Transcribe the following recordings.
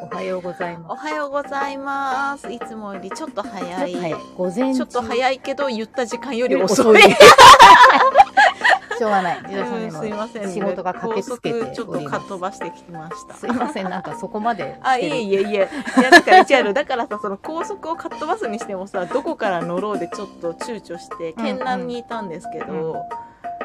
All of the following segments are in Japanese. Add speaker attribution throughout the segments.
Speaker 1: おはようござい
Speaker 2: お
Speaker 1: ます。
Speaker 2: はようございます。いつもよりちょっと早い。
Speaker 1: はい、午前中
Speaker 2: ちょっと早いけど、言った時間より遅い。
Speaker 1: 遅いしょうがない。
Speaker 2: う
Speaker 1: 自動車
Speaker 2: ん
Speaker 1: です
Speaker 2: いません。
Speaker 1: 仕事が駆けつけております
Speaker 2: 高速ちょっとかっ飛ばしてきました。
Speaker 1: すいません、なんかそこまで
Speaker 2: あ、
Speaker 1: して
Speaker 2: い
Speaker 1: る
Speaker 2: えいえいえ。いや、だから、違うのだからさ、その高速をかっ飛ばすにしてもさ、どこから乗ろうでちょっと躊躇して、県南にいたんですけど、
Speaker 1: うんうん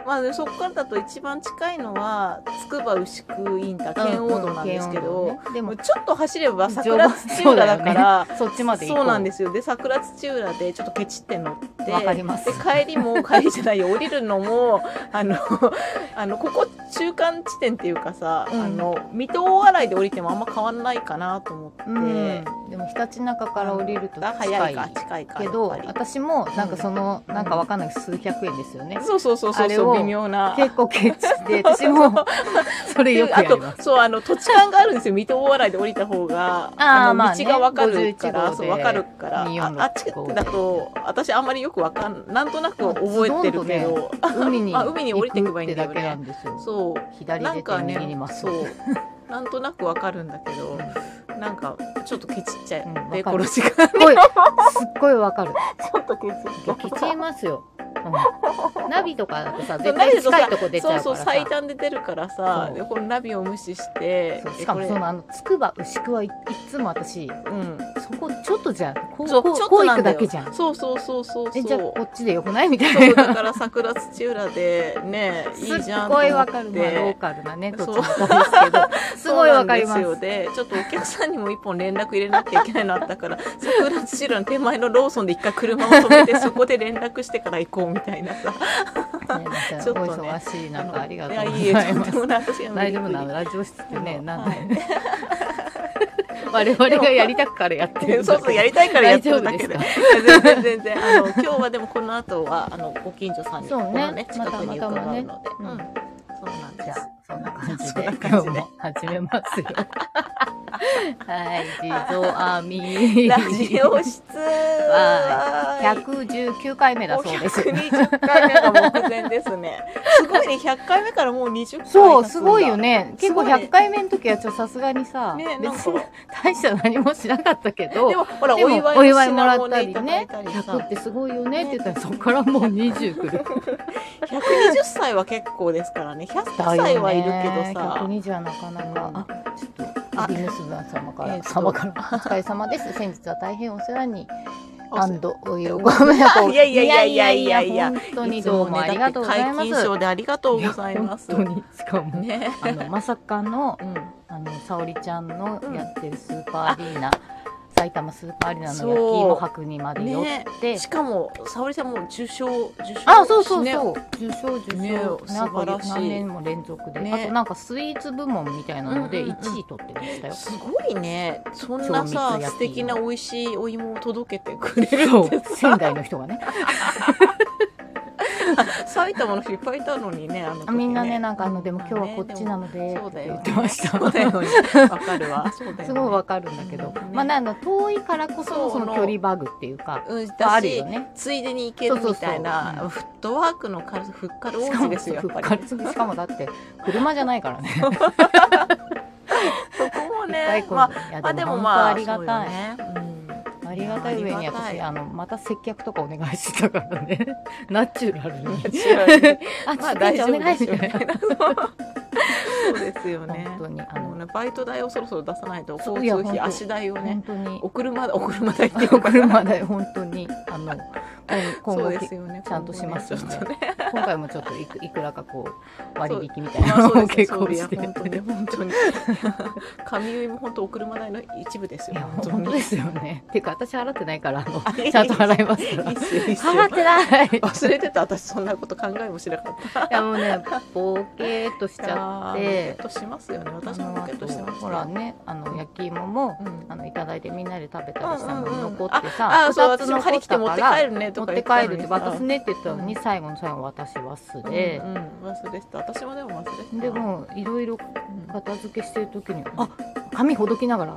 Speaker 2: まあね、そこからだと一番近いのは、つくば牛久インター、県央道なんですけど、
Speaker 1: うんうん圏央道ねで
Speaker 2: も
Speaker 1: も
Speaker 2: うちょっと走れば桜土浦だから、
Speaker 1: そっちまで行こ
Speaker 2: そううなんですよで桜土浦でちょっとケチって乗って
Speaker 1: わかります
Speaker 2: で帰りも帰りじゃないよ降りるのも あのあのここ中間地点っていうかさ、
Speaker 1: うん
Speaker 2: あの水戸大洗で降りてもあんま変わんないかなと思って、
Speaker 1: うん、でもひたちなかから降りると
Speaker 2: あ
Speaker 1: 近
Speaker 2: 早
Speaker 1: い
Speaker 2: いか近いか
Speaker 1: けど
Speaker 2: やっぱり
Speaker 1: 私もなんかその、なんかわかんない数百円ですよね、
Speaker 2: そうそうそうそ
Speaker 1: あ
Speaker 2: う
Speaker 1: れを
Speaker 2: 微妙な
Speaker 1: 結構ケチで私 もそれよくや
Speaker 2: あ
Speaker 1: り
Speaker 2: と
Speaker 1: ます
Speaker 2: そうあの土地勘があるんですよ水戸大洗で降りた方が
Speaker 1: あー
Speaker 2: の
Speaker 1: まあね
Speaker 2: 道が分かるか
Speaker 1: 51号
Speaker 2: ら、
Speaker 1: で
Speaker 2: そう分かるからあ
Speaker 1: 246
Speaker 2: あっちだと私あんまりよくわかんなんとなく覚えてるけど、
Speaker 1: 海に
Speaker 2: まあ海に降りてくばいいんだ
Speaker 1: 行
Speaker 2: よ
Speaker 1: く
Speaker 2: ね
Speaker 1: ってだけなんですよ
Speaker 2: そう
Speaker 1: 左
Speaker 2: な
Speaker 1: 出
Speaker 2: ん
Speaker 1: て
Speaker 2: かね
Speaker 1: 右にまっす
Speaker 2: そ
Speaker 1: ぐ
Speaker 2: うなんとなくわかるんだけどなんかちょっとケチっちゃ
Speaker 1: うん
Speaker 2: っ
Speaker 1: わ
Speaker 2: て、
Speaker 1: か
Speaker 2: こ
Speaker 1: る
Speaker 2: の時間
Speaker 1: すっごい、すっごいわかる。
Speaker 2: ちょっとケチ
Speaker 1: いや、消えますよ。うん、ナビとかだとさ、絶
Speaker 2: ナビ
Speaker 1: 対
Speaker 2: だと
Speaker 1: 近
Speaker 2: さ
Speaker 1: いとこ出ち
Speaker 2: そ
Speaker 1: ゃ
Speaker 2: う
Speaker 1: うか
Speaker 2: そう
Speaker 1: らさ。
Speaker 2: 最短で出るからさ
Speaker 1: そう
Speaker 2: でこのナビを無視して
Speaker 1: そう
Speaker 2: え
Speaker 1: しかも
Speaker 2: これ
Speaker 1: そのあのつくば牛久はいいつも私
Speaker 2: うん
Speaker 1: そこちょっとじゃんこう
Speaker 2: そう
Speaker 1: こう
Speaker 2: ちょっ
Speaker 1: ことう
Speaker 2: な
Speaker 1: 行く
Speaker 2: んだ
Speaker 1: だ
Speaker 2: よ
Speaker 1: けじゃん
Speaker 2: そうそうそうそうそ
Speaker 1: え
Speaker 2: う
Speaker 1: じゃあこっちでよくないみた
Speaker 2: そ
Speaker 1: いう
Speaker 2: だ
Speaker 1: な
Speaker 2: から桜土浦でねいい
Speaker 1: す
Speaker 2: じ
Speaker 1: っ
Speaker 2: ゃんと思
Speaker 1: ご
Speaker 2: って
Speaker 1: いわかるまあローカルなねど
Speaker 2: そ
Speaker 1: っち
Speaker 2: う
Speaker 1: もですけど すごいわかります
Speaker 2: そうなんですよでちょっとお客さんにも一本連絡入れなきゃいけないのあったから 桜土浦の手前のローソンで一回車を止めてそこで連絡してから行こうみたいなさ
Speaker 1: ねなんか
Speaker 2: ちょっとね
Speaker 1: お忙しいなんかありがとう
Speaker 2: いやいい
Speaker 1: ご
Speaker 2: え
Speaker 1: ざい
Speaker 2: とん
Speaker 1: ま
Speaker 2: ですもないですよ
Speaker 1: 大丈夫な
Speaker 2: び
Speaker 1: の
Speaker 2: っ
Speaker 1: ラジオ室ってねなん
Speaker 2: はい
Speaker 1: で我々がやりたくからやっ
Speaker 2: く
Speaker 1: て
Speaker 2: り
Speaker 1: る
Speaker 2: そうそうやりたいからやってるだ
Speaker 1: 大丈
Speaker 2: け
Speaker 1: 夫で
Speaker 2: で
Speaker 1: か
Speaker 2: す全然全然あの今日はでもこの後はあのご近所さんに
Speaker 1: そうね
Speaker 2: このね
Speaker 1: ま
Speaker 2: 近
Speaker 1: た
Speaker 2: くに伺うので、
Speaker 1: ま
Speaker 2: う
Speaker 1: た
Speaker 2: ん
Speaker 1: また
Speaker 2: そうなん
Speaker 1: じ
Speaker 2: で
Speaker 1: ゃ
Speaker 2: す
Speaker 1: あそんな感じ
Speaker 2: そん
Speaker 1: で
Speaker 2: な感
Speaker 1: 今
Speaker 2: じ
Speaker 1: 日
Speaker 2: で
Speaker 1: も始めますよはい地蔵編み
Speaker 2: ラジ オ室は
Speaker 1: 119回目だそうです。
Speaker 2: 120回目が目前ですね。 すごいね、100回目からもう20回
Speaker 1: そう、すごいよ
Speaker 2: ね。
Speaker 1: ね。結構
Speaker 2: すごいね
Speaker 1: 100回目の時はちょっとさすがにさ、
Speaker 2: ねなん
Speaker 1: 別
Speaker 2: か
Speaker 1: に大した何もしなかったけど、
Speaker 2: でも、ほら、
Speaker 1: で
Speaker 2: お
Speaker 1: も
Speaker 2: 祝い
Speaker 1: お
Speaker 2: の
Speaker 1: 祝いもら
Speaker 2: 品を
Speaker 1: った
Speaker 2: ね、い
Speaker 1: り
Speaker 2: ただい
Speaker 1: ね、
Speaker 2: たりさ
Speaker 1: 100ってすごいよねって言ったら、そこからもう20くる。
Speaker 2: 120歳は結構ですからね、100
Speaker 1: だ
Speaker 2: 歳
Speaker 1: よ
Speaker 2: はいる
Speaker 1: ね。
Speaker 2: けどさ、
Speaker 1: 120はなかなか、あ、ちょっ
Speaker 2: あ
Speaker 1: と、ビムスブン様か
Speaker 2: えー
Speaker 1: ら、
Speaker 2: っと
Speaker 1: 様から、お疲れ様です。先日は大変お世話に、
Speaker 2: あ
Speaker 1: アンド、およ、ごめんな さい。
Speaker 2: いやいやいやいやいやいや
Speaker 1: 本当にどうもありがとうございま
Speaker 2: いつもねだっ
Speaker 1: す
Speaker 2: て皆勤。賞でありがとうございます。
Speaker 1: や本当にしかも、
Speaker 2: ね。
Speaker 1: あのまさかの
Speaker 2: うん
Speaker 1: あの沙織ちゃんの
Speaker 2: うん
Speaker 1: やってるスーパーアリーナ、埼玉スーパーアリーナの焼き芋博にまで寄って、
Speaker 2: ね、しかも、沙織さんも受賞、受賞、
Speaker 1: あそうそう
Speaker 2: ね
Speaker 1: そう、受賞受賞、
Speaker 2: ね
Speaker 1: なん
Speaker 2: 素
Speaker 1: か
Speaker 2: 晴
Speaker 1: ら
Speaker 2: しい
Speaker 1: 何年も連続で、
Speaker 2: ね
Speaker 1: あとなんかスイーツ部門みたいなので
Speaker 2: うんうんうん
Speaker 1: 1位取ってましたよ、
Speaker 2: すごいね。そんな
Speaker 1: 超
Speaker 2: さ、
Speaker 1: 密やき
Speaker 2: 素敵な美味しいお芋を届けてくれる
Speaker 1: そ
Speaker 2: って
Speaker 1: う仙台の人 がね
Speaker 2: 埼玉の人いっぱいいたのにね、あの時ね
Speaker 1: みんなねなんかあのでも今日はこっちなので
Speaker 2: そ
Speaker 1: っ
Speaker 2: う
Speaker 1: て
Speaker 2: だよ
Speaker 1: 言
Speaker 2: ね
Speaker 1: ってました
Speaker 2: そうだよ ね。わかるわ。そうだよね。
Speaker 1: すごいわかるんだけど、
Speaker 2: うん
Speaker 1: まあねあの遠いからこそのそ
Speaker 2: そう
Speaker 1: の距離バグっていうか
Speaker 2: うん、だし
Speaker 1: あるよね
Speaker 2: ついでに行けるみたいな
Speaker 1: そうそうそううん
Speaker 2: フットワークの軽さフッカル
Speaker 1: し
Speaker 2: 王
Speaker 1: か
Speaker 2: 子
Speaker 1: も
Speaker 2: ですよやっぱり
Speaker 1: しかもだって車じゃないからね
Speaker 2: そこも
Speaker 1: 大
Speaker 2: ね
Speaker 1: 根
Speaker 2: まあ
Speaker 1: いや
Speaker 2: まあでも
Speaker 1: 本当
Speaker 2: まあ
Speaker 1: ありがたい、
Speaker 2: そうよね
Speaker 1: ありがたい上に私
Speaker 2: ありがたい
Speaker 1: あのまた接客とかお願いしてたからね ナチュラル
Speaker 2: うん
Speaker 1: に
Speaker 2: 違う
Speaker 1: あ
Speaker 2: まあ
Speaker 1: ちょっと店長
Speaker 2: 大丈
Speaker 1: お
Speaker 2: 夫
Speaker 1: 願
Speaker 2: で
Speaker 1: い
Speaker 2: す
Speaker 1: み
Speaker 2: よ
Speaker 1: たい
Speaker 2: ね
Speaker 1: な
Speaker 2: そうですよね
Speaker 1: 本当にあ
Speaker 2: もう
Speaker 1: の
Speaker 2: ねバイト代をそろそろ出さないと
Speaker 1: そう
Speaker 2: 交
Speaker 1: いや
Speaker 2: 通
Speaker 1: 本
Speaker 2: 費
Speaker 1: 当
Speaker 2: 足代をね
Speaker 1: 本当に
Speaker 2: お車お車代っていう
Speaker 1: お
Speaker 2: か
Speaker 1: 車で本当にあ の今
Speaker 2: そう
Speaker 1: 今後
Speaker 2: で
Speaker 1: き
Speaker 2: すよね
Speaker 1: ちゃんとします
Speaker 2: ちょ
Speaker 1: ので
Speaker 2: っ とね
Speaker 1: 今回もちょっといくいくらかこう割引みたい
Speaker 2: ま
Speaker 1: な
Speaker 2: あ
Speaker 1: の
Speaker 2: そう
Speaker 1: を
Speaker 2: です
Speaker 1: 結
Speaker 2: よそ
Speaker 1: 構
Speaker 2: うですい
Speaker 1: し
Speaker 2: や
Speaker 1: て
Speaker 2: 本当に本当に 髪結いも本当お車代の一部です
Speaker 1: い
Speaker 2: よ
Speaker 1: や
Speaker 2: 本当
Speaker 1: 本当
Speaker 2: に
Speaker 1: ですよねていうか私払ってないからあの
Speaker 2: あいい
Speaker 1: ちゃんと払います から
Speaker 2: いいっすよいいっすよ
Speaker 1: 払ってないい
Speaker 2: 忘れてた私そんなこと考えもしなかった
Speaker 1: やもうねボケーっとしちゃ
Speaker 2: あ
Speaker 1: って
Speaker 2: ーボケットしますよね私もボケットしてま
Speaker 1: あ
Speaker 2: し
Speaker 1: の
Speaker 2: た
Speaker 1: ほらねあの焼き芋も
Speaker 2: うん
Speaker 1: あのいただいてみんなで食べたりしたの
Speaker 2: うんうんうん
Speaker 1: に残って
Speaker 2: あ
Speaker 1: さ、
Speaker 2: あそ
Speaker 1: 二
Speaker 2: う
Speaker 1: つ
Speaker 2: 私も
Speaker 1: 残
Speaker 2: 針
Speaker 1: っ
Speaker 2: 来て
Speaker 1: た
Speaker 2: 持っ
Speaker 1: か
Speaker 2: て帰
Speaker 1: ら
Speaker 2: るねと
Speaker 1: 持っ
Speaker 2: か
Speaker 1: て
Speaker 2: 言
Speaker 1: 帰る
Speaker 2: の
Speaker 1: っ
Speaker 2: に
Speaker 1: て
Speaker 2: さ
Speaker 1: 渡すねって言ったのに
Speaker 2: う
Speaker 1: 最後の最後私は酢
Speaker 2: うん
Speaker 1: で
Speaker 2: う、ん忘れてた私もでも忘れてた
Speaker 1: でもいろいろ
Speaker 2: うん
Speaker 1: 片付けしてる時に
Speaker 2: あ
Speaker 1: あ髪ほどきながら。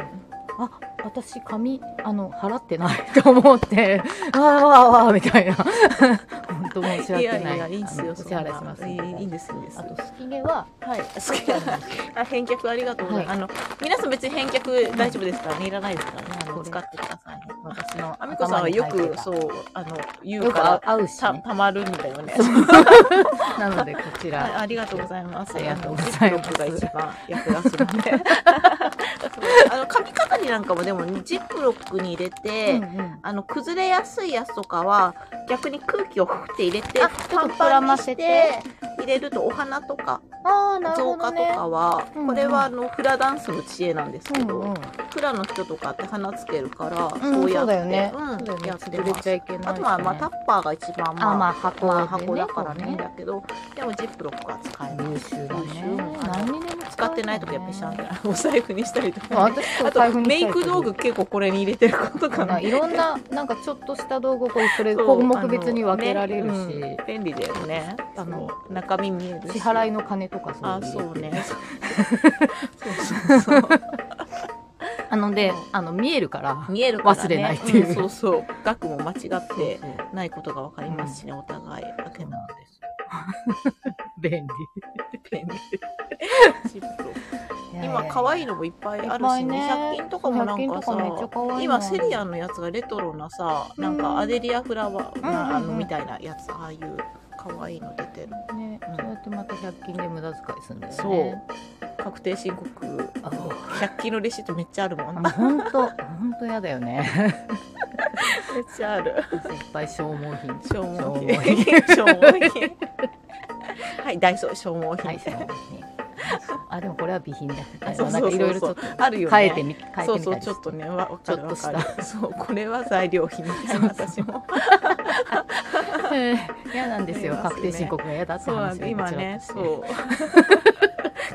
Speaker 1: あ、私 髪あの払ってないと思って、わーわーわーみたいな。本と申し
Speaker 2: い
Speaker 1: 訳
Speaker 2: や
Speaker 1: ない
Speaker 2: いやいいんす
Speaker 1: あの
Speaker 2: よ
Speaker 1: お
Speaker 2: そん
Speaker 1: 支
Speaker 2: な
Speaker 1: 払いします
Speaker 2: いいいいんですいいんです
Speaker 1: あとスキゲは
Speaker 2: はい、好きなあ返却ありがとうございます、あの皆さん別に返却大丈夫ですからねいらないですからねあ
Speaker 1: こ
Speaker 2: の
Speaker 1: れ
Speaker 2: 使ってくださいね
Speaker 1: 私の
Speaker 2: あみこさんはよ
Speaker 1: 頭に書いて
Speaker 2: く
Speaker 1: た
Speaker 2: そうあの言う
Speaker 1: よ
Speaker 2: か
Speaker 1: くあ
Speaker 2: ら
Speaker 1: 合うしたね
Speaker 2: たまるんだよね
Speaker 1: なのでこち
Speaker 2: はい、
Speaker 1: ら
Speaker 2: ありがとうございます。
Speaker 1: ありがとうございます
Speaker 2: あのジップロックが一番役立つので。 あの、髪飾りなんかもでも、ジップロックに入れて、
Speaker 1: うんうん
Speaker 2: あの、崩れやすいやつとかは、逆に空気をふって入れて、
Speaker 1: あちょっと
Speaker 2: パンパン
Speaker 1: 膨らま
Speaker 2: に
Speaker 1: せ
Speaker 2: してて、入れるとお花とか、
Speaker 1: ああなる
Speaker 2: 造
Speaker 1: ほ
Speaker 2: 花
Speaker 1: ど
Speaker 2: と
Speaker 1: ね
Speaker 2: かは、
Speaker 1: うんうん
Speaker 2: これはあの、フラダンスの知恵なんですけど、
Speaker 1: うんうん
Speaker 2: フラの人とかって花つけるから、
Speaker 1: うん
Speaker 2: そう
Speaker 1: そ
Speaker 2: や
Speaker 1: う
Speaker 2: って、
Speaker 1: だよね
Speaker 2: うん
Speaker 1: そうだよね
Speaker 2: やって
Speaker 1: 潰れ
Speaker 2: ま
Speaker 1: ち
Speaker 2: す
Speaker 1: ゃ。いけないしね
Speaker 2: あとは、まあ、タッパーが一番、まあ、
Speaker 1: あまあ箱
Speaker 2: まあ
Speaker 1: でね
Speaker 2: 箱だからね
Speaker 1: こう
Speaker 2: だけどでもジップロックは使えます
Speaker 1: 優秀だね
Speaker 2: 優秀
Speaker 1: 何にでも
Speaker 2: 使ってない時はペシャンってお財布にしたりと
Speaker 1: まあ
Speaker 2: か、ね、
Speaker 1: 私
Speaker 2: あ
Speaker 1: と財布
Speaker 2: と
Speaker 1: にした
Speaker 2: メ
Speaker 1: り
Speaker 2: イク道具結構これに入れてることか
Speaker 1: ま
Speaker 2: な
Speaker 1: あいろんななんかちょっとした道具をこうそれ
Speaker 2: そう
Speaker 1: 項目別に分けられる
Speaker 2: あの
Speaker 1: し、
Speaker 2: ねうん便利だよねあの中身見えるし
Speaker 1: 支払いの金とかそういう
Speaker 2: あそう ねそうそうそう
Speaker 1: あので
Speaker 2: うん
Speaker 1: あの見えるから
Speaker 2: 見えるから、ね、
Speaker 1: 忘れないっていうん
Speaker 2: そうそう額も間違って
Speaker 1: そうそう
Speaker 2: ないことが分かりますしね、お互いあけなん です
Speaker 1: 便利
Speaker 2: 便利ジップロック
Speaker 1: や
Speaker 2: 今
Speaker 1: や
Speaker 2: 可愛いのもいっぱいある
Speaker 1: いっぱ
Speaker 2: し
Speaker 1: い
Speaker 2: ね
Speaker 1: ね
Speaker 2: 100均とかもなんか
Speaker 1: 100均とかめっちゃ
Speaker 2: さ
Speaker 1: 可愛いの
Speaker 2: 今セリアのやつがレトロなさなん
Speaker 1: う
Speaker 2: か
Speaker 1: ん
Speaker 2: アデリアフラワー
Speaker 1: うんうんうん
Speaker 2: なあのみたいなやつああいう可愛いの出てる
Speaker 1: ね
Speaker 2: うん
Speaker 1: そうやってまた100均で無駄遣いするんだよね
Speaker 2: そう確定申告
Speaker 1: あの
Speaker 2: 100均のレシートめっちゃある もんめっ
Speaker 1: 本当本当やだよね
Speaker 2: ちゃある
Speaker 1: 私いっぱい消耗品
Speaker 2: 消耗
Speaker 1: 消
Speaker 2: 品消耗品はいダイソー消耗
Speaker 1: はい
Speaker 2: 品
Speaker 1: 消耗品あでもこれは備品だみたい
Speaker 2: そう
Speaker 1: な
Speaker 2: そ
Speaker 1: なか
Speaker 2: うんそう
Speaker 1: いろいろちょっと
Speaker 2: あるよ
Speaker 1: 変えて
Speaker 2: ね
Speaker 1: み変えてみたり
Speaker 2: そうそう
Speaker 1: して
Speaker 2: ちょっとねわわかるわ
Speaker 1: ち
Speaker 2: か
Speaker 1: ょっと
Speaker 2: るそうこれは材料費みたいな私も
Speaker 1: 嫌なんですよ
Speaker 2: ありますね
Speaker 1: 確定申告が嫌だって
Speaker 2: そうな
Speaker 1: 話
Speaker 2: んだ
Speaker 1: を
Speaker 2: 今
Speaker 1: ちらっ
Speaker 2: ね
Speaker 1: として
Speaker 2: そう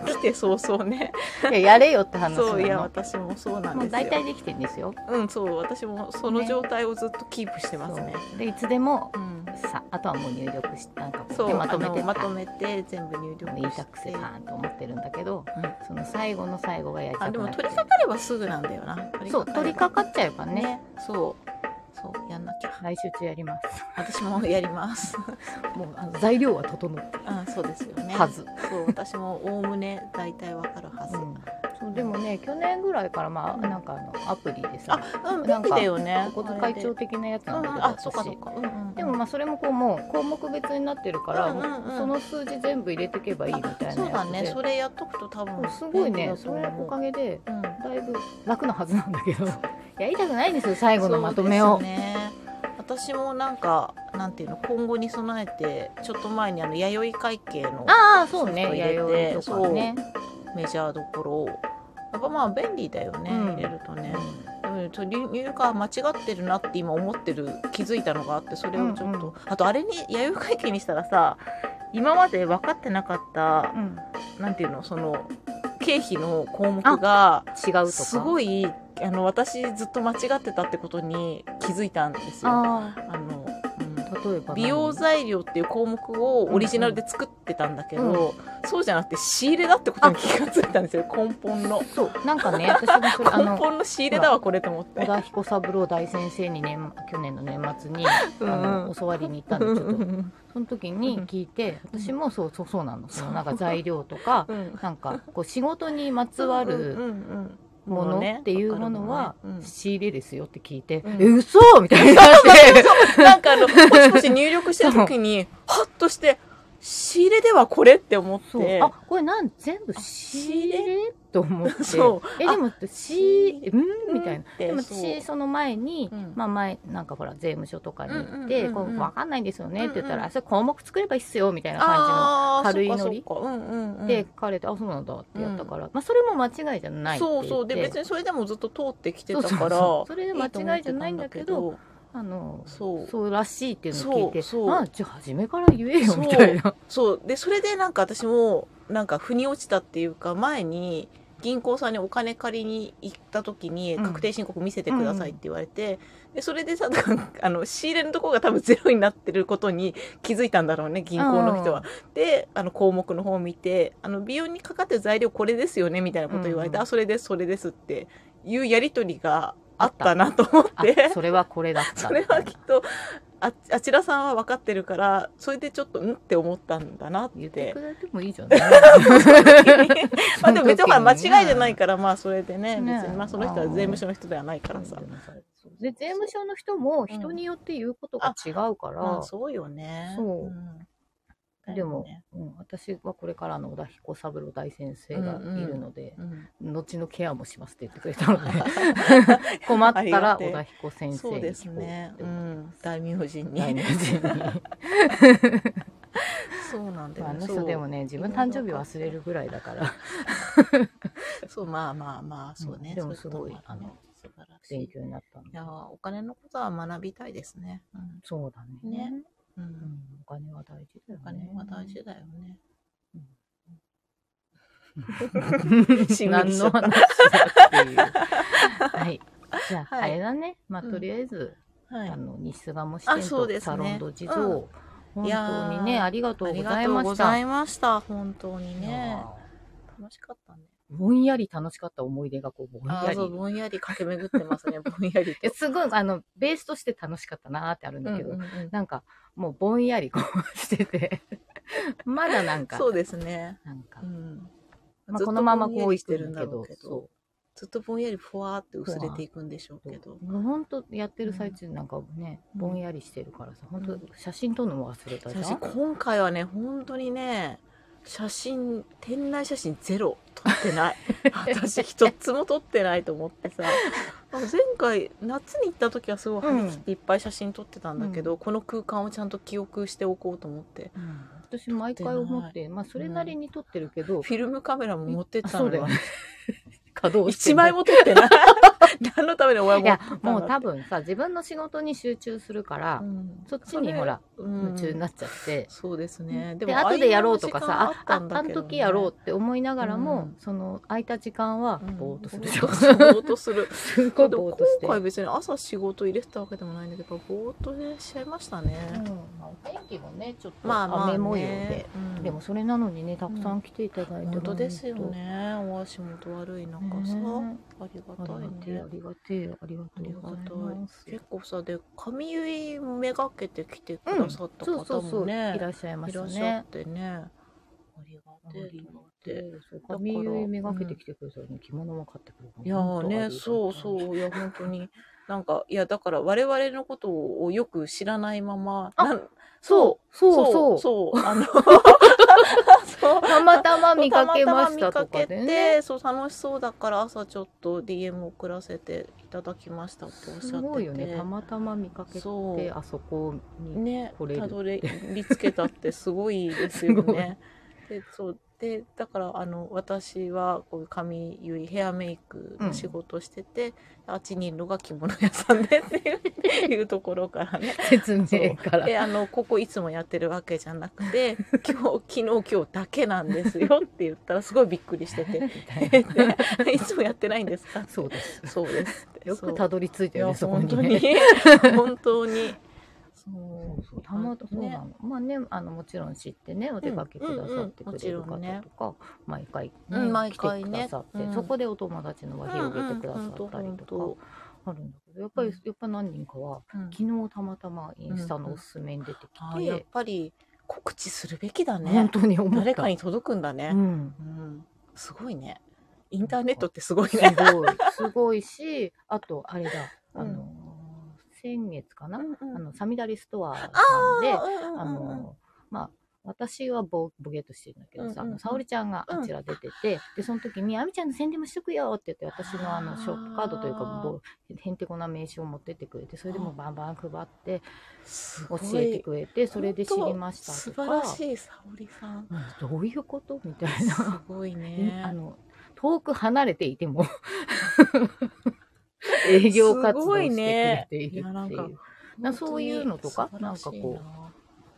Speaker 2: 来て早々ね
Speaker 1: いややれよって話なの
Speaker 2: そういや私もそうなん
Speaker 1: も
Speaker 2: で
Speaker 1: う
Speaker 2: すよ
Speaker 1: 大体できてんですよ
Speaker 2: うんそう私もその
Speaker 1: ね
Speaker 2: 状態をずっとキープしてますね
Speaker 1: そうでいつでも
Speaker 2: うん
Speaker 1: さあとはもう入力してなんかこう
Speaker 2: そう
Speaker 1: 手
Speaker 2: ま
Speaker 1: ま
Speaker 2: と
Speaker 1: と
Speaker 2: め
Speaker 1: め
Speaker 2: て
Speaker 1: て
Speaker 2: まとめて全部入力
Speaker 1: 言い
Speaker 2: したて
Speaker 1: くせパーンと思ってるんだけど、
Speaker 2: うん
Speaker 1: その最後の最後がやり
Speaker 2: あ
Speaker 1: た
Speaker 2: で
Speaker 1: く
Speaker 2: も
Speaker 1: なっ
Speaker 2: 取
Speaker 1: て
Speaker 2: り掛かればすぐなんだよな
Speaker 1: そう取り掛
Speaker 2: か
Speaker 1: かっちゃえば
Speaker 2: れば
Speaker 1: ね
Speaker 2: ねそうそうやんなきゃ
Speaker 1: 来週中やります
Speaker 2: 私もやります
Speaker 1: もうあの材料は整って
Speaker 2: あ そうですよね
Speaker 1: はず、
Speaker 2: そう私もおおむね大体わかるはず、
Speaker 1: そうでもね去年ぐらいからまあなんかあのアプリでさ
Speaker 2: あうん
Speaker 1: なん
Speaker 2: 便利
Speaker 1: か
Speaker 2: だよね
Speaker 1: お小遣い帳
Speaker 2: と
Speaker 1: 的なやつ
Speaker 2: う
Speaker 1: なん
Speaker 2: んう
Speaker 1: だけ
Speaker 2: ん
Speaker 1: ど
Speaker 2: あそうかそう
Speaker 1: 私
Speaker 2: かうんうん
Speaker 1: でもまあそれもこうもう項目別になってるから、
Speaker 2: うんうんうん
Speaker 1: その数字全部入れてけばいいみたいなやつで
Speaker 2: そうだねそれやっとくと多分
Speaker 1: すごいね
Speaker 2: 便利だと
Speaker 1: そ
Speaker 2: 思う
Speaker 1: れのおかげで
Speaker 2: うん
Speaker 1: だいぶ楽なはずなんだけど やりたくないんですよ最後のまとめ
Speaker 2: そう
Speaker 1: を、
Speaker 2: ですね、私もなんかなんていうの今後に備えてちょっと前にあの弥生会計の
Speaker 1: ああそう
Speaker 2: ソフト
Speaker 1: ね
Speaker 2: 入れて
Speaker 1: 弥生とかね
Speaker 2: メジャーどころをやっぱまあ便利だよね、
Speaker 1: うん
Speaker 2: 入れるとね、でもちょ入入力は間違ってるなって今思ってる気づいたのがあってそれをちょっ
Speaker 1: う
Speaker 2: と、
Speaker 1: んうん
Speaker 2: あとあれに弥生会計にしたらさ今まで分かってなかった
Speaker 1: うん、
Speaker 2: なんていうのその経費の項目が
Speaker 1: 違うとか
Speaker 2: すごいあの私ずっと間違ってたってことに気づいたんですよ。
Speaker 1: あ
Speaker 2: あの、うん
Speaker 1: あ例えば
Speaker 2: 美容材料っていう項目をオリジナルで作ってたんだけど、そうじゃなくて仕入れだってことに気がついたんですよ根本の
Speaker 1: そうなんかね私もそ
Speaker 2: 根
Speaker 1: れあの
Speaker 2: 本の仕入れだわこれと思っ
Speaker 1: 小
Speaker 2: て
Speaker 1: 田彦三郎大先生に年去年の年末に、あ
Speaker 2: うんう
Speaker 1: の
Speaker 2: ん
Speaker 1: 教わりに行ったんでちょっと
Speaker 2: う
Speaker 1: その時に聞いて
Speaker 2: うん
Speaker 1: 私もそうそうそうなのそのなんか材料とか
Speaker 2: ん
Speaker 1: なんかこう仕事にまつわる
Speaker 2: うんうんうん
Speaker 1: ものっていうものは
Speaker 2: ものね
Speaker 1: 仕入れですよって聞いて、
Speaker 2: うん
Speaker 1: え嘘みたいになって
Speaker 2: うんなんかあのもしもし入力してる時にハッとして仕入れではこれって思っ
Speaker 1: そう
Speaker 2: て
Speaker 1: あこれなん全部仕入れと思って
Speaker 2: そう
Speaker 1: えでも
Speaker 2: 仕
Speaker 1: 仕
Speaker 2: 入れ
Speaker 1: うんみたいな
Speaker 2: で
Speaker 1: でも
Speaker 2: そう
Speaker 1: 私その前に、
Speaker 2: うん
Speaker 1: まあ前なんかほら税務署とかに行っ
Speaker 2: うん
Speaker 1: て
Speaker 2: うん
Speaker 1: こ
Speaker 2: うんうん
Speaker 1: うわかんないんですよねって言ったら
Speaker 2: うんうん
Speaker 1: あそれ項目作ればいいっすよみたいな感じの。
Speaker 2: あー
Speaker 1: 軽いノリ
Speaker 2: そうかそうかうんうんうん
Speaker 1: で彼と「あそうなんだ」ってやったから、まあ、それも間違いじゃないって言
Speaker 2: そ
Speaker 1: って
Speaker 2: うそうで別にそれでもずっと通ってきてた
Speaker 1: そうそ
Speaker 2: か
Speaker 1: う
Speaker 2: ら
Speaker 1: そうそれで
Speaker 2: いと思
Speaker 1: 間
Speaker 2: っ
Speaker 1: 違いじゃ
Speaker 2: てた
Speaker 1: ないんだけどあの
Speaker 2: そう
Speaker 1: そうらしいっていうのを聞いて
Speaker 2: そうそう
Speaker 1: あじゃあ初めから言えよみたい な
Speaker 2: そうでそれでなんか私もなんか腑に落ちたっていうか前に銀行さんにお金借りに行った時に
Speaker 1: うん
Speaker 2: 確定申告見せてくださいって言われて、でそれでさなんかあの仕入れのところが多分ゼロになってることに気づいたんだろうね銀行の人は。であの項目の方を見てあの美容にかかってる材料これですよねみたいなこと言われて、
Speaker 1: うんうん
Speaker 2: あそれですそれですっていうやり取りがあったなと思っ
Speaker 1: あ
Speaker 2: て。
Speaker 1: それはこれだった
Speaker 2: それはきっとああちらさんは分かってるからそれでちょっとうんって思ったんだなっ
Speaker 1: 言って
Speaker 2: て
Speaker 1: く。れてもいい じゃない
Speaker 2: まあでも別にほら間違いじゃないからまあそれでね
Speaker 1: ね
Speaker 2: 別にまあその人は税務署の人ではないからさ。
Speaker 1: で税務署の人も人によって言うことが違うから、
Speaker 2: まあそうよね。
Speaker 1: そうんでも、うん、私はこれからの小田彦三郎大先生がいるので、
Speaker 2: うん
Speaker 1: 後のケアもしますって言ってくれたの で困ったら小田彦 先生
Speaker 2: そう
Speaker 1: に
Speaker 2: です
Speaker 1: 聞こう
Speaker 2: ね
Speaker 1: っ。て
Speaker 2: う
Speaker 1: 思って
Speaker 2: ん、大名人
Speaker 1: 来
Speaker 2: に。
Speaker 1: 年中 に
Speaker 2: そうなんだ
Speaker 1: まああ
Speaker 2: よ
Speaker 1: の
Speaker 2: ね。
Speaker 1: 人でもね自分誕生日忘れるぐらいだ から
Speaker 2: そう、そうまあまあまあ、そうね。
Speaker 1: うんでも
Speaker 2: そううこと
Speaker 1: すごい
Speaker 2: ね
Speaker 1: あの、
Speaker 2: 素晴らしい。
Speaker 1: 勉
Speaker 2: い
Speaker 1: 強になったんで
Speaker 2: やー、お金のことは学びたいですね。うん
Speaker 1: そうだね
Speaker 2: ねう、
Speaker 1: うんん、お金は大事だよ
Speaker 2: お
Speaker 1: ね
Speaker 2: 金は 大事だよね。しんみり
Speaker 1: 何
Speaker 2: しち
Speaker 1: の
Speaker 2: ゃった
Speaker 1: 話だっていう はいじゃあ、
Speaker 2: はい
Speaker 1: あれだねまあ
Speaker 2: うん
Speaker 1: とりあえず、
Speaker 2: はい
Speaker 1: あ。の西巣鴨支店
Speaker 2: あそう
Speaker 1: と
Speaker 2: です
Speaker 1: サ
Speaker 2: ね
Speaker 1: ロンド地蔵、
Speaker 2: うんいやー
Speaker 1: 本当にねありがと
Speaker 2: あ
Speaker 1: う
Speaker 2: り
Speaker 1: ご
Speaker 2: が
Speaker 1: ざい
Speaker 2: とう
Speaker 1: ま
Speaker 2: ご
Speaker 1: し
Speaker 2: ざ
Speaker 1: た
Speaker 2: いました。本当に
Speaker 1: いや
Speaker 2: ね
Speaker 1: ー。
Speaker 2: 楽しかったね。
Speaker 1: ぼんやり楽しかった思い出がこうぼん
Speaker 2: あ
Speaker 1: や
Speaker 2: ーそう、
Speaker 1: り
Speaker 2: ぼんやり駆け巡ってます ね。ぼんやり
Speaker 1: いやすごいあのベースとして楽しかったなーってあるんだけど、
Speaker 2: うんうんうん
Speaker 1: なんかもうぼんやりこうしてて まだなんか
Speaker 2: そうですね。
Speaker 1: なんか
Speaker 2: う、ん。
Speaker 1: まあ、このままこうい
Speaker 2: ずっ
Speaker 1: く
Speaker 2: とぼんやりしてる
Speaker 1: ん
Speaker 2: ん
Speaker 1: だ
Speaker 2: だ
Speaker 1: け
Speaker 2: ろ
Speaker 1: ど
Speaker 2: うけど
Speaker 1: そ。
Speaker 2: ずっとぼんやりふわーって薄れていくんでしょう
Speaker 1: う
Speaker 2: けど。
Speaker 1: もうほんとやってる最中なんかね、
Speaker 2: うん
Speaker 1: ぼんやりしてるからさほん
Speaker 2: う
Speaker 1: と
Speaker 2: ん
Speaker 1: 写真撮るのも忘れたじゃ
Speaker 2: 私
Speaker 1: ん、
Speaker 2: 今回はね、本当にね、写真、店内写真ゼロ撮って ない。私一つも撮ってないと思ってさ。前回、夏に行った時はすごい張り切っていっぱい写真撮ってたんだけど、この空間をちゃんと記憶しておこうと思って。
Speaker 1: うん私毎回思ってまあそれなりに撮ってるけど、
Speaker 2: フィルムカメラも持ってっ
Speaker 1: あ
Speaker 2: た
Speaker 1: そ
Speaker 2: の
Speaker 1: うだよ
Speaker 2: よ
Speaker 1: ね。稼働して
Speaker 2: 一
Speaker 1: ない
Speaker 2: 枚も撮ってない。 何のために親
Speaker 1: い
Speaker 2: も
Speaker 1: やもう多分さ自分の仕事に集中するから、
Speaker 2: うん
Speaker 1: そっちにほら、
Speaker 2: うん
Speaker 1: 夢中になっちゃって、
Speaker 2: そうですね。
Speaker 1: で後でやろうとかさああ
Speaker 2: あ
Speaker 1: あの時やろうって思いながらも、
Speaker 2: うん
Speaker 1: その空いた時間は
Speaker 2: うん
Speaker 1: ぼーっとする
Speaker 2: ぼ
Speaker 1: じゃん、
Speaker 2: ーっとする。
Speaker 1: すごい
Speaker 2: で
Speaker 1: ぼ
Speaker 2: も
Speaker 1: ーっとして、
Speaker 2: 今回別に朝仕事入れてたわけでもないんだけど、ぼーっとねしちゃいましたね。
Speaker 1: うんまあお天気もねちょっと
Speaker 2: まあまあ、ね、
Speaker 1: 雨模様で、
Speaker 2: うん
Speaker 1: でもそれなのにねたくさん来ていただいて、
Speaker 2: 本当ですよね。お足元悪い中
Speaker 1: 本当
Speaker 2: さ、
Speaker 1: ね
Speaker 2: あり
Speaker 1: あ
Speaker 2: が
Speaker 1: り
Speaker 2: た
Speaker 1: が
Speaker 2: い
Speaker 1: てえ
Speaker 2: ね
Speaker 1: あ。りがてえありがとうございます
Speaker 2: 結構さで髪結いめがけて来てくださった
Speaker 1: そうそ
Speaker 2: 方
Speaker 1: うそう
Speaker 2: も
Speaker 1: い
Speaker 2: ね、
Speaker 1: らっしゃいま
Speaker 2: い
Speaker 1: し
Speaker 2: ら
Speaker 1: た
Speaker 2: っしゃ
Speaker 1: ね
Speaker 2: ってね。ありがてえと思って。
Speaker 1: そう
Speaker 2: ら
Speaker 1: 髪結いめがけてきてくれたのに着物も買ってくれた
Speaker 2: いやーね、そう
Speaker 1: う
Speaker 2: そう、いや、本当に。なんか、いや、だから、我々のことをよく知らないまま、
Speaker 1: あ
Speaker 2: なん
Speaker 1: そうそうそう
Speaker 2: そう、あの、そう
Speaker 1: たまたま見かけました
Speaker 2: た
Speaker 1: とか
Speaker 2: またま見か
Speaker 1: で
Speaker 2: け
Speaker 1: ね。
Speaker 2: て、そう、楽しそうだから、朝ちょっと DM 送らせていただきましたっておっしゃってて。
Speaker 1: すごいよね。たまたま見かけ
Speaker 2: そ
Speaker 1: て、
Speaker 2: う。
Speaker 1: あそこに。
Speaker 2: ね
Speaker 1: 来れ、る
Speaker 2: たどりつけたってすごいですよ
Speaker 1: すごい
Speaker 2: ね。で、そう、で、だから、あの、私は、こういう髪結い、ヘアメイクの仕事をしてて、あっちにいるのが着物屋さんでっていういうところか らね。
Speaker 1: 説明から。
Speaker 2: で、あの、ここいつもやってるわけじゃなくて、 今日、昨日、今日だけなんですよって言ったら、すごいびっくりして て。
Speaker 1: みたいな
Speaker 2: でいつもやってないんですか
Speaker 1: そうです。
Speaker 2: そうですって。
Speaker 1: よくたどり着い
Speaker 2: い
Speaker 1: たよ
Speaker 2: や、
Speaker 1: ね、そこ
Speaker 2: 本
Speaker 1: に
Speaker 2: 当
Speaker 1: ね。
Speaker 2: に。本当に。そう
Speaker 1: そうそうたまたまそうなの。まあね、あのもちろん知ってね、お出かけくださってくれる
Speaker 2: うんうんもちろ
Speaker 1: 方
Speaker 2: んね
Speaker 1: とか、毎回
Speaker 2: うん
Speaker 1: ね
Speaker 2: 毎
Speaker 1: 来て
Speaker 2: 回
Speaker 1: く
Speaker 2: ね
Speaker 1: ださっ
Speaker 2: う
Speaker 1: て、
Speaker 2: ん
Speaker 1: そこでお友達の輪広げてくださ
Speaker 2: うんうんほんと
Speaker 1: ったり
Speaker 2: ほん
Speaker 1: と
Speaker 2: と
Speaker 1: かあるんだけど、やっぱり
Speaker 2: うん
Speaker 1: やっぱ何人かは
Speaker 2: うん
Speaker 1: 昨日たまたまインスタのおすすめに出て
Speaker 2: あ
Speaker 1: き、
Speaker 2: ーやってぱり告知するべきだ
Speaker 1: 本
Speaker 2: ね。
Speaker 1: 当に思った。
Speaker 2: 誰かに届くんだね
Speaker 1: う。ん。
Speaker 2: うん、すごいね。インターネットってすごい
Speaker 1: す
Speaker 2: ね。
Speaker 1: ごい、すごいし、あと、あれだ、あの、先月かな、あの、サミダリストアさんで、あ
Speaker 2: あ
Speaker 1: の、まあ、私はボボケっとしてるんだけどさ、
Speaker 2: うんうんうん
Speaker 1: 沙織ちゃんがあちら出てて、で、その時に、あみちゃんの宣伝もしとくよって言って、私のあの、ショップカードというか、
Speaker 2: あー
Speaker 1: ぼへんてこな名刺を持ってってくれて、それでもうバンバン配って、
Speaker 2: す
Speaker 1: 教
Speaker 2: ごい
Speaker 1: えてくれて、それで知りました
Speaker 2: 素
Speaker 1: と
Speaker 2: 晴ら
Speaker 1: か、
Speaker 2: しい沙織さん。
Speaker 1: うんどういうことみたい
Speaker 2: す
Speaker 1: な。
Speaker 2: ご いね。
Speaker 1: あの遠く離れていても 営業活動をしてくれている
Speaker 2: すごいねいや
Speaker 1: っ
Speaker 2: なん
Speaker 1: てい
Speaker 2: か
Speaker 1: う、なそういうのとか
Speaker 2: 本当に素晴らしい
Speaker 1: なんか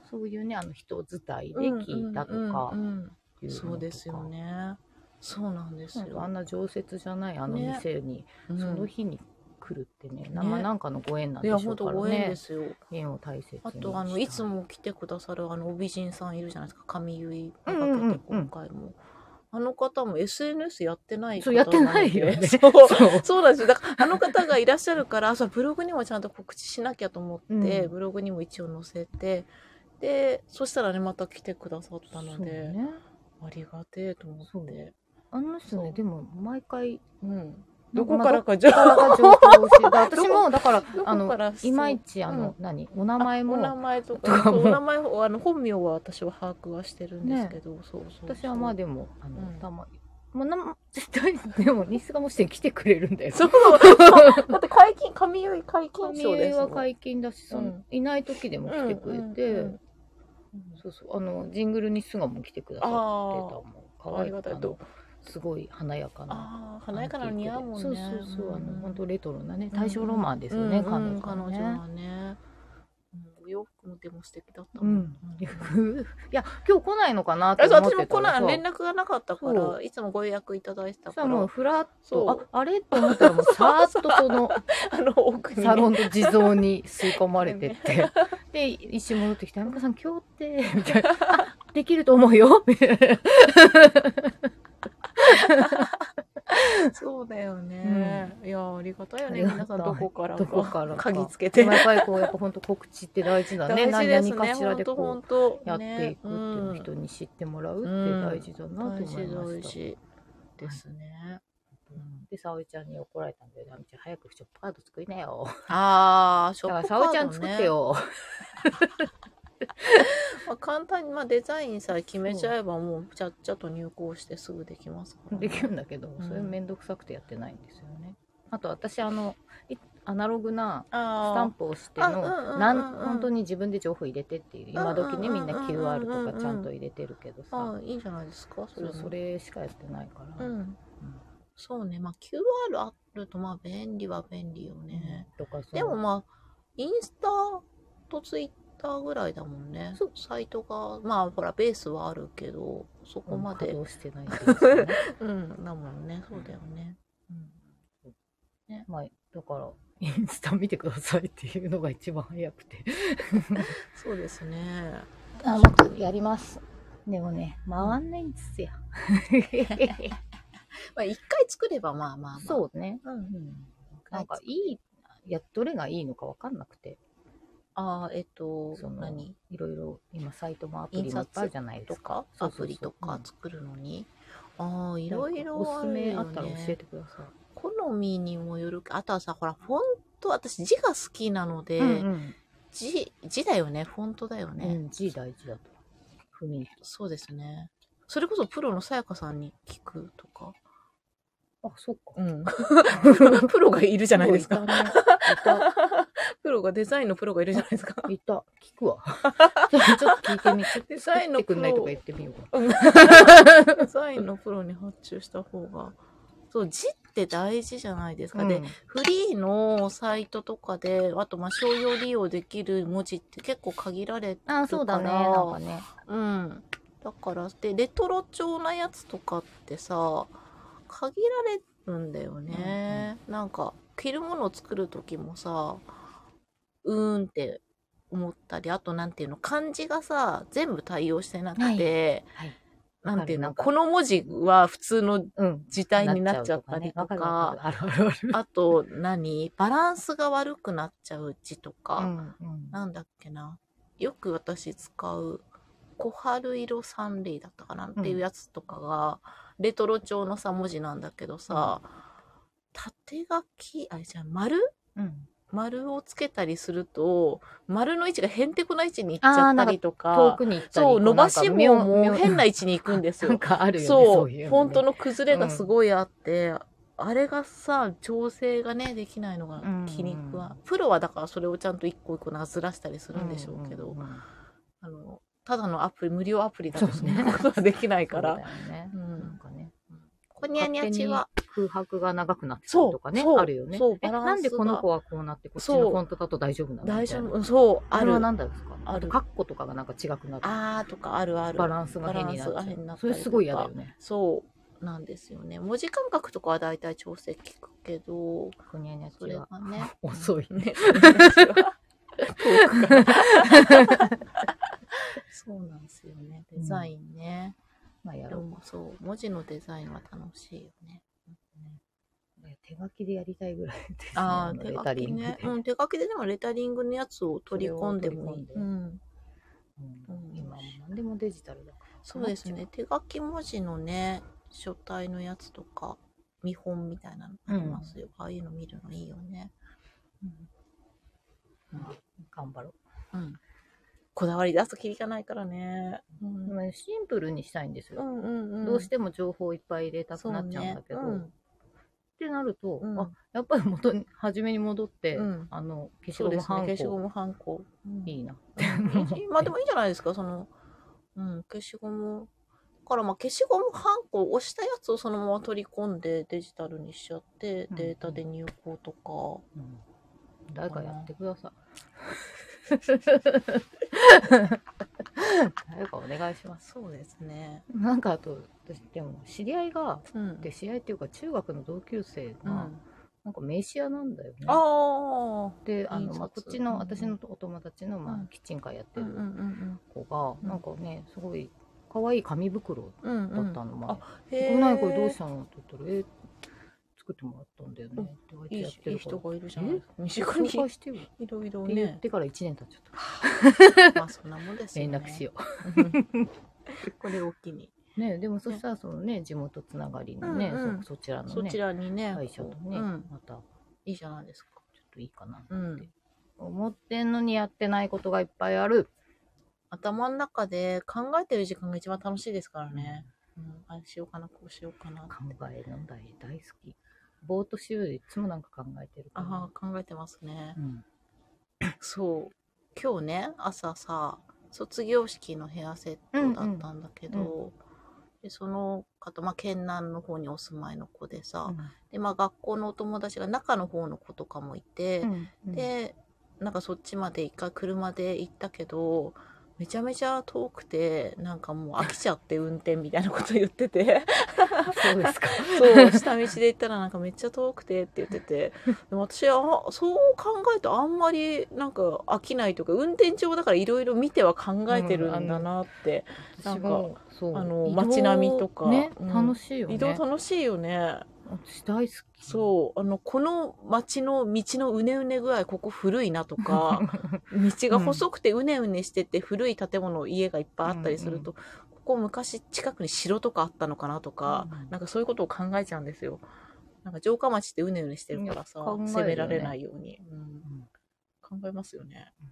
Speaker 1: そういうねあの人伝いで聞いたとか、
Speaker 2: うんうんうんうん
Speaker 1: っていうのとか
Speaker 2: そうですよね。そうなんです
Speaker 1: なんかあ
Speaker 2: よ
Speaker 1: ん。な常設じゃないあの
Speaker 2: ね
Speaker 1: 店に、
Speaker 2: うん
Speaker 1: その日に来るってね、
Speaker 2: ね
Speaker 1: 生なんかのご縁なん
Speaker 2: い
Speaker 1: で
Speaker 2: や
Speaker 1: しょう
Speaker 2: 本当
Speaker 1: から
Speaker 2: ご縁で
Speaker 1: ね
Speaker 2: すよ。
Speaker 1: 縁を大切に
Speaker 2: あ
Speaker 1: した
Speaker 2: とあのいつも来てくださるあのお美人さんいるじゃないですか神結い
Speaker 1: うんうんうん
Speaker 2: 今回も、あの方も SNS やってない方
Speaker 1: そうやってない
Speaker 2: ので
Speaker 1: よね
Speaker 2: そう。
Speaker 1: そう
Speaker 2: そうなんですよ。だから、あの方がいらっしゃるから、そう、ブログにもちゃんと告知しなきゃと思って、
Speaker 1: うん
Speaker 2: ブログにも一応載せて、で、そしたらね、また来てくださったの
Speaker 1: そう
Speaker 2: で、
Speaker 1: ね、
Speaker 2: ありがてえと思
Speaker 1: そう
Speaker 2: って。
Speaker 1: あの人
Speaker 2: そう
Speaker 1: ねでも毎回
Speaker 2: うん。
Speaker 1: な
Speaker 2: ど
Speaker 1: んか
Speaker 2: こ
Speaker 1: ま
Speaker 2: か
Speaker 1: あ
Speaker 2: らか、じゃ
Speaker 1: どこから
Speaker 2: あ
Speaker 1: か、情報を教えて
Speaker 2: ど
Speaker 1: 私
Speaker 2: こ
Speaker 1: もだから
Speaker 2: ど
Speaker 1: あ
Speaker 2: こか
Speaker 1: の
Speaker 2: らそう
Speaker 1: いまいちあ
Speaker 2: う
Speaker 1: の
Speaker 2: ん、
Speaker 1: 何お名前
Speaker 2: お名
Speaker 1: も
Speaker 2: 前と
Speaker 1: とか
Speaker 2: か、
Speaker 1: も
Speaker 2: お名前を、あの、本名は私は把握はしてるんですけど、そうそうそう
Speaker 1: 私はまあでもあの、
Speaker 2: うん
Speaker 1: たまもうなん 絶対でも西菅もして来てくれるんだよ
Speaker 2: そう。だって解禁、神結い解禁
Speaker 1: 神
Speaker 2: 賞で
Speaker 1: 谷
Speaker 2: す
Speaker 1: は
Speaker 2: もん。
Speaker 1: 解禁だし、その
Speaker 2: うん
Speaker 1: いない時でも来てくれて、
Speaker 2: うんうんうん
Speaker 1: そうそうあのジングルに菅も来てくださってたもん可
Speaker 2: あ
Speaker 1: 愛
Speaker 2: り
Speaker 1: かっ
Speaker 2: がた
Speaker 1: た
Speaker 2: いと。
Speaker 1: すごい華やかな
Speaker 2: ああ、華やかなの似合うもんね。
Speaker 1: そうそうそう、あの本当
Speaker 2: に
Speaker 1: レトロなね大正ロマンですよね、彼女はね
Speaker 2: 彼女はね。うんお洋服もでも素敵だった
Speaker 1: う
Speaker 2: もん。
Speaker 1: ん、 いや今日来ないのかなって
Speaker 2: あ
Speaker 1: 思
Speaker 2: そう
Speaker 1: って
Speaker 2: 私も
Speaker 1: た
Speaker 2: コ
Speaker 1: ら
Speaker 2: ナ
Speaker 1: さ
Speaker 2: ン連絡がなかったか
Speaker 1: そ
Speaker 2: ら、いつもご予約いただいてた
Speaker 1: さ
Speaker 2: か
Speaker 1: もう
Speaker 2: ら、
Speaker 1: ふらっ
Speaker 2: そう
Speaker 1: とああれと思ったらもうさーっとその
Speaker 2: あの奥にね。
Speaker 1: サロンの地蔵に吸い込まれてってで一瞬戻ってきて「あみかさん今日って」みたいなあ「できると思うよ」みたいな
Speaker 2: そうだよね。いやー、ありがたいよね。
Speaker 1: ありが
Speaker 2: 皆
Speaker 1: た
Speaker 2: さ
Speaker 1: い
Speaker 2: んどこから
Speaker 1: どこからか
Speaker 2: 鍵つけ
Speaker 1: で
Speaker 2: て
Speaker 1: も。やっぱりこうやっぱ本当告知って大事だね
Speaker 2: 大事
Speaker 1: 何々かしらでこ
Speaker 2: 本当
Speaker 1: うやっていくっていうの人に知ってもらうって大事だなと思いま
Speaker 2: 大事
Speaker 1: した。
Speaker 2: 大事ですね。うん
Speaker 1: で、沙織ちゃんに怒られたんだよね。あみちゃん、早くショップカード作りなよ。
Speaker 2: ああ、ショ
Speaker 1: だから、
Speaker 2: ップ
Speaker 1: 沙織ちゃん作ってよ。
Speaker 2: まあ、簡単に、まあ、デザインさえ決めちゃえばもうちゃっちゃと入稿してすぐできますから、
Speaker 1: できるんだけど、
Speaker 2: ん
Speaker 1: それめんどくさくてやってないんですよね。あと、私、あの、いアナログなスタン
Speaker 2: あ
Speaker 1: プをして
Speaker 2: あうんうんうんう
Speaker 1: の、
Speaker 2: ん
Speaker 1: なん本当に自分で情報入れてっていう、今時ね、
Speaker 2: うん
Speaker 1: み
Speaker 2: うんんうんうん
Speaker 1: な QR とかちゃんと入れてるけど
Speaker 2: ああ
Speaker 1: さ、
Speaker 2: いいじゃないですかそ
Speaker 1: そう
Speaker 2: れも
Speaker 1: それしかやってないから、
Speaker 2: う
Speaker 1: うん
Speaker 2: んそうねまあ QR あるとまあ便利は便利よね、
Speaker 1: とかそ
Speaker 2: でも
Speaker 1: の、
Speaker 2: まあインスタとツイッターぐらいだもんね
Speaker 1: そう
Speaker 2: サイトがまあほらベースはあるけどそこま
Speaker 1: 稼
Speaker 2: で
Speaker 1: 働してないっていうんですよね。
Speaker 2: うんだもんねそうだよね、
Speaker 1: ね、まあ、だから、インスタ見てくださいっていうのが一番早くて。
Speaker 2: そうですね
Speaker 1: あ、僕やります。でもね、回んないんですよ。
Speaker 2: まあ一回作ればまあまあ、まあ、
Speaker 1: そうね。
Speaker 2: う、うん、
Speaker 1: なんかいい、いや、どれがいいのかわかんなくて、
Speaker 2: ああ、えっと、
Speaker 1: その
Speaker 2: 何
Speaker 1: いろいろ今サイトもアプリもいっぱいあるじゃないで
Speaker 2: と
Speaker 1: すか。
Speaker 2: か
Speaker 1: そう
Speaker 2: ア
Speaker 1: そうそう
Speaker 2: プリとか作るのに。ああ、いろい
Speaker 1: なんか
Speaker 2: ろ
Speaker 1: お
Speaker 2: あ
Speaker 1: すす
Speaker 2: る
Speaker 1: めあ
Speaker 2: よ
Speaker 1: ったら教え
Speaker 2: ね。
Speaker 1: てください。
Speaker 2: 好みにもよるけどあとはさ、ほら、フォント、私字が好きなので、
Speaker 1: うん
Speaker 2: 字、字だよね、フォントだよ
Speaker 1: うん。
Speaker 2: ね。
Speaker 1: うん、G 大事だと。雰囲気。
Speaker 2: そうですね。それこそプロのさやかさんに聞くとか。
Speaker 1: あ、そっか。
Speaker 2: ん。プロがいるじゃないですか。
Speaker 1: いたね。いた。
Speaker 2: プロが、デザインのプロがいるじゃないです か。
Speaker 1: いた。聞くわ。 ちょっと聞いてみ。ちょっ と
Speaker 2: デザイン
Speaker 1: 作ってく
Speaker 2: のプロ
Speaker 1: んないとか言ってみよう か。
Speaker 2: デザインのプロに発注した方が。そう、字って大事じゃないですか。で、
Speaker 1: うん
Speaker 2: フリーのサイトとかで、あとまあ商用利用できる文字って結構限られ、
Speaker 1: あ、そうだね。なんかね。
Speaker 2: うん。だから、で、レトロ調なやつとかってさ、限られるんだよね。なんか、着るものを作る時もさ、うーんって思ったり、あとなんていうの、漢字がさ、全部対応してなくて、
Speaker 1: はい。
Speaker 2: なんていうの、
Speaker 1: わか
Speaker 2: この文字は普通の
Speaker 1: うん。
Speaker 2: 字体になっちゃったりと
Speaker 1: なっち
Speaker 2: か、
Speaker 1: ゃうとかねわかるわかるあるある
Speaker 2: あと何、バランスが悪くなっちゃう字とか、
Speaker 1: うん
Speaker 2: なんだっけな。よく私使う、小春色三類だったかなっていうやつとかが、レトロ調のさ、文字なんだけどさ、縦書き、あれじゃあ丸
Speaker 1: うん、
Speaker 2: 丸をつけたりすると、丸の位置がへんてこな位置に行っちゃったりと
Speaker 1: 遠
Speaker 2: か、
Speaker 1: くに行ったり
Speaker 2: そう、伸ばし棒も変な位
Speaker 1: 位
Speaker 2: 置に行くんです
Speaker 1: な
Speaker 2: よ
Speaker 1: ん。かあるよね
Speaker 2: そう
Speaker 1: そういう
Speaker 2: フォント
Speaker 1: のね
Speaker 2: の崩れがすごいあって、あれがさ調整がねできないのが気に食わ、
Speaker 1: うんうん
Speaker 2: プロはだからそれをちゃんと一個一個なずらしたりするんでしょうけど、
Speaker 1: んんん
Speaker 2: あのただのアプリ無料アプリだと
Speaker 1: そ
Speaker 2: そううい
Speaker 1: ね
Speaker 2: うことはできないか
Speaker 1: そう
Speaker 2: ら
Speaker 1: だよね、
Speaker 2: う
Speaker 1: なん
Speaker 2: ん
Speaker 1: かね
Speaker 2: こにゃにゃちは
Speaker 1: 空白が長くなってたりとかね
Speaker 2: そうそう
Speaker 1: あるよね
Speaker 2: そう
Speaker 1: え
Speaker 2: バランスが
Speaker 1: なんでこの子はこうなってこっち
Speaker 2: そ
Speaker 1: の
Speaker 2: う
Speaker 1: フォントだと大丈夫なの
Speaker 2: 大丈
Speaker 1: みたいな
Speaker 2: 夫うんそうあ
Speaker 1: あれ
Speaker 2: る
Speaker 1: は何だですか
Speaker 2: ある
Speaker 1: とカッコとかがなんか違くなる
Speaker 2: あーとかあるある
Speaker 1: バランスが変になっ
Speaker 2: バランス
Speaker 1: ち
Speaker 2: が
Speaker 1: ゃ
Speaker 2: 変にな
Speaker 1: う
Speaker 2: った
Speaker 1: そ
Speaker 2: り
Speaker 1: れ
Speaker 2: とか
Speaker 1: すごい嫌だよね
Speaker 2: そうなんですよね文字感覚とかは大体調整聞くけど
Speaker 1: くにゃにゃ
Speaker 2: そ
Speaker 1: ち
Speaker 2: れ
Speaker 1: は
Speaker 2: がね
Speaker 1: 遅いね
Speaker 2: そうなんですよね。デザインね。
Speaker 1: まあや
Speaker 2: で
Speaker 1: ろう。
Speaker 2: もそう、文字のデザインは楽しいよね。
Speaker 1: 手書きでやりたいぐらいです、ね。
Speaker 2: ああ、
Speaker 1: の
Speaker 2: 手
Speaker 1: レ
Speaker 2: 書
Speaker 1: タリ
Speaker 2: き
Speaker 1: ングで
Speaker 2: ね。うん、手書きででもレタリングのやつを取り込んでもいい。
Speaker 1: それを取り込んで
Speaker 2: うん。
Speaker 1: うん
Speaker 2: うん
Speaker 1: 今も何でもデジタルだから。
Speaker 2: そうですね。手書き文字のね、書体のやつとか、見本みたいなのありますよ。ああいうの見るのいいよね。
Speaker 1: まあ頑張ろう。
Speaker 2: うん。うん。こだわり出すときりがないからね。うん。
Speaker 1: まあシンプルにしたいんです
Speaker 2: う
Speaker 1: よ。
Speaker 2: んうんうん。
Speaker 1: どうしても情報をいっぱい入れたくなっちゃうんだけど、
Speaker 2: そうね
Speaker 1: ってなると、
Speaker 2: うん
Speaker 1: あやっぱり元に初めに戻って、
Speaker 2: うん
Speaker 1: あの消し
Speaker 2: そう
Speaker 1: ゴム
Speaker 2: ですね。
Speaker 1: ハン
Speaker 2: 消しゴ
Speaker 1: コ、
Speaker 2: ムハンコ。うん
Speaker 1: いいな。
Speaker 2: うんまあでもいいんじゃないですか、その、うん、消しゴム。だからまあ消しゴムハンコを押したやつをそのまま取り込んでデジタルにしちゃって
Speaker 1: うん
Speaker 2: データで入稿とか、
Speaker 1: うん誰かやってください。 誰かお願いします。
Speaker 2: そうですね
Speaker 1: なんかあと私でも知り合いが
Speaker 2: うん
Speaker 1: で知り合いっていうか中学の同級生
Speaker 2: う
Speaker 1: が、
Speaker 2: ん、
Speaker 1: なんか名刺屋なんだよね。
Speaker 2: ああ
Speaker 1: であ
Speaker 2: 印
Speaker 1: の、
Speaker 2: 刷
Speaker 1: まあ、こっちの
Speaker 2: うん
Speaker 1: 私のお友達の、ま
Speaker 2: うん
Speaker 1: あ、キッチンカーやって
Speaker 2: うんう
Speaker 1: る
Speaker 2: ん
Speaker 1: 子が、
Speaker 2: うん
Speaker 1: なんかねすごい可愛い紙袋
Speaker 2: うんうん
Speaker 1: だったのもあっ
Speaker 2: へ
Speaker 1: こんなんこれどうしたたのって言ったら、え作ってもらったんだよねって言われて
Speaker 2: いい
Speaker 1: やって
Speaker 2: いい
Speaker 1: るから
Speaker 2: 人。がいるじゃない身近に
Speaker 1: 紹介してよって
Speaker 2: いろいろ
Speaker 1: 言っ
Speaker 2: ね
Speaker 1: てから1年経っちゃった。
Speaker 2: まあそんなもんですよ
Speaker 1: 連
Speaker 2: ね
Speaker 1: 絡しよ
Speaker 2: うんこれを機に、
Speaker 1: う。ね、でもそしたらそのね、地元つながりのね、
Speaker 2: うんうん
Speaker 1: そそちらの
Speaker 2: そ
Speaker 1: ね、
Speaker 2: ちらにね
Speaker 1: 会社とね、
Speaker 2: うん、
Speaker 1: またちょ
Speaker 2: いいじゃないですか
Speaker 1: っといいかな。
Speaker 2: うん
Speaker 1: 思ってんのにやってないことがいっぱいある。
Speaker 2: 頭の中で考えてる時間が一番楽しいですからね。うん、あれしようかな、こうしようかな。
Speaker 1: 考えの題大好き。ぼーっとしようよりいつもなんか考えてるから。
Speaker 2: ああ、考えてますね
Speaker 1: う。ん。
Speaker 2: そう。今日ね、朝さ、卒業式のヘアセットだったんだけど、
Speaker 1: うん
Speaker 2: でその方、まあ、県南の方にお住まいの子でさ、
Speaker 1: うん
Speaker 2: で、まあ、学校のお友達が中の方の子とかもいて、
Speaker 1: うん、
Speaker 2: で、なんかそっちまで一回車で行ったけど、めちゃめちゃ遠くて、なんかもう飽きちゃって運転みたいなこと言ってて。
Speaker 1: そうですか。
Speaker 2: そう、下道で行ったらなんかめっちゃ遠くてって言ってて、でも私はそう考えるとあんまりなんか飽きないというか、運転上だからいろいろ見ては考えてるんだなって、
Speaker 1: 私もそう
Speaker 2: あの
Speaker 1: 移動
Speaker 2: 街並みとか
Speaker 1: ね、
Speaker 2: うん
Speaker 1: 楽しいよね
Speaker 2: 移動楽しいよね。
Speaker 1: 私大好き
Speaker 2: そう、あの、この街の道のうねうね具合、ここ古いなとか、 道が細くてうねうねしてて古い建物、家がいっぱいあったりすると、ここ昔近くに城とかあったのかなとか、
Speaker 1: うん
Speaker 2: なんかそういうことを考えちゃうんですよ。なんか城下町ってうねうねしてるからさ、
Speaker 1: いや考えるよね
Speaker 2: 攻められないように、う
Speaker 1: う
Speaker 2: ん
Speaker 1: ん
Speaker 2: 考えますよね
Speaker 1: うん。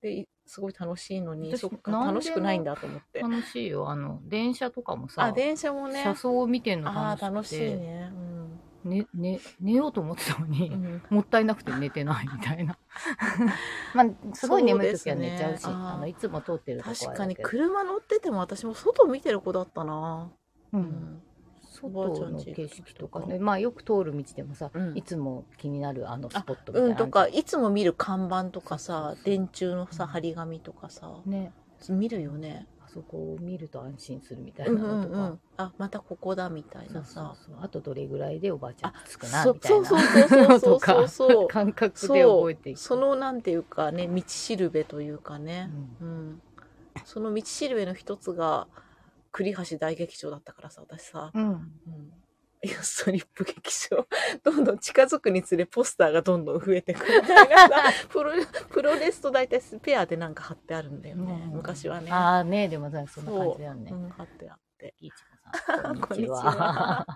Speaker 2: で、いすごい楽しいのに、
Speaker 1: 私
Speaker 2: そっか、
Speaker 1: なんでも
Speaker 2: 楽しくないんだと思って。
Speaker 1: 楽しいよあの電車とかもさ
Speaker 2: あ、電車もね
Speaker 1: 車。窓を見てんの
Speaker 2: あ
Speaker 1: 楽しく
Speaker 2: あ、
Speaker 1: て
Speaker 2: 楽しいね。うん
Speaker 1: ねね寝ようと思ってたのに、
Speaker 2: うん
Speaker 1: もったいなくて寝てないみたいな まあすごい眠い時は寝ちゃうし
Speaker 2: そうですね
Speaker 1: あのいつも通ってるとこ
Speaker 2: 確
Speaker 1: は
Speaker 2: か
Speaker 1: だ
Speaker 2: に
Speaker 1: けど、
Speaker 2: 車乗ってても私も外見てる子だったな、
Speaker 1: う、
Speaker 2: うん
Speaker 1: 外の景色とか
Speaker 2: おばあちゃんち行く時と
Speaker 1: ねまあよく通る道でもさ、
Speaker 2: うん
Speaker 1: いつも気になるあのスポットみたいなの
Speaker 2: う
Speaker 1: あ
Speaker 2: ん
Speaker 1: るじゃ
Speaker 2: と
Speaker 1: ん
Speaker 2: かいつも見る看板とかさ
Speaker 1: そうそうそう
Speaker 2: 電柱のさ
Speaker 1: うん
Speaker 2: 張り紙とかさ
Speaker 1: ね
Speaker 2: 見るよね
Speaker 1: あそこを見ると安心するみたいうなん
Speaker 2: う
Speaker 1: の
Speaker 2: ん
Speaker 1: とか、
Speaker 2: うんあまたここだみたい
Speaker 1: そう
Speaker 2: な
Speaker 1: そう
Speaker 2: さ
Speaker 1: そうあとどれぐらいでおばあちゃん着くな
Speaker 2: そ
Speaker 1: みたい
Speaker 2: そう
Speaker 1: な
Speaker 2: そうそうそ
Speaker 1: と
Speaker 2: うそう
Speaker 1: か
Speaker 2: そう
Speaker 1: 感覚で
Speaker 2: そ
Speaker 1: 覚
Speaker 2: う
Speaker 1: えていく
Speaker 2: そのなんていうかね道しるべというか
Speaker 1: う
Speaker 2: ね、
Speaker 1: ん
Speaker 2: うん、その道しるべの一つが栗橋大劇場だったからさ私さ、
Speaker 1: うん
Speaker 2: いや、ストリップ劇場。 どんどん近づくにつれポスターがどんどん増えてくるみたいなさ プロ、プロレスと大体スペアでなんか貼ってあるんだ よね。
Speaker 1: うん
Speaker 2: 昔はね。
Speaker 1: ああねでもさそんな感じだよね
Speaker 2: うん貼ってあって。
Speaker 1: いちこさん こんにち
Speaker 2: こんにちは
Speaker 1: は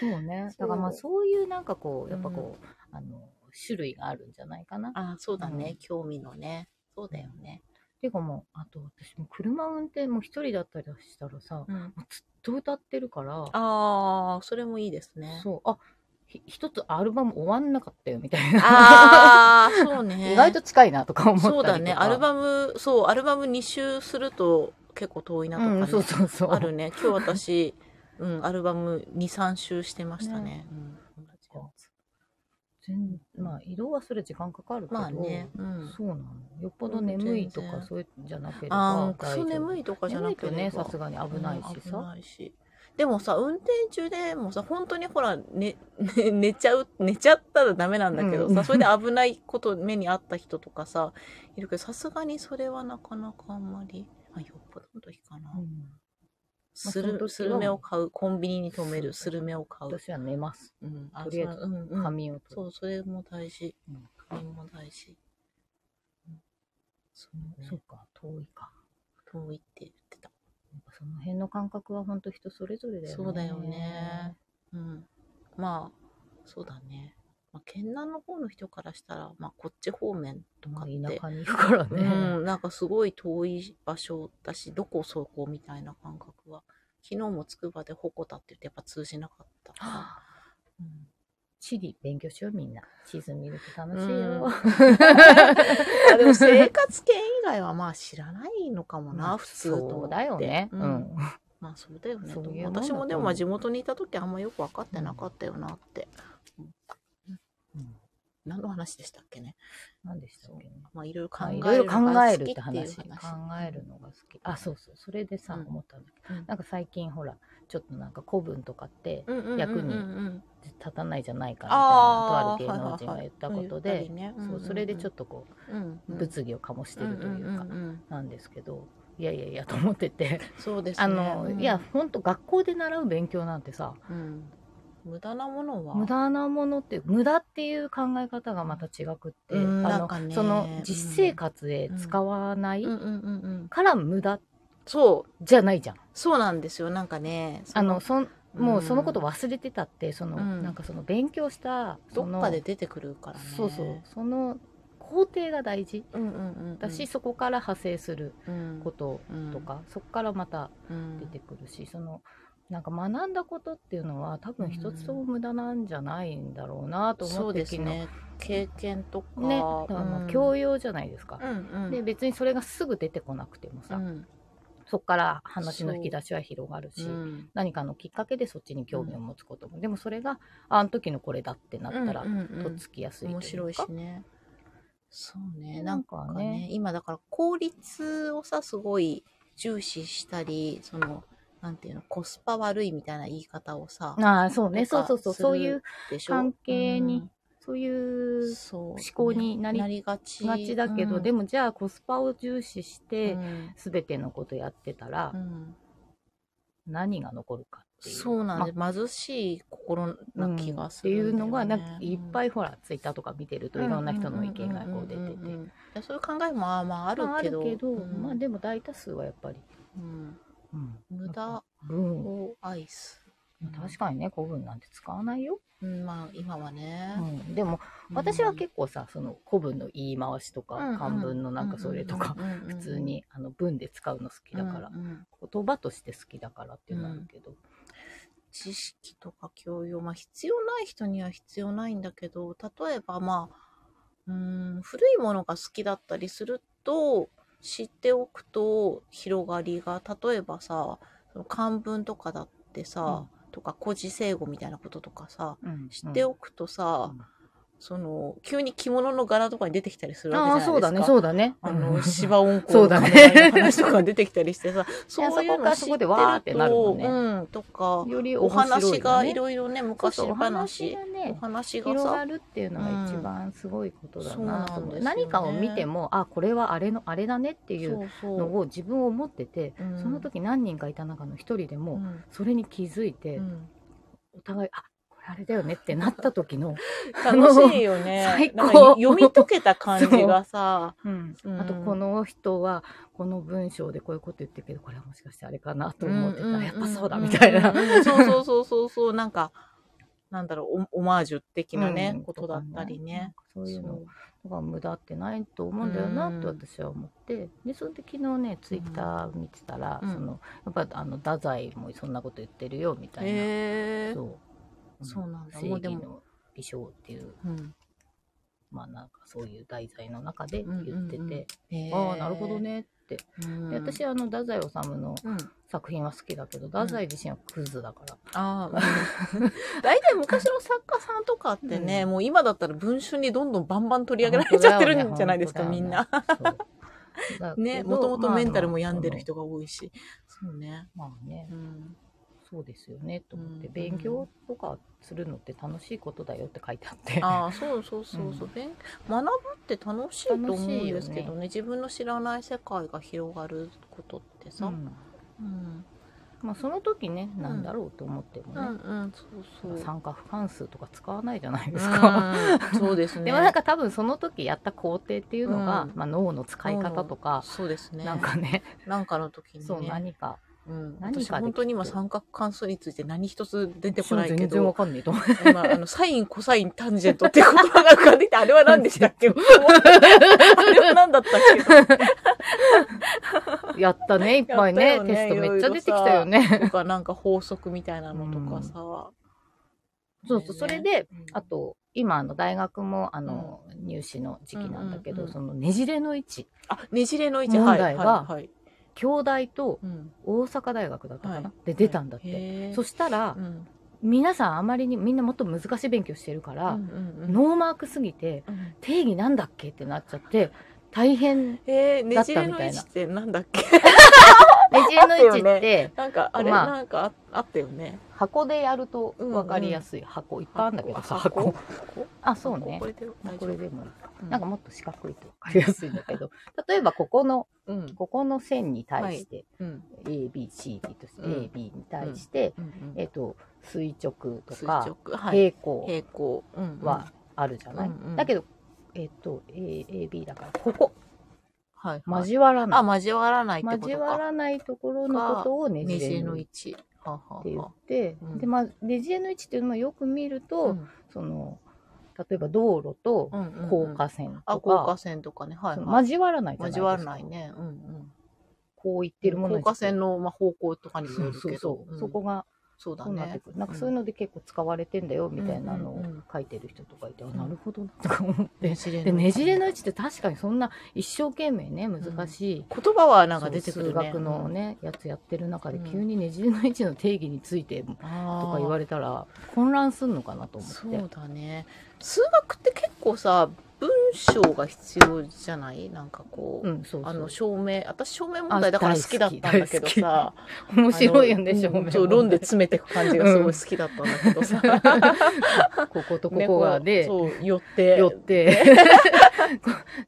Speaker 1: そうね
Speaker 2: そ
Speaker 1: だ
Speaker 2: う
Speaker 1: からまあそういうなんかこうやっぱこう、あの種類があるんじゃないかなっ
Speaker 2: ああ、そうだね、
Speaker 1: うん
Speaker 2: 興味のね。そうだよね。
Speaker 1: ていうかもうあと私も車運転も一人だったりしたらさもうずっと歌ってるから
Speaker 2: ああ、それもいいですね。
Speaker 1: そうあひ一つアルバム終わんなかったよみたいな
Speaker 2: ああ、 そう ね。
Speaker 1: 意外と近いなとか思ったりと
Speaker 2: そう
Speaker 1: か
Speaker 2: だね。アルバム、そう、アルバム2周すると結構遠いなとかね。
Speaker 1: うん、そうそうそう
Speaker 2: あるね。今日私、うん、アルバム2、3周してましたね。うん同じやつ
Speaker 1: 全まあ移動はそれ時間かかるけど
Speaker 2: まあね。うん。
Speaker 1: そうなのよっぽど眠いと
Speaker 2: 全
Speaker 1: か
Speaker 2: 然
Speaker 1: そういうんじゃなけれ
Speaker 2: あ
Speaker 1: ば
Speaker 2: ークソ眠いとかじゃな
Speaker 1: 眠い
Speaker 2: く
Speaker 1: と
Speaker 2: て
Speaker 1: ねさすがに危ないし
Speaker 2: 危
Speaker 1: さ、
Speaker 2: ないしでもさ運転中でもさ本当にほら、ねね、寝ちゃう寝ちゃったらダメなんだけどさ、
Speaker 1: うん
Speaker 2: それで危ないこと目にあった人とかさいるけどさすがにそれはなかなかあんまりあよっぽどの時かな、
Speaker 1: うんあ
Speaker 2: ス
Speaker 1: その時
Speaker 2: ル
Speaker 1: は
Speaker 2: スルメを買うコンビニに止める
Speaker 1: そ
Speaker 2: ス
Speaker 1: うそう
Speaker 2: ルメを買う、
Speaker 1: 私は寝ます。
Speaker 2: うん、
Speaker 1: とりあえず
Speaker 2: ず、うんうん
Speaker 1: 髪を
Speaker 2: そ
Speaker 1: 取る。
Speaker 2: うそれも大事
Speaker 1: うん
Speaker 2: 髪も大事、うんそうね
Speaker 1: そうか、遠いか。
Speaker 2: 遠いって言ってた、
Speaker 1: やっぱその辺の感覚は本当人それぞれだよね。
Speaker 2: そうだよね。うん、まあそうだね、まあ、県南の方の人からしたら、まあ、こっち方面と
Speaker 1: ま
Speaker 2: か
Speaker 1: あ、
Speaker 2: っ
Speaker 1: 田
Speaker 2: て、
Speaker 1: 舎にいるからね。
Speaker 2: うん、なんかすごい遠い場所だし、どこそこみたいな感覚は。昨日もつくばで鉾田って言ってやっぱ通じなかったか
Speaker 1: は
Speaker 2: ら。
Speaker 1: あ
Speaker 2: うん
Speaker 1: 地理勉強しようみんな。地図見ると楽しい
Speaker 2: うん
Speaker 1: よ。
Speaker 2: あでも生活圏以外 はまあ知らないのかもな、
Speaker 1: まあ
Speaker 2: 普通と思って
Speaker 1: そうだよね。
Speaker 2: う
Speaker 1: うん ん。
Speaker 2: まあそうだよね
Speaker 1: そういうもんだと思う
Speaker 2: 私もでもまあ地元にいた時あんまよく分かってなかったよなって、
Speaker 1: うん
Speaker 2: 何の話でしたっけね
Speaker 1: 何でしたっけね。
Speaker 2: まあいろいろ
Speaker 1: 考
Speaker 2: 考
Speaker 1: え
Speaker 2: え
Speaker 1: い
Speaker 2: る
Speaker 1: ろいろ
Speaker 2: の
Speaker 1: 考
Speaker 2: が
Speaker 1: え
Speaker 2: 好
Speaker 1: る
Speaker 2: き
Speaker 1: っ
Speaker 2: って
Speaker 1: て
Speaker 2: い
Speaker 1: 話。
Speaker 2: う
Speaker 1: 考えるのが好き。あ、そうそう。それでさ、
Speaker 2: うん
Speaker 1: 思ったんだけど。
Speaker 2: うん
Speaker 1: なんか最近ほら、ちょっとなんか古文とかって
Speaker 2: うんうんうんうん
Speaker 1: 役に
Speaker 2: うん
Speaker 1: 立たないじゃないかみたいな、とあ
Speaker 2: あ
Speaker 1: る芸
Speaker 2: ーはいはい
Speaker 1: 能
Speaker 2: はい
Speaker 1: 人が言ったこと
Speaker 2: うん言っ
Speaker 1: で
Speaker 2: たり、ね
Speaker 1: そうそれでちょっ
Speaker 2: と
Speaker 1: とこう、物議を醸してるというか
Speaker 2: ん、んん
Speaker 1: なんですけど、いやいやいやと思ってて、
Speaker 2: そうですね。
Speaker 1: あの、
Speaker 2: うん
Speaker 1: いや、、ほんと学校で習う勉強なんてさ、
Speaker 2: うん無駄なものは。
Speaker 1: 無駄なものって無駄っていう考え方がまた違くって、
Speaker 2: うん
Speaker 1: あ
Speaker 2: なん
Speaker 1: の
Speaker 2: かね
Speaker 1: その実生活で使わない
Speaker 2: うんうんうんうん。
Speaker 1: から無駄
Speaker 2: そう、
Speaker 1: じゃないじゃん。
Speaker 2: そうなんですよ。なんかね、そ
Speaker 1: あのそんもううんそのこと忘れてたってその、
Speaker 2: うん
Speaker 1: なんかその勉強したそ
Speaker 2: ど
Speaker 1: の
Speaker 2: っかで出てくるからね。
Speaker 1: そうそうその工程が大事
Speaker 2: うんうんうんうん。
Speaker 1: だし、そこから派生する
Speaker 2: うん、
Speaker 1: こととか、そこからまた
Speaker 2: うん
Speaker 1: 出てくるし、そのなんか学んだことっていうのは多
Speaker 2: うん
Speaker 1: 分一つとも無駄なんじゃないんだろうなと
Speaker 2: そ
Speaker 1: 思
Speaker 2: う
Speaker 1: って、
Speaker 2: ですね。経験とか。
Speaker 1: 昨日ねだからまあ教
Speaker 2: 育。
Speaker 1: 養じゃないですか
Speaker 2: う、んうん。
Speaker 1: で別にそれがすぐ出てこなくてもさ、
Speaker 2: うん
Speaker 1: そこから話の引き出しは広がるし、
Speaker 2: うん
Speaker 1: 何かのきっかけでそっちに興味を持つことも、でもそれがあの時のこれだってなったら、
Speaker 2: うんうんうん
Speaker 1: とっつきやすいというか
Speaker 2: 面白いしね。そうね。
Speaker 1: な
Speaker 2: なんん
Speaker 1: か
Speaker 2: かね
Speaker 1: ね、
Speaker 2: 今だから効率をさ、すごい重視したり、その、なんていうの、コスパ悪いみたいな言い方をさ、
Speaker 1: ああそうね
Speaker 2: と
Speaker 1: そ
Speaker 2: か
Speaker 1: うそうそう
Speaker 2: する
Speaker 1: そういう
Speaker 2: でしょ
Speaker 1: 関係に、
Speaker 2: うん
Speaker 1: そういう
Speaker 2: そう思
Speaker 1: 考になり
Speaker 2: がち
Speaker 1: がちだけど、
Speaker 2: うん
Speaker 1: でもじゃあコスパを重視し
Speaker 2: う
Speaker 1: て、
Speaker 2: ん
Speaker 1: 全てのことやってたら、
Speaker 2: うん
Speaker 1: 何が残るかっていう
Speaker 2: そうなん
Speaker 1: ま
Speaker 2: で、貧しい心
Speaker 1: う
Speaker 2: なん気がす
Speaker 1: ってい
Speaker 2: る
Speaker 1: うん
Speaker 2: だよね、
Speaker 1: のがなんかいっぱ
Speaker 2: い
Speaker 1: いほらツイッターとか見てるといろんな人の意見がこう出てて、
Speaker 2: てそういう考えもあーまあある
Speaker 1: まああ
Speaker 2: け
Speaker 1: る
Speaker 2: ど,うん、
Speaker 1: けど、まあでも大多数はやっぱり、
Speaker 2: うん
Speaker 1: うん、
Speaker 2: 無
Speaker 1: なん
Speaker 2: 駄
Speaker 1: か文
Speaker 2: を愛す、
Speaker 1: 確かにね古文なんて使わないよ、
Speaker 2: うん、まあ今はね
Speaker 1: う、ん、でも私は結構さその古文の言い回しとか、
Speaker 2: うん
Speaker 1: 漢文のなんかそれとか、、
Speaker 2: うんうんうんうん
Speaker 1: 普通にあの文で使うの好きだから
Speaker 2: う、んうん
Speaker 1: 言葉として好きだからっていうのはあるけど、
Speaker 2: 知識とか教養まあ必要ない人には必要ないんだけど例えばまあうーん古いものが好きだったりすると知っておくと広がりが例えばさその漢文とかだってさ、とか古事成語みたいなこととかさ
Speaker 1: うん
Speaker 2: 知ってお
Speaker 1: く
Speaker 2: くとさ、その急に着物の柄とかに出てきたりするわ
Speaker 1: ああ
Speaker 2: けじゃな
Speaker 1: そ
Speaker 2: いうで
Speaker 1: だ
Speaker 2: す
Speaker 1: ね
Speaker 2: か。
Speaker 1: そうだね
Speaker 2: あ
Speaker 1: う
Speaker 2: の、
Speaker 1: ん
Speaker 2: 芝音
Speaker 1: そ
Speaker 2: 工
Speaker 1: うだ
Speaker 2: の
Speaker 1: ね
Speaker 2: 話とか出てきたりし てさ、そういうの知って
Speaker 1: そ
Speaker 2: る、
Speaker 1: ことでわーってなるもんね
Speaker 2: うん、とか、
Speaker 1: より
Speaker 2: お
Speaker 1: 面白いよね
Speaker 2: 話がいろいろね、
Speaker 1: そう
Speaker 2: 昔
Speaker 1: そうお
Speaker 2: の
Speaker 1: 話
Speaker 2: 話
Speaker 1: が、
Speaker 2: お
Speaker 1: ね
Speaker 2: 話が
Speaker 1: 広が
Speaker 2: さ、
Speaker 1: るっていうのが一番すごいことだなと思う,、
Speaker 2: うんそうなんですよね
Speaker 1: 何かを見てもあこれはあれのあれだねっていう
Speaker 2: そうそう
Speaker 1: のを自分を持ってて、
Speaker 2: うん
Speaker 1: その時何人かいた中の一人でも、
Speaker 2: うん
Speaker 1: それに気づいて、
Speaker 2: うん
Speaker 1: お互いあこれあれだよねってなった時の、
Speaker 2: 楽しいよね。
Speaker 1: 最高
Speaker 2: なんか読み解けた感じ がさ、うん
Speaker 1: あとこの人はこの文章でこういうこと言ってるけどこれはもしかしてあれかなと思ってたら、
Speaker 2: んんん
Speaker 1: やっぱそうだみたいな、
Speaker 2: うんうんうんそうそうそうそうそう、なんか、なんだろう、オオマージュ的なね、
Speaker 1: うん
Speaker 2: ことだったりね。。
Speaker 1: そういうの
Speaker 2: そう
Speaker 1: だから無駄ってないと思うんだよな
Speaker 2: うん
Speaker 1: って私は思って、でそれで昨日ねツイッター見てたら、
Speaker 2: うん
Speaker 1: そのやっぱあの太宰もそんなこと言ってるよみたいな、
Speaker 2: へえ。
Speaker 1: そう
Speaker 2: そうなんだ。
Speaker 1: 正
Speaker 2: もうで
Speaker 1: 義
Speaker 2: も、
Speaker 1: の美少っていう
Speaker 2: うん
Speaker 1: まあなんかそういう題材の中で言ってて、
Speaker 2: うんうんうん
Speaker 1: ああなるほど。ねって、
Speaker 2: うん
Speaker 1: で私はあの太宰治の
Speaker 2: うん、
Speaker 1: 作品は好きだけど太宰自身はクズだから、
Speaker 2: ああ、 大体昔の作家さんとかってね、
Speaker 1: う
Speaker 2: もう今だったら文春にどんどんバンバン取り上げられちゃってるんじゃないですか、みん な。 ね、もともとメンタルも病んでる人が多いし。そうね。
Speaker 1: まあまあね
Speaker 2: うん、
Speaker 1: そうですよねと思って、
Speaker 2: うん
Speaker 1: 勉強とかするのって楽しいことだよって書いてあって
Speaker 2: ああ、そうそうそうそう、勉学ぶって楽しいと思うんですけ
Speaker 1: 楽しい
Speaker 2: ど
Speaker 1: よ
Speaker 2: ね自分の知らない世界が広がることってさ、
Speaker 1: うん
Speaker 2: うん
Speaker 1: まあ、その時ね、なんだろうと思ってもね、
Speaker 2: うん、そう
Speaker 1: 参加不関数とか使わないじゃないですか。
Speaker 2: うんそう ですね。
Speaker 1: でもなんか多分その時やった工程っていうのが、
Speaker 2: うん
Speaker 1: まあ、脳の使い方とか、
Speaker 2: そうですね。
Speaker 1: なんかね
Speaker 2: なんかの時にね。
Speaker 1: そう何か
Speaker 2: うん、
Speaker 1: 何かでき
Speaker 2: 私
Speaker 1: てる
Speaker 2: 本当に今三角関数について何一つ出てこないけ
Speaker 1: 全然わ
Speaker 2: ど、
Speaker 1: かんないと思う
Speaker 2: 今あのサイン、コサイン、タンジェントっていう言葉が浮かんできて、あれは何でしたっ けあれは何だったっけ
Speaker 1: やったねいっぱいね
Speaker 2: やったよ
Speaker 1: テ
Speaker 2: ね
Speaker 1: ストめっちゃ出てきたよね
Speaker 2: とか、なんか法則みたいなのとかさ。
Speaker 1: そうそうそれであと今あの大学もあの、
Speaker 2: う
Speaker 1: 入試の時期なんだけど、
Speaker 2: うんうんうん
Speaker 1: そのねじれの位置
Speaker 2: あ、ねじれの位置、
Speaker 1: 問
Speaker 2: はい、は
Speaker 1: 題
Speaker 2: い、
Speaker 1: が
Speaker 2: はい。
Speaker 1: 京大と
Speaker 2: うん
Speaker 1: 大阪大学だったかな、
Speaker 2: はい
Speaker 1: で出たんだって、
Speaker 2: へー
Speaker 1: そしたら、
Speaker 2: うん
Speaker 1: 皆さんあまりにみんなもっと難しい勉強してるから、
Speaker 2: うんうんうん
Speaker 1: ノーマークすぎて
Speaker 2: うん
Speaker 1: 定義なんだっけってなっちゃって大 変ね
Speaker 2: えー、
Speaker 1: だっ
Speaker 2: ね
Speaker 1: た
Speaker 2: じ
Speaker 1: みたいな
Speaker 2: れの位置ってなんだっけ
Speaker 1: じれの位置
Speaker 2: あ
Speaker 1: っ
Speaker 2: って なんかあれ、
Speaker 1: まあ
Speaker 2: なんかああったよね。
Speaker 1: 箱でやると分かりやすい箱いっぱいあるんだけどさ箱
Speaker 2: 箱
Speaker 1: あそうね
Speaker 2: これで大丈夫
Speaker 1: これでもいいか
Speaker 2: う
Speaker 1: なんかもっと四角いと分かりやすいんだ けど例えばここの
Speaker 2: うん
Speaker 1: ここの線に対して
Speaker 2: うん、
Speaker 1: ABCD として
Speaker 2: うん
Speaker 1: AB に対して、
Speaker 2: うん
Speaker 1: えっと垂直と
Speaker 2: 垂
Speaker 1: か
Speaker 2: 直、はい、
Speaker 1: 平行
Speaker 2: 平行うん
Speaker 1: はあるじゃない、
Speaker 2: うんうん
Speaker 1: だけどえっと A- AB だからここ
Speaker 2: はいはい、
Speaker 1: 交わらない
Speaker 2: あ交わらないってこと
Speaker 1: 交わ
Speaker 2: から
Speaker 1: ないところのことをね
Speaker 2: ね
Speaker 1: じ
Speaker 2: じ
Speaker 1: れ
Speaker 2: れ
Speaker 1: の
Speaker 2: の
Speaker 1: 位
Speaker 2: 位
Speaker 1: 置
Speaker 2: 置はあはあは
Speaker 1: っ
Speaker 2: あ
Speaker 1: て言って、
Speaker 2: うん
Speaker 1: でまあ、ねじれの位置っていうのもよく見ると、
Speaker 2: うん
Speaker 1: その例えば道路と
Speaker 2: うんうんうん
Speaker 1: 高架線
Speaker 2: あ
Speaker 1: と
Speaker 2: 高架
Speaker 1: か、
Speaker 2: 線とかねはい、
Speaker 1: その
Speaker 2: はい、
Speaker 1: 交わらないじゃないです
Speaker 2: 交
Speaker 1: か
Speaker 2: わらないねうんうん
Speaker 1: こう言ってるもの
Speaker 2: 高
Speaker 1: に
Speaker 2: 架線の、まあ、方向とかにず
Speaker 1: そ
Speaker 2: れ
Speaker 1: う
Speaker 2: る
Speaker 1: そ
Speaker 2: け
Speaker 1: う
Speaker 2: ど
Speaker 1: そう、
Speaker 2: ん
Speaker 1: そこが
Speaker 2: そうだ
Speaker 1: そうなって
Speaker 2: ね
Speaker 1: くるなんかそういう
Speaker 2: の
Speaker 1: ので結構使われてんだよみたいなの
Speaker 2: う
Speaker 1: を
Speaker 2: んうんうん
Speaker 1: 書いてる人とかいて、
Speaker 2: ん
Speaker 1: あなるほどなとか思って
Speaker 2: ね。じれ
Speaker 1: でねじれの位
Speaker 2: 位
Speaker 1: 置って確かにそんな一生懸命ね難しい、
Speaker 2: 置言葉はなんか出て
Speaker 1: そ
Speaker 2: く
Speaker 1: う
Speaker 2: る
Speaker 1: 数
Speaker 2: ね
Speaker 1: 学のね、やつやってる中で
Speaker 2: うん
Speaker 1: 急にねじれの位置の定義についてと
Speaker 2: うんあー
Speaker 1: か言われたら混乱すんのかなと思って
Speaker 2: そうだね数学って結構さ文章が必要じゃないなんかこう、
Speaker 1: うん、そうそう
Speaker 2: あの証明私証明問題だから
Speaker 1: あ
Speaker 2: 好きだったんだけどさ
Speaker 1: 面白いよ
Speaker 2: あ
Speaker 1: ね、
Speaker 2: の
Speaker 1: 正
Speaker 2: う
Speaker 1: 面
Speaker 2: んそう論で詰めていく感じがすごい好きだったんだけどさ、
Speaker 1: こことここがで、
Speaker 2: そう寄って
Speaker 1: 寄って、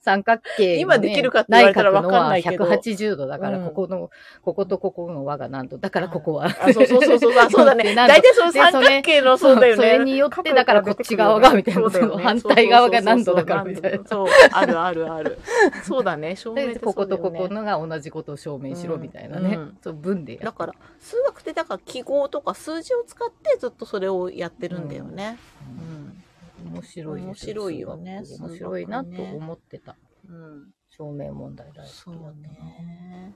Speaker 1: 三角形のね、
Speaker 2: 今できるかって言われたらわかんないけど
Speaker 1: 内角のは180度だから、
Speaker 2: うん
Speaker 1: ここの、こことここの輪が何度、だからここは。
Speaker 2: あそうそうそうそ うあそうだね
Speaker 1: なんか
Speaker 2: 大体その
Speaker 1: でそれ
Speaker 2: 三角形のそうだよね
Speaker 1: それによって、だからこっち側が、みたいな、その反対側が何度だから、みたいな。
Speaker 2: そうあるあるあるそうだね証明って
Speaker 1: でこことこ
Speaker 2: そうだよ
Speaker 1: こ
Speaker 2: ね
Speaker 1: のが同じことを証明しろ、みたいなね。
Speaker 2: うんうん
Speaker 1: そう、文でや
Speaker 2: だから数学ってだから記号とか数字を使ってずっとそれをやってるんだよね、うん
Speaker 1: 面白いです
Speaker 2: 面白いよね
Speaker 1: すごく面白いなと思ってた。
Speaker 2: うん、
Speaker 1: 証明問題大好き
Speaker 2: そ
Speaker 1: だったな
Speaker 2: うね。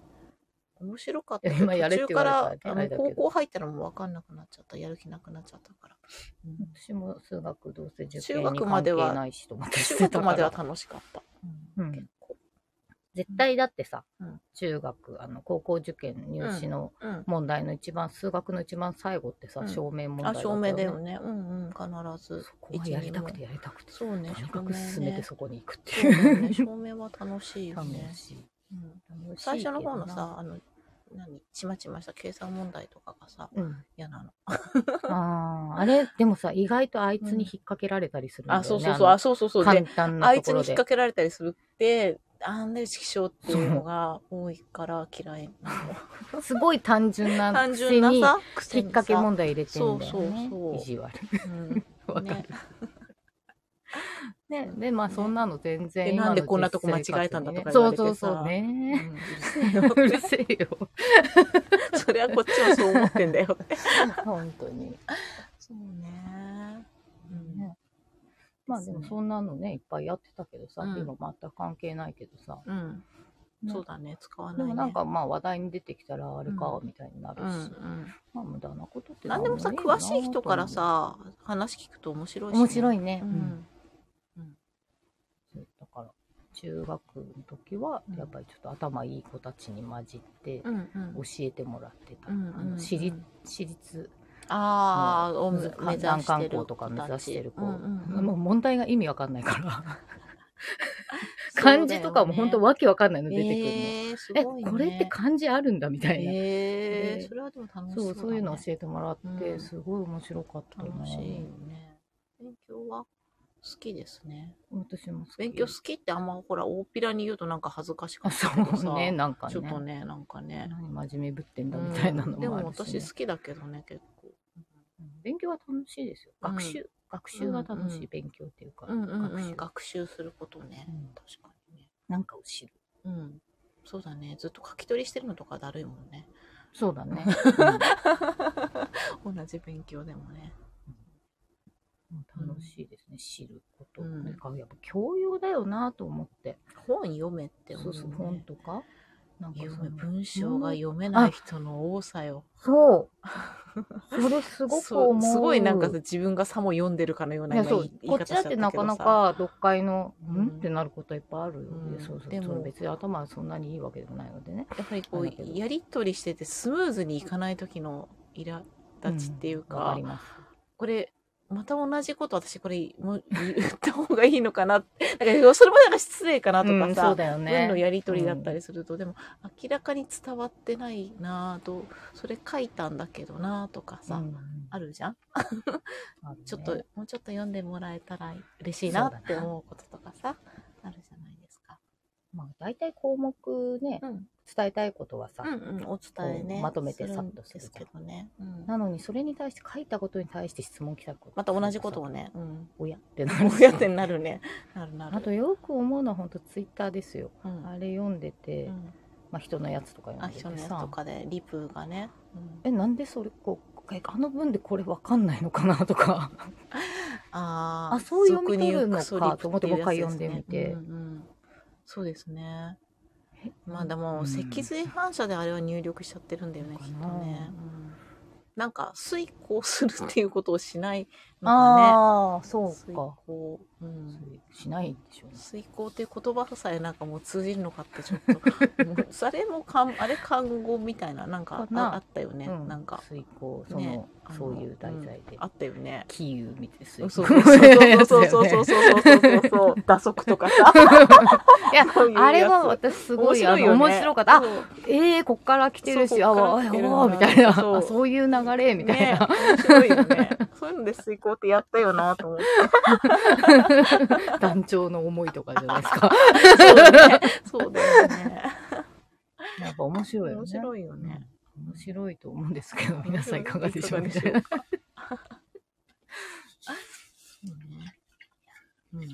Speaker 2: 面白かったけど。
Speaker 1: 今やれって
Speaker 2: 途
Speaker 1: 言
Speaker 2: 中か
Speaker 1: われた
Speaker 2: ら
Speaker 1: ら、
Speaker 2: あ
Speaker 1: あれだ
Speaker 2: の
Speaker 1: けど
Speaker 2: 高校入ったらもう分かんなくなっちゃった。やる気なくなっちゃったから。うん
Speaker 1: 私も数学どうせ受
Speaker 2: 中
Speaker 1: 験に
Speaker 2: 学ま
Speaker 1: 関
Speaker 2: で
Speaker 1: 係
Speaker 2: は
Speaker 1: ないしと思って
Speaker 2: 中
Speaker 1: してた
Speaker 2: 学
Speaker 1: か
Speaker 2: までは
Speaker 1: ら。
Speaker 2: 楽しかった。
Speaker 1: うん絶対だってさ、
Speaker 2: うん
Speaker 1: 中学、あの、高校受験入試の
Speaker 2: うん。
Speaker 1: 問題の一番、数学の一番最後ってさ、
Speaker 2: うん
Speaker 1: 証明問題
Speaker 2: あ、
Speaker 1: だった
Speaker 2: 証
Speaker 1: よね。
Speaker 2: 明だよね。うんうん、必ず。
Speaker 1: そこがやりたくてやりたくて。
Speaker 2: そうね、
Speaker 1: とにかく進めてそこに行くって
Speaker 2: 証
Speaker 1: い
Speaker 2: 明
Speaker 1: う。
Speaker 2: ねそうだね証明は楽しいよ
Speaker 1: 楽
Speaker 2: ね。
Speaker 1: しい。
Speaker 2: うん
Speaker 1: 楽しい
Speaker 2: 最初の方の
Speaker 1: けどな、
Speaker 2: さ、あの、何、ちまちました計算問題とかがさ、
Speaker 1: うん、
Speaker 2: 嫌なの。
Speaker 1: ああ、あれ、でもさ、意外とあいつに引っ掛けられたりするんだよね。
Speaker 2: あ、そうそうそう、あ、そうそうそう。
Speaker 1: の
Speaker 2: で
Speaker 1: 簡単
Speaker 2: あ
Speaker 1: なと
Speaker 2: いつ
Speaker 1: こ
Speaker 2: に引
Speaker 1: ろ
Speaker 2: っ
Speaker 1: で。
Speaker 2: 掛けられたりするって、あんな色症っていうのが多いから嫌いなの。
Speaker 1: すごい単純な
Speaker 2: 単
Speaker 1: く
Speaker 2: 純
Speaker 1: せ
Speaker 2: な
Speaker 1: に、
Speaker 2: さ、
Speaker 1: 引っ掛け
Speaker 2: も
Speaker 1: 問題入れてんだよね。
Speaker 2: そうそうそう
Speaker 1: 意地悪。
Speaker 2: うん、ね。
Speaker 1: ね、で、まあそんなの全然
Speaker 2: で
Speaker 1: 今の
Speaker 2: なんでこんなとこ間違えたんだとか言わ
Speaker 1: そう
Speaker 2: れてさ
Speaker 1: そうそう
Speaker 2: うん
Speaker 1: ね。
Speaker 2: う
Speaker 1: う
Speaker 2: るせえ
Speaker 1: るせえよ。
Speaker 2: よそれはこっちもそう思ってんだよ。
Speaker 1: 本当に。
Speaker 2: そうね。
Speaker 1: ねまあでもそんなのね、いっぱいやってたけどさ、
Speaker 2: うん
Speaker 1: 今全く関係ないけどさ。
Speaker 2: うん。
Speaker 1: ね
Speaker 2: そうだね。使わない、
Speaker 1: で
Speaker 2: ね。
Speaker 1: もなんかまあ話題に出てきたらあれか
Speaker 2: う、
Speaker 1: みたいになる
Speaker 2: う
Speaker 1: し
Speaker 2: ん、うん。
Speaker 1: まあ無駄なことって
Speaker 2: なんでもさ、
Speaker 1: ねえ
Speaker 2: 詳
Speaker 1: な
Speaker 2: しい人からさ、話聞くと面白いし、
Speaker 1: 面白
Speaker 2: い。
Speaker 1: いね。
Speaker 2: う
Speaker 1: うん
Speaker 2: ん。
Speaker 1: そうだから、中学の時はやっぱりちょっと頭いい子たちに混じって
Speaker 2: う、んう
Speaker 1: 教。
Speaker 2: ん
Speaker 1: えてもらってた。あ
Speaker 2: うんうん
Speaker 1: の私立、私立
Speaker 2: ああ、を目指
Speaker 1: 難難
Speaker 2: して
Speaker 1: 関
Speaker 2: る
Speaker 1: 校とか目指してる子、
Speaker 2: うんうんうん
Speaker 1: もう問題が意味わかんないから、
Speaker 2: そうだよ
Speaker 1: 漢
Speaker 2: ね
Speaker 1: 字とかも本当わけわかんないの出てくるの。え
Speaker 2: えーすごいね、
Speaker 1: これって漢字あるんだみたいな、
Speaker 2: え
Speaker 1: で
Speaker 2: ー、それはでも楽し
Speaker 1: そう
Speaker 2: そうだ、ね、
Speaker 1: そういうの教えてもらって、
Speaker 2: うん
Speaker 1: すごい面白かったな
Speaker 2: 楽しいよね勉強は好きですね。
Speaker 1: 私も好き
Speaker 2: 勉強好きってあんまほら、大っぴらに言うとなんか恥ずかしか
Speaker 1: あ
Speaker 2: った
Speaker 1: そうね、なんかね。
Speaker 2: ちょっとね、なんかね。
Speaker 1: 何真面目ぶってんだみたいなの
Speaker 2: うんで
Speaker 1: もあ
Speaker 2: も
Speaker 1: るし、ね
Speaker 2: 私好きだけどね、結構。
Speaker 1: うん勉強は楽しいですよ。
Speaker 2: うん
Speaker 1: 学習、学習が楽しい、
Speaker 2: うんうん
Speaker 1: 勉強っていうか、
Speaker 2: うんうんう
Speaker 1: 学習
Speaker 2: ん、学習することね、
Speaker 1: うん
Speaker 2: 確かにね。
Speaker 1: なんかを知る。
Speaker 2: うん。そうだね。ずっと書き取りしてるのとかだるいも んね。
Speaker 1: そうだね。
Speaker 2: 同じ勉強でもね。
Speaker 1: うんもう楽しいですね、知ること。
Speaker 2: うん
Speaker 1: なんかやっぱ教養だよなと思って。
Speaker 2: 本読めって思う、
Speaker 1: そう
Speaker 2: ね。
Speaker 1: そう、本とか。なんかその
Speaker 2: 読め、文章が読めない人の多さよ。
Speaker 1: そう。それすごく
Speaker 2: そ
Speaker 1: 思
Speaker 2: う
Speaker 1: う。
Speaker 2: すごいなんかさ自分がさも読んでるかのよう
Speaker 1: い
Speaker 2: な
Speaker 1: や
Speaker 2: 今
Speaker 1: そ
Speaker 2: 言
Speaker 1: う
Speaker 2: い言
Speaker 1: こ
Speaker 2: い
Speaker 1: っ
Speaker 2: 方
Speaker 1: ちだ
Speaker 2: し
Speaker 1: っ
Speaker 2: ち
Speaker 1: て
Speaker 2: ゃ
Speaker 1: な
Speaker 2: ったけ
Speaker 1: か
Speaker 2: ど
Speaker 1: な
Speaker 2: さ。
Speaker 1: か読解の、
Speaker 2: うん
Speaker 1: んってなることいっぱいあるよ、
Speaker 2: うん
Speaker 1: でそうそう
Speaker 2: でも
Speaker 1: その別に頭はそんなにいいわけでもないのでね
Speaker 2: やっぱりこ
Speaker 1: あれだけど
Speaker 2: うやりとりしててスムーズにいかない時の苛立ちっていう
Speaker 1: うんわ
Speaker 2: か、
Speaker 1: かります
Speaker 2: これまた同じこと私これもう言った方がいいのかなってなんかそれもなんか失礼かなと
Speaker 1: う
Speaker 2: か
Speaker 1: ん
Speaker 2: さ、
Speaker 1: そうだよね
Speaker 2: 文のやり取りだったりすると、でも明らかに伝わってないなぁとそれ書いたんだけどなぁとかさ、
Speaker 1: うん
Speaker 2: あるじゃん
Speaker 1: あるね
Speaker 2: ちょっと、もうちょっと読んでもらえたら嬉しいなって思うこととかさあるじゃないですか。
Speaker 1: まあ、大体項目ね
Speaker 2: うん、
Speaker 1: 伝えたいことはさ、
Speaker 2: うんうんお伝え
Speaker 1: こ
Speaker 2: ね
Speaker 1: うまとめて
Speaker 2: するん
Speaker 1: さっとする
Speaker 2: ですけどね、うん
Speaker 1: なのにそれに対して書いたことに対して質問来たこと
Speaker 2: また同じことを
Speaker 1: ね
Speaker 2: ね、うん、
Speaker 1: 親ってな
Speaker 2: こ
Speaker 1: る
Speaker 2: うやってなるねなるなる
Speaker 1: あとよく思うのは本当ツイッターですよ
Speaker 2: うん
Speaker 1: あれ読んでて、
Speaker 2: うん
Speaker 1: まあ、人のやつとか読
Speaker 2: あ
Speaker 1: んで
Speaker 2: 人の
Speaker 1: て
Speaker 2: やつ
Speaker 1: さ
Speaker 2: とかでリプがね、うん
Speaker 1: えなんでそれこうえあの文でこれわかんないのかなとか
Speaker 2: あー
Speaker 1: あそう読み取るのか
Speaker 2: 俗に言うクソリプってい
Speaker 1: と思っても
Speaker 2: うやつですね
Speaker 1: う一回読んでみて
Speaker 2: うんうんそうですね
Speaker 1: え
Speaker 2: まあでも
Speaker 1: うん
Speaker 2: 脊髄反射であれは入力しちゃってるんだよね、
Speaker 1: か
Speaker 2: き
Speaker 1: な
Speaker 2: っとね、うんなんか遂行するっていうことをしないのかね
Speaker 1: ああそう
Speaker 2: 遂
Speaker 1: か
Speaker 2: 行、うん、
Speaker 1: しないんでしょうね
Speaker 2: 遂行っていう言葉さえなんかもう通じるのかってちょっ ともうそれもかんあれ看護みたいななんか
Speaker 1: か
Speaker 2: あ
Speaker 1: な
Speaker 2: あったよね、
Speaker 1: うん
Speaker 2: なんか
Speaker 1: 水耕その、
Speaker 2: ねあの
Speaker 1: そういう題材で、
Speaker 2: あったよね
Speaker 1: キーウみたいな水
Speaker 2: そう
Speaker 1: 耕
Speaker 2: そうそうそ うそうそうそうそうそうそう 打足とかさ
Speaker 1: いや
Speaker 2: そういうやつ
Speaker 1: あれは私すごいあの面白かったあええこっから来てるし
Speaker 2: そう
Speaker 1: あ
Speaker 2: こ
Speaker 1: わあ
Speaker 2: っから来てるな
Speaker 1: わあみたいな
Speaker 2: そう
Speaker 1: あそういう流れみたいな、
Speaker 2: ね、面白いよ ね。そういうので遂行ってやったよなと思って。
Speaker 1: 団長の思いとかじゃないですか
Speaker 2: そうだね。そうだよね。
Speaker 1: やっぱ面白いよね
Speaker 2: 面白いよね。
Speaker 1: うん面白いと思うんですけど皆さんいかがでしょう
Speaker 2: い
Speaker 1: ね
Speaker 2: かがでしょうかそうね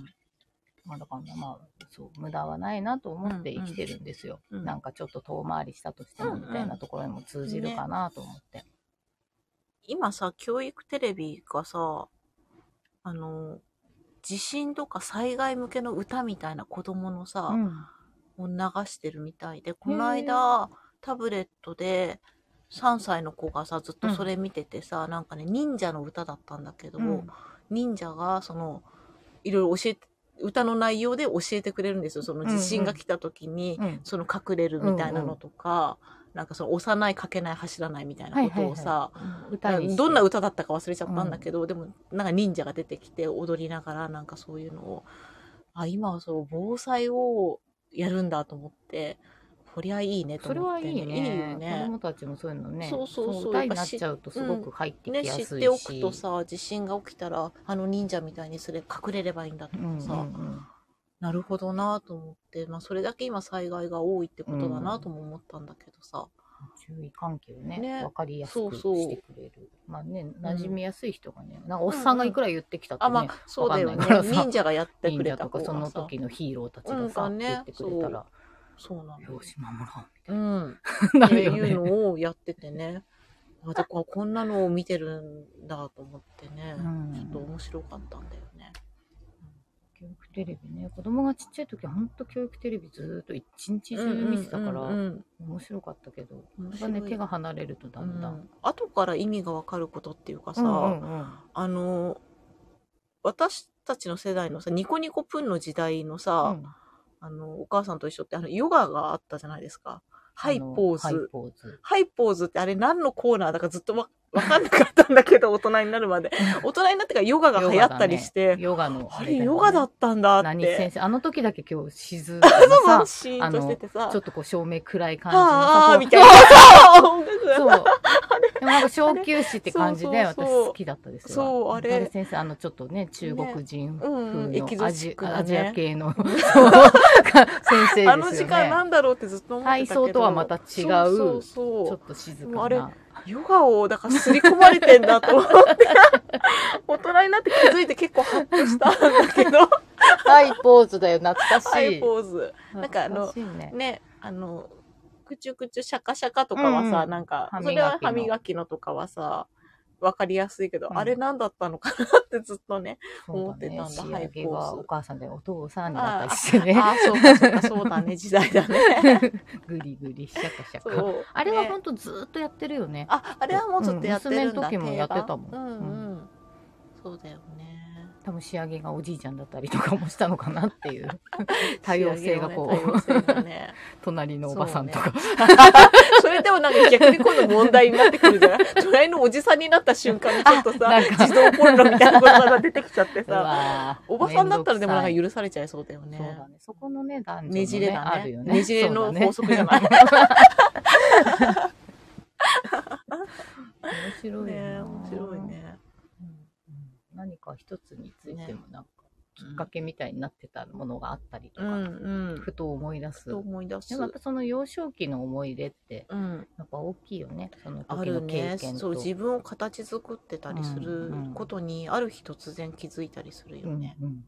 Speaker 1: まあだからねまあそう無駄はないなと思って生きてるんですよ、
Speaker 2: うんうん
Speaker 1: なんかちょっと遠回りしたとして
Speaker 2: う
Speaker 1: も
Speaker 2: んうん
Speaker 1: みたいなところにも通じるかなと思って、
Speaker 2: 今さ、教育テレビがさ、あの、地震とか災害向けの歌みたいな子供のさ、を流してるみたいで、この間、タブレットで、3歳の子がさ、ずっとそれ見ててさ、なんかね、忍者の歌だったんだけど、
Speaker 1: うん
Speaker 2: 忍者が、その、いろいろ教えて、歌の内容で教えてくれるんですよ。その地震が来た時に、
Speaker 1: うん
Speaker 2: その隠れるみたいなのとか、なんかその幼い、かけない、走らないみたいなことをさ、
Speaker 1: 歌にして
Speaker 2: どんな歌だったか忘れちゃったんだけど、でもなんか忍者が出てきて踊りながらなんかそういうのをあ今はそう防災をやるんだと思ってこりゃいいねと
Speaker 1: それ
Speaker 2: 思っ
Speaker 1: は
Speaker 2: てね、
Speaker 1: いいね
Speaker 2: いよ
Speaker 1: 子
Speaker 2: ね
Speaker 1: 供たちもそういうのね
Speaker 2: そうそうそう
Speaker 1: 歌になっちゃうとすごく入ってき
Speaker 2: ね
Speaker 1: や
Speaker 2: 知
Speaker 1: すいし、
Speaker 2: っておくとさ地震が起きたらあの忍者みたいにすれ隠れればいいんだと
Speaker 1: うんうんう
Speaker 2: か
Speaker 1: ん
Speaker 2: さ、なるほどなと思って、まあ、それだけ今災害が多いってことだなとも思ったんだけどさ、
Speaker 1: 注意喚起をね
Speaker 2: ね
Speaker 1: 分かりやす
Speaker 2: そう
Speaker 1: く
Speaker 2: そう
Speaker 1: してくれるまあね馴染みやすい人がね、なんかおっさんがいくら言ってきたって、ね
Speaker 2: あまあそうだよね
Speaker 1: わかんないからさ
Speaker 2: 忍者がやってく
Speaker 1: 忍
Speaker 2: れ
Speaker 1: 者
Speaker 2: た
Speaker 1: と
Speaker 2: 子
Speaker 1: か
Speaker 2: がさ
Speaker 1: その時のヒーローたちが
Speaker 2: う
Speaker 1: さ、
Speaker 2: んかね
Speaker 1: 言ってくれたら
Speaker 2: そうなん
Speaker 1: 「
Speaker 2: だ
Speaker 1: よし守ろ
Speaker 2: うん
Speaker 1: う」な
Speaker 2: って
Speaker 1: るよ
Speaker 2: いう
Speaker 1: ね。
Speaker 2: のをやっててね。あ、だからこんなのを見てるんだと思ってね、
Speaker 1: うん
Speaker 2: ちょっと面白かったんだよね。
Speaker 1: 教育テレビね子供がちっちゃい時はほんと教育テレビずーっと一日中見てたから、
Speaker 2: うんうん
Speaker 1: 面白かったけど
Speaker 2: うん
Speaker 1: やっぱね手が離れるとだんだん。
Speaker 2: うん後から意味がわかることっていうかさ、
Speaker 1: うんうんうん
Speaker 2: あの、私たちの世代のさ、ニコニコプンの時代の
Speaker 1: う
Speaker 2: さ、
Speaker 1: ん
Speaker 2: あの、お母さんと一緒って、あの、ヨガがあったじゃないですか。ハイポー
Speaker 1: あのハ
Speaker 2: ズ
Speaker 1: イ。ポーズ。
Speaker 2: ハイポーズってあれ何のコーナーだかずっとわわかんなかったんだけど、大人になるまで。大人になってからヨガが流行ったりして、
Speaker 1: ヨガの
Speaker 2: あ
Speaker 1: み
Speaker 2: れ、
Speaker 1: たいな
Speaker 2: ヨガだったんだっ
Speaker 1: 何
Speaker 2: て
Speaker 1: 先。生あの時だけ今日静
Speaker 2: あ
Speaker 1: か
Speaker 2: そうそ
Speaker 1: な
Speaker 2: う、
Speaker 1: さ
Speaker 2: シーンとしててさ
Speaker 1: ちょ、っとこう照明暗い感じの
Speaker 2: あーあー、
Speaker 1: さ
Speaker 2: みたい
Speaker 1: こ
Speaker 2: な。そう
Speaker 1: う そう
Speaker 2: 音楽が
Speaker 1: でもなんか小休止って感じで
Speaker 2: そうそう
Speaker 1: 私
Speaker 2: そう
Speaker 1: 好きだったですよ
Speaker 2: そうあれ
Speaker 1: 誰先生あのちょっとね中国人風
Speaker 2: うんうんエキ
Speaker 1: の
Speaker 2: ゾ
Speaker 1: ア
Speaker 2: チ
Speaker 1: ジ,、
Speaker 2: ックなね
Speaker 1: アジア系 のそう先生ですよね
Speaker 2: あの時間なんだろうってずっと思ってたけど。
Speaker 1: 体操とはまた違う
Speaker 2: そうそう
Speaker 1: ちょ
Speaker 2: そう
Speaker 1: っ。と静か
Speaker 2: も
Speaker 1: な
Speaker 2: うあれヨガを、だから刷り込まれてんだと思 って、大人になって気づいて結構ハッとしたんだ けど、
Speaker 1: ハイポーズだよ懐かし
Speaker 2: アイ
Speaker 1: い
Speaker 2: ポーズ。なんかあの
Speaker 1: 懐しいね
Speaker 2: ね、あの、くちゅくちゅシャカシャカとかはさ、
Speaker 1: うん
Speaker 2: なんか
Speaker 1: 歯、
Speaker 2: そ
Speaker 1: 磨きの
Speaker 2: れは歯磨きのとかはさ、わかりやすいけど、
Speaker 1: うん
Speaker 2: あれなんだったのかなってずっとね。
Speaker 1: そうだ
Speaker 2: 思
Speaker 1: ね
Speaker 2: ってたん
Speaker 1: 仕
Speaker 2: だ
Speaker 1: 上げ
Speaker 2: ハイ
Speaker 1: が
Speaker 2: ポーズ
Speaker 1: お母さんでお父さんになったりしてね
Speaker 2: ああ、そうか、そうか、そうだ ね、時代だね。
Speaker 1: グリグリシャカシャ
Speaker 2: そ
Speaker 1: カ
Speaker 2: う。
Speaker 1: あれはほ
Speaker 2: ね
Speaker 1: んとずーっとやってるよね
Speaker 2: あ、あれはもうちょっとやってるん
Speaker 1: う
Speaker 2: だ、
Speaker 1: ん娘の時もやってたもん
Speaker 2: 定番うんうん。そうだよね。
Speaker 1: 多分仕上げがおじいちゃんだったりとかもしたのかなっていう多様性がこう
Speaker 2: 仕上げをね多様 性がね。
Speaker 1: 隣のおばさんとか、
Speaker 2: それでもなんか逆に今度問題になってくる じゃない隣のおじさんになった瞬間にちょっと
Speaker 1: あな
Speaker 2: さ
Speaker 1: んか、
Speaker 2: 自動ポルノみたいなことが出てきちゃって
Speaker 1: う
Speaker 2: さ、
Speaker 1: わー
Speaker 2: おばさんだったらでもなんか
Speaker 1: めど
Speaker 2: 許されちゃいそうだよ
Speaker 1: く
Speaker 2: ね。
Speaker 1: さいそうだねそこのね男女の
Speaker 2: ねじれ
Speaker 1: あ
Speaker 2: だ
Speaker 1: る
Speaker 2: ね
Speaker 1: よね
Speaker 2: ねじれの法則じ ゃない。
Speaker 1: そう
Speaker 2: ね
Speaker 1: だね面白いよな
Speaker 2: え面白いね。
Speaker 1: うん何か一つについて
Speaker 2: ね
Speaker 1: もなんかきっかけみたいになってたものがあったりと
Speaker 2: う
Speaker 1: か、
Speaker 2: んうん。
Speaker 1: ふと思い出す
Speaker 2: と思い出す
Speaker 1: でも。やっぱその幼少期の思い出って
Speaker 2: うん、
Speaker 1: やっぱ大きいよねその
Speaker 2: あ
Speaker 1: 時の
Speaker 2: る
Speaker 1: 経
Speaker 2: ね
Speaker 1: 験と
Speaker 2: そう自分を形作ってたりす
Speaker 1: う
Speaker 2: る
Speaker 1: んうん
Speaker 2: ことにある日突然気づいたりするよ
Speaker 1: うん
Speaker 2: ね。
Speaker 1: うんうんうんうん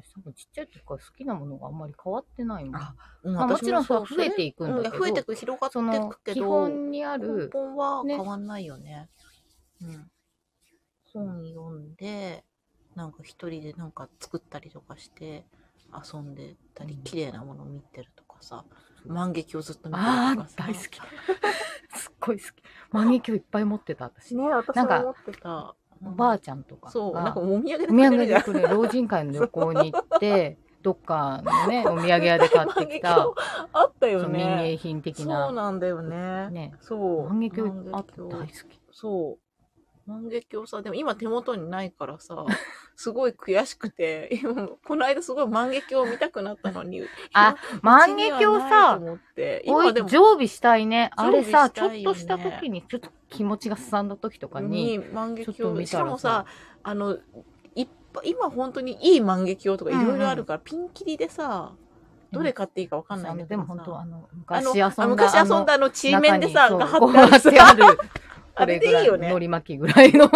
Speaker 1: 私多分ちっちゃい時から好きなものがあんまり変わってないもん。
Speaker 2: あ
Speaker 1: まあ、もちろんさ増えて
Speaker 2: い
Speaker 1: いくんだけど、
Speaker 2: 増えてく広がって
Speaker 1: その
Speaker 2: くけど
Speaker 1: 基本にあ
Speaker 2: 根
Speaker 1: る、
Speaker 2: 本は
Speaker 1: ね
Speaker 2: 変わんないよね。うん、本読んで、なんか一人でなんか作ったりとかして、遊んでたり
Speaker 1: う、ん
Speaker 2: 綺麗なもの見てるとかさ、
Speaker 1: そう
Speaker 2: 万劇をずっと見て
Speaker 1: あ
Speaker 2: ると
Speaker 1: あ
Speaker 2: かさ。
Speaker 1: 大好きすっごい好き万華鏡いっぱい持ってた私、
Speaker 2: ね、私
Speaker 1: なんか
Speaker 2: も思ってた。
Speaker 1: おばあ
Speaker 2: ち
Speaker 1: ちゃんとかが
Speaker 2: そう、なんかお土産で
Speaker 1: お土
Speaker 2: くれ
Speaker 1: 産
Speaker 2: るじゃ
Speaker 1: でこ
Speaker 2: ん。
Speaker 1: れ老人会の旅行に行って どっかのねお土産屋で買ってきた
Speaker 2: 万華鏡あっ
Speaker 1: そ
Speaker 2: たよ
Speaker 1: の民
Speaker 2: ね。
Speaker 1: 芸品的
Speaker 2: そう
Speaker 1: な
Speaker 2: なんだよね。
Speaker 1: ね
Speaker 2: そう。
Speaker 1: 万華鏡あ
Speaker 2: 万
Speaker 1: って
Speaker 2: 華
Speaker 1: 大
Speaker 2: 鏡
Speaker 1: 好き
Speaker 2: そう。万華鏡さ、でも今手元にないから さ、すごい悔しくて、今、この間すごい万華鏡見たくなったのに。
Speaker 1: あ万華
Speaker 2: うちに
Speaker 1: 鏡
Speaker 2: はない
Speaker 1: さ
Speaker 2: と思って、
Speaker 1: お
Speaker 2: 今
Speaker 1: い
Speaker 2: でも、
Speaker 1: 常備したいねあれさ、
Speaker 2: 常
Speaker 1: ちょ
Speaker 2: 備
Speaker 1: っ
Speaker 2: したいよ
Speaker 1: と
Speaker 2: ね
Speaker 1: した時にちょっと気持ちがすさんだ時とかに
Speaker 2: に万華
Speaker 1: ちょっと
Speaker 2: 鏡、
Speaker 1: 見
Speaker 2: したからも
Speaker 1: さ
Speaker 2: さ、あの、いっぱい、今本当にいい万華鏡とかいろいろあるから、ピンキリでさ、どれ買っていいかわかんないんだけ
Speaker 1: で
Speaker 2: ど
Speaker 1: も
Speaker 2: さ
Speaker 1: 本当あの
Speaker 2: あ
Speaker 1: 昔
Speaker 2: の
Speaker 1: 遊んだ
Speaker 2: あ昔遊んだあの、ちりめんでさ、が貼
Speaker 1: こう
Speaker 2: ってあるさ
Speaker 1: 貼ってある
Speaker 2: あれでいいよ
Speaker 1: これぐ
Speaker 2: ね
Speaker 1: らのり巻きぐら いの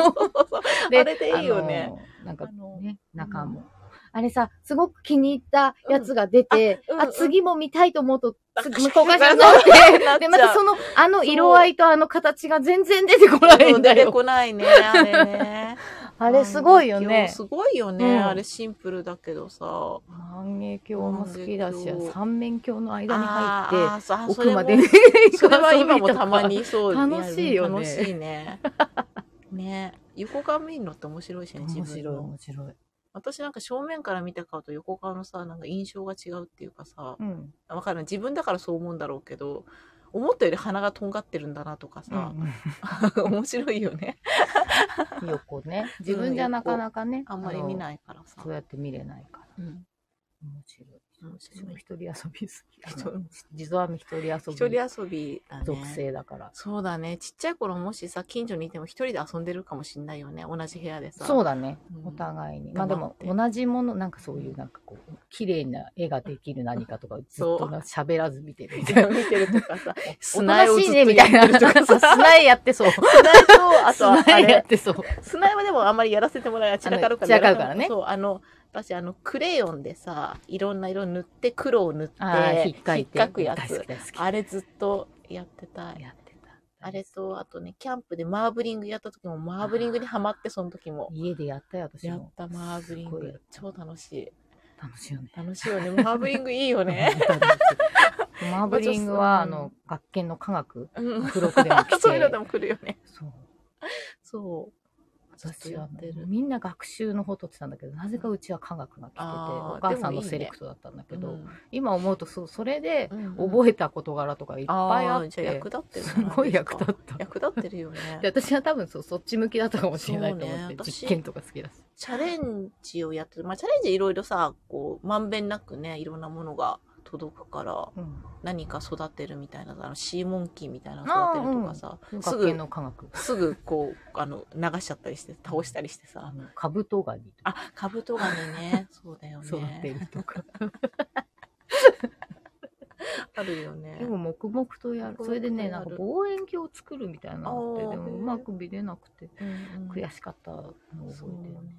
Speaker 2: あれでいいよね
Speaker 1: あのなんか
Speaker 2: あの
Speaker 1: ね中も、あれさすごく気に入ったやつが出て、
Speaker 2: うん
Speaker 1: あ
Speaker 2: あうんうん
Speaker 1: 次も見たいと思うと
Speaker 2: あ
Speaker 1: 次向こうが
Speaker 2: そう
Speaker 1: なっ
Speaker 2: なっちゃ
Speaker 1: て
Speaker 2: う
Speaker 1: でまたそのあの色合いとあの形が全然出てこない
Speaker 2: うんん
Speaker 1: だ
Speaker 2: 出て
Speaker 1: よ
Speaker 2: こない ね、あれね。
Speaker 1: あれすごいよ
Speaker 2: 万華鏡
Speaker 1: ね
Speaker 2: すごいよね、
Speaker 1: うん
Speaker 2: あれシンプルだけどさ。
Speaker 1: 万華鏡も好きだし
Speaker 2: 万華鏡
Speaker 1: 三面鏡の間に
Speaker 2: あ
Speaker 1: 入
Speaker 2: ー
Speaker 1: って
Speaker 2: あーそうあそ
Speaker 1: 奥
Speaker 2: れ
Speaker 1: ま
Speaker 2: も
Speaker 1: で
Speaker 2: それは今もたまにそう
Speaker 1: 楽しいよね
Speaker 2: やる楽しいね。ね横顔見るのって面白いしね、自
Speaker 1: 面白
Speaker 2: 分
Speaker 1: い
Speaker 2: の。
Speaker 1: 面白い、
Speaker 2: 私なんか正面から見た顔と横顔のさ、なんか印象が違うっていうかさ
Speaker 1: う、ん
Speaker 2: わかる自分だからそう思うんだろうけど、思ったより鼻がとんがってるんだなとか
Speaker 1: う
Speaker 2: さ、
Speaker 1: ん、
Speaker 2: 面白いよね。
Speaker 1: 横ね自分じゃなかなかね
Speaker 2: あんまり見
Speaker 1: い
Speaker 2: ないからさ
Speaker 1: そ。うやって見れないから
Speaker 2: うん
Speaker 1: 面白い
Speaker 2: 面白
Speaker 1: 私も
Speaker 2: い
Speaker 1: 一人遊び好き
Speaker 2: 人
Speaker 1: あの地蔵編み一人遊び
Speaker 2: 一人遊びだね。
Speaker 1: 属性だから
Speaker 2: そうだね。ちっちゃい頃もしさ、近所にいても一人で遊んでるかもしんないよね。同じ部屋でさ。。
Speaker 1: そううだね、
Speaker 2: うん
Speaker 1: お 互いに
Speaker 2: 黙
Speaker 1: まあでも
Speaker 2: って
Speaker 1: 同じものなんかそういうなんかこう綺麗な絵ができる何かとかずっとな喋らず見てるみたい な。
Speaker 2: 見てるとか
Speaker 1: お
Speaker 2: さ、
Speaker 1: と
Speaker 2: 砂
Speaker 1: な
Speaker 2: 絵をず
Speaker 1: し
Speaker 2: っ
Speaker 1: い
Speaker 2: と
Speaker 1: ね
Speaker 2: や
Speaker 1: みた
Speaker 2: っ
Speaker 1: い
Speaker 2: て
Speaker 1: な。
Speaker 2: るとか
Speaker 1: そう
Speaker 2: さ、
Speaker 1: 砂絵やってそう。
Speaker 2: 砂絵と、あとは
Speaker 1: 砂
Speaker 2: あ
Speaker 1: 絵やっ
Speaker 2: れ、
Speaker 1: てそう。
Speaker 2: 砂絵はでもあんまりやらせてもらえない。散らかるから。
Speaker 1: 散らかるからね
Speaker 2: そう、あの、私あの、クレヨンでさ、いろんな色塗って、黒を塗って、
Speaker 1: ああ、引っかいて。
Speaker 2: 引っかくや
Speaker 1: 大好
Speaker 2: つ
Speaker 1: き。大好き。
Speaker 2: あれずっとやってたい。
Speaker 1: やってた。
Speaker 2: あれと、あとね、キャンプでマーブリングやった時も、マーブリングにハマって、その時も。
Speaker 1: 家でやったよ、私
Speaker 2: や
Speaker 1: も
Speaker 2: っ。たマーブリ
Speaker 1: す
Speaker 2: ン
Speaker 1: ごい
Speaker 2: グ。超楽しい。
Speaker 1: 楽しいよね。
Speaker 2: 楽しいよね。マーブリングいい よね。
Speaker 1: 楽しい。マーブリングは、あの、学研の科学、
Speaker 2: うん
Speaker 1: 付録でも来て。
Speaker 2: そういうのでも来るよね。
Speaker 1: そう
Speaker 2: そ
Speaker 1: 私
Speaker 2: や
Speaker 1: は
Speaker 2: ってる。
Speaker 1: みんな学習の方取ってたんだけどなぜかうちは科学が来てて
Speaker 2: あー
Speaker 1: お母さんの
Speaker 2: でもいいね
Speaker 1: セレクトだったんだけど今思うとそうそれで
Speaker 2: え
Speaker 1: 覚えた事柄とかいっぱいあって、
Speaker 2: じゃあ役立ってる
Speaker 1: すごい役立
Speaker 2: っ
Speaker 1: った。
Speaker 2: 役立ってるよね。
Speaker 1: で私は多分そうそっち向きだったかもしれないと思って、
Speaker 2: そうね私
Speaker 1: 実験とか好きだし。
Speaker 2: チャレンジをやってる。まあ、チャレンジいろいろさ、こう、まんべんなくね、いろんなものが届くから、
Speaker 1: うん、
Speaker 2: 何か育てるみたいな、あの、シーモンキーみたいなの育てるとかさ、す
Speaker 1: 学
Speaker 2: ぐ
Speaker 1: 研の科学。
Speaker 2: すぐこう、あの、流しちゃったりして、倒したりしてさ
Speaker 1: あ、のカブトガニとか
Speaker 2: あ、カブトガニ ね、そうだよ
Speaker 1: 育て
Speaker 2: ね。
Speaker 1: るとか。
Speaker 2: あるよね
Speaker 1: で。も黙々とやる。それでね、
Speaker 2: 黙々とや
Speaker 1: なん
Speaker 2: る
Speaker 1: か望遠鏡を作るみたいなのあって、
Speaker 2: あー
Speaker 1: でもうまく見れなくて、
Speaker 2: うんうん
Speaker 1: 悔しかったのを
Speaker 2: そ
Speaker 1: 覚
Speaker 2: う
Speaker 1: えてる。
Speaker 2: ね。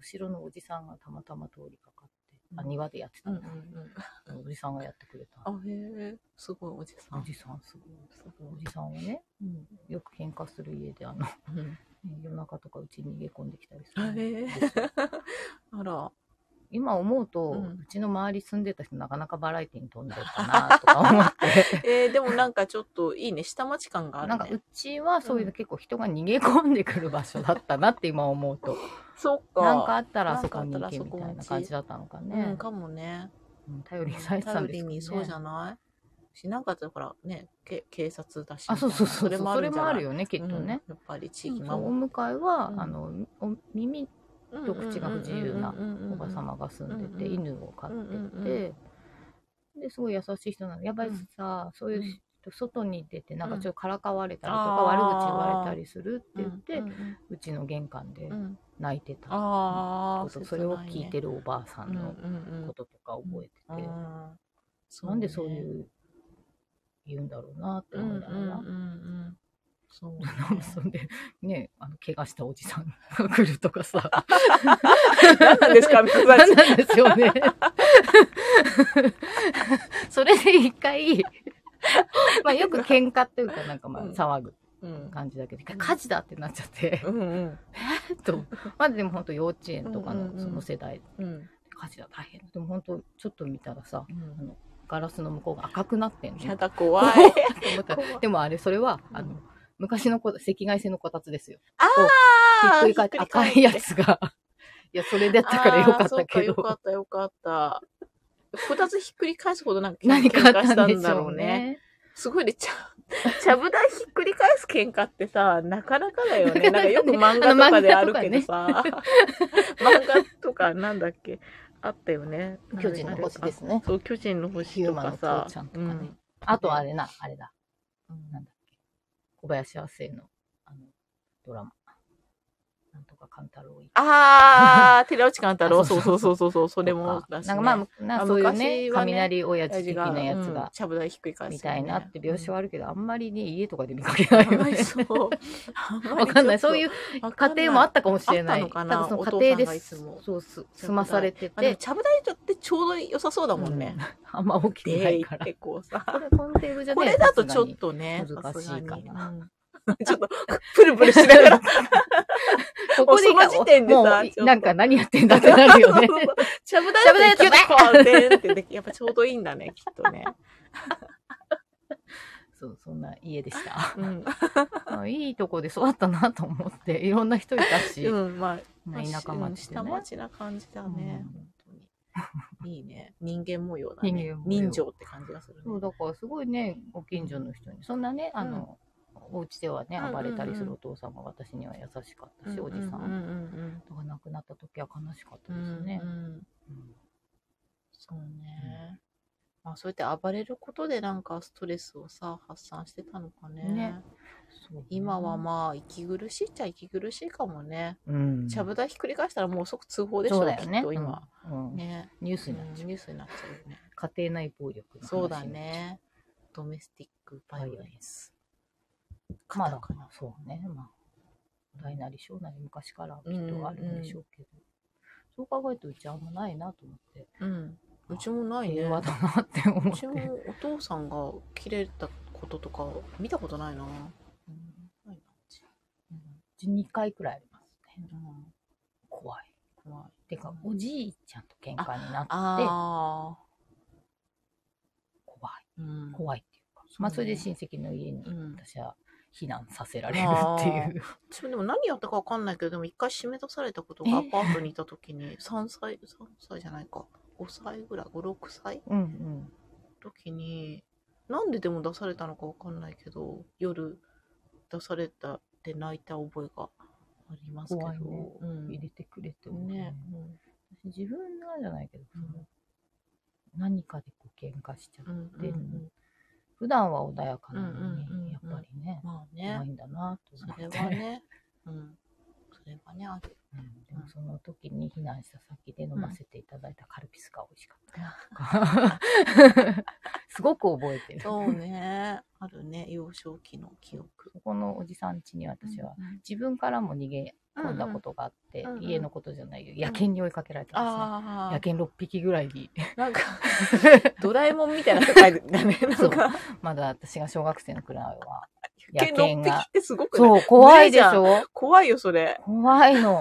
Speaker 1: 後ろのおじさんがたまたま通りかかって、あ
Speaker 2: うん
Speaker 1: 庭でやってた
Speaker 2: うんん
Speaker 1: だ
Speaker 2: う
Speaker 1: け
Speaker 2: んうん。
Speaker 1: ど、おじさんがやってくれた。
Speaker 2: あ、へえ、すごいおじさ
Speaker 1: お
Speaker 2: ん。
Speaker 1: じさんすごい。
Speaker 2: すご
Speaker 1: お
Speaker 2: い
Speaker 1: じさんをね、よく喧嘩する家で、あの、 ね
Speaker 2: うん
Speaker 1: 夜中とかうちに逃げ込んできたりす
Speaker 2: あ
Speaker 1: るん
Speaker 2: へえ
Speaker 1: ですよ。
Speaker 2: あら、
Speaker 1: 今思うと、う
Speaker 2: うん
Speaker 1: ちの周り住んでた人なかなかバラエティに飛んでたなとか思 って。
Speaker 2: えー、でもなんかちょっといいね、下町感がある、
Speaker 1: な
Speaker 2: ね。
Speaker 1: んかうちはそういうの結構人が逃げ込んでくる場所だったなって今思うと。
Speaker 2: そっか。
Speaker 1: なんかあったら
Speaker 2: な
Speaker 1: そ
Speaker 2: んか
Speaker 1: こ
Speaker 2: あっ
Speaker 1: に
Speaker 2: た
Speaker 1: 行
Speaker 2: ら
Speaker 1: けみたいな
Speaker 2: そこ
Speaker 1: 感
Speaker 2: に
Speaker 1: じだったのか
Speaker 2: う
Speaker 1: ね
Speaker 2: ん、。かもね。
Speaker 1: うん頼りにされてたん
Speaker 2: 頼
Speaker 1: です
Speaker 2: り
Speaker 1: かね
Speaker 2: に、そうじゃないし、なんかだからね、け警察だしみた
Speaker 1: あ、
Speaker 2: いな。
Speaker 1: そうそうそう。それもある
Speaker 2: んじゃない
Speaker 1: よね、きっとね。
Speaker 2: うんやっぱり地
Speaker 1: そう
Speaker 2: 域
Speaker 1: そうお
Speaker 2: 守
Speaker 1: 迎えは、
Speaker 2: うん
Speaker 1: あのお耳
Speaker 2: る。
Speaker 1: と口が不自由なおば
Speaker 2: ま。
Speaker 1: 様が住んでて、
Speaker 2: うんうん
Speaker 1: 犬を飼ってて、
Speaker 2: うんうん
Speaker 1: ですごい優しい人なのやっぱりさ、そういう人外に出てなんかちょっとからかわれたりとか、
Speaker 2: あー
Speaker 1: 悪口言われたりするって言って、う
Speaker 2: うんうん
Speaker 1: ちの玄関で
Speaker 2: うんうん
Speaker 1: 泣いてた、
Speaker 2: ああ、
Speaker 1: ことそれを聞いてるおばあさ
Speaker 2: うん
Speaker 1: ん
Speaker 2: うん
Speaker 1: の
Speaker 2: うん
Speaker 1: こととか覚えてて、
Speaker 2: あーそ
Speaker 1: なんでそう
Speaker 2: うね
Speaker 1: いう言うんだろうなって
Speaker 2: うんうん
Speaker 1: 思い
Speaker 2: うん
Speaker 1: ながら。
Speaker 2: うん。そうね。
Speaker 1: そんで、ね、あの、怪我したおじさんが来るとかさ。
Speaker 2: 何な んですか、皆さ
Speaker 1: なん
Speaker 2: ん。
Speaker 1: なんですよ ね。それで一回、 まあよく喧嘩っていうかなんかまあ
Speaker 2: うん
Speaker 1: 騒ぐ
Speaker 2: うん
Speaker 1: 感じだけど、一回火事だってなっちゃって、
Speaker 2: うん うん
Speaker 1: と、まだでも本当幼稚園とか
Speaker 2: うんうんう
Speaker 1: の
Speaker 2: ん
Speaker 1: その世代、
Speaker 2: うん
Speaker 1: 火事だ大変。でも本当ちょっと見たらさ
Speaker 2: う、ん。
Speaker 1: ガラスの向こうが赤くなってんの。
Speaker 2: やだ、怖い。
Speaker 1: と思ったら
Speaker 2: 怖い
Speaker 1: でもあれ、それは、
Speaker 2: うん
Speaker 1: あの、昔のこ赤外線のこたつですよ。ひっ
Speaker 2: あ
Speaker 1: くり返って赤いやつ
Speaker 2: つ
Speaker 1: が。 いや、それでやったからよかったけ
Speaker 2: よか
Speaker 1: ど、
Speaker 2: ったよかった。こたつひっくり返すほどなんか
Speaker 1: 何かあっ
Speaker 2: 喧嘩
Speaker 1: たんでしょうね。。
Speaker 2: すごいね、ちゃ、 ちゃぶ台ひっくり返す喧嘩ってさ、なかなかだよね。
Speaker 1: な
Speaker 2: なん
Speaker 1: かなか
Speaker 2: かよく
Speaker 1: ね
Speaker 2: 漫画とかで
Speaker 1: あ
Speaker 2: あ
Speaker 1: の
Speaker 2: るけ どさ、漫画とかなんだっけ、あったよね。
Speaker 1: 巨人の星ですね。
Speaker 2: そう、巨人の星とか
Speaker 1: ヒューマンの
Speaker 2: さ
Speaker 1: 父ちゃん、と
Speaker 2: う
Speaker 1: かね
Speaker 2: ん
Speaker 1: あとあれな、あれだ。なんだっけ。小林亜生の、あの、ドラマ。なんとか勘太郎一家。
Speaker 2: あー、寺内勘太
Speaker 1: あ
Speaker 2: 郎、
Speaker 1: そ
Speaker 2: そう
Speaker 1: そ
Speaker 2: うそううそうそうそう、それも
Speaker 1: な
Speaker 2: だ
Speaker 1: ん
Speaker 2: し、
Speaker 1: かまあ、なんかそういうね、
Speaker 2: 昔はね
Speaker 1: 雷親父
Speaker 2: 親父
Speaker 1: 的
Speaker 2: が
Speaker 1: なやつ
Speaker 2: うん
Speaker 1: が、
Speaker 2: ちゃぶ台ひっくり返す、
Speaker 1: みたいなって描写は
Speaker 2: あ
Speaker 1: あるけど、あんまりね、家とかで見かけないよね。
Speaker 2: そう。
Speaker 1: わかんない。そういうう家庭もあったかもしれない。
Speaker 2: あったのかな
Speaker 1: ただその家庭
Speaker 2: お父さんが
Speaker 1: で
Speaker 2: い
Speaker 1: す
Speaker 2: つも
Speaker 1: そうす、済まされて
Speaker 2: でも
Speaker 1: て、
Speaker 2: ちゃぶ台ってちょうど良さそうだもんね。
Speaker 1: あんま起きてな
Speaker 2: で
Speaker 1: い
Speaker 2: 行
Speaker 1: か
Speaker 2: っ
Speaker 1: ら。
Speaker 2: てこうさ。
Speaker 1: これコンテーブじゃね
Speaker 2: こ
Speaker 1: え
Speaker 2: れだとち
Speaker 1: さすが
Speaker 2: ょ
Speaker 1: に
Speaker 2: っとね、
Speaker 1: 難しいかな
Speaker 2: さすがに。うんちょっと、プルプルしながら。
Speaker 1: ここで
Speaker 2: もうその時点で
Speaker 1: も
Speaker 2: さ
Speaker 1: う
Speaker 2: ちょっと
Speaker 1: なんか何やってんだってなるよ ね。
Speaker 2: ちゃぶ台だと
Speaker 1: ちゃぶ台だとね
Speaker 2: ちょっとこう、でんってで、やっぱちょうどいいんだね、きっとね。
Speaker 1: そう、そんな家でした。
Speaker 2: うん。
Speaker 1: あいいとこで育ったなと思って、いろんな人いたし、
Speaker 2: うん、まあ、
Speaker 1: まあ田舎町で
Speaker 2: うん下
Speaker 1: ね。
Speaker 2: 町な感じだね。
Speaker 1: うん
Speaker 2: 本当に。いいね。人間模様だね。
Speaker 1: 人間模様
Speaker 2: 人情って感じがするね。
Speaker 1: そう、だからすごいね、ご近所の人に、そんなね、あの、お家ではね、暴れたりするお父さんが私には優しかったし、おじさ
Speaker 2: うんうん
Speaker 1: ん
Speaker 2: うん
Speaker 1: が亡くなった時は悲しかっ
Speaker 2: う
Speaker 1: たです
Speaker 2: ん。
Speaker 1: ね
Speaker 2: う。ん
Speaker 1: うん
Speaker 2: そうね。まあ、そうやって暴れることでなんかストレスをさ、発散してたのかね。
Speaker 1: ねそう
Speaker 2: 今はまあ、息苦しいっちゃ息苦しいかもね。
Speaker 1: うん
Speaker 2: ちゃぶ台ひっくり返したらもう即通報でし
Speaker 1: そう
Speaker 2: ょ、
Speaker 1: だよね
Speaker 2: きっ。と今。
Speaker 1: うんうん
Speaker 2: ね、
Speaker 1: ニュース
Speaker 2: うん
Speaker 1: になっちゃう。
Speaker 2: ニュースになっちゃうよね。
Speaker 1: 家庭内暴力の話
Speaker 2: そうだ。ね。ドメスティックバイオレンス。
Speaker 1: まあ
Speaker 2: カ
Speaker 1: だ
Speaker 2: タカ
Speaker 1: か
Speaker 2: ナ
Speaker 1: ら、そうね。まあ、大なり小なり昔からきっとあるんでしょうけど、そう考えるとうちあんまないなと思って、
Speaker 2: うん。うちもないね。
Speaker 1: 平和
Speaker 2: う
Speaker 1: だなって思って
Speaker 2: ち。もお父さんが切れたこととか見たことないな。
Speaker 1: うん
Speaker 2: ないなうち
Speaker 1: うち2回くらいありますね。
Speaker 2: うん
Speaker 1: 怖い。
Speaker 2: 怖い。
Speaker 1: てか、おじいちゃんと喧嘩になって
Speaker 2: ああ。
Speaker 1: 怖い。
Speaker 2: うん
Speaker 1: 怖いっていうか。
Speaker 2: そうね
Speaker 1: まあ、それで親戚の家に
Speaker 2: うん
Speaker 1: 私は避難させられるっていう。
Speaker 2: 自分でも何やったかわかんないけど、でも一回締め出されたことがアパートにいた時に、3歳、3歳じゃないか、5歳ぐらい、5、6歳
Speaker 1: うんうん。
Speaker 2: 時に、なんででも出されたのかわかんないけど、夜出されたって泣いた覚えがありますけど。
Speaker 1: 怖いね
Speaker 2: うん
Speaker 1: 入れてくれても
Speaker 2: ね
Speaker 1: ね。、私自分がじゃないけど、その何かでこう喧嘩しちゃう
Speaker 2: う。んうん
Speaker 1: で
Speaker 2: うんうん
Speaker 1: 普段は穏やかなの
Speaker 2: うんうんうんうん
Speaker 1: に、やっぱりね、
Speaker 2: まあ
Speaker 1: 怖
Speaker 2: ね
Speaker 1: い、んだなと
Speaker 2: そ
Speaker 1: 思
Speaker 2: れ
Speaker 1: っ
Speaker 2: は
Speaker 1: て。
Speaker 2: ね、うん、それはね、ある。
Speaker 1: うんでもその時に避難した先で飲ませていただいたカルピスが美味しかったとか。 すごく覚えてる。そ
Speaker 2: そう ね、あるね、幼少期の記憶。
Speaker 1: このおじさん家に私は
Speaker 2: うん
Speaker 1: 自分からも逃げ込んだことがあって、
Speaker 2: うんうん
Speaker 1: 家のことじゃないけど、野犬に追いかけられたんですね。
Speaker 2: あ
Speaker 1: 野
Speaker 2: あ、
Speaker 1: 犬6匹ぐらい に、
Speaker 2: なんか、ドラえもんみたいな 世界だね。な
Speaker 1: そ
Speaker 2: ん
Speaker 1: う
Speaker 2: か、
Speaker 1: まだ私が小学生のくらいは。野
Speaker 2: 野犬
Speaker 1: 犬
Speaker 2: の
Speaker 1: が
Speaker 2: ってすごくない
Speaker 1: そう、怖いでし
Speaker 2: 無
Speaker 1: ょ
Speaker 2: 怖いよ、それ。
Speaker 1: 怖いの。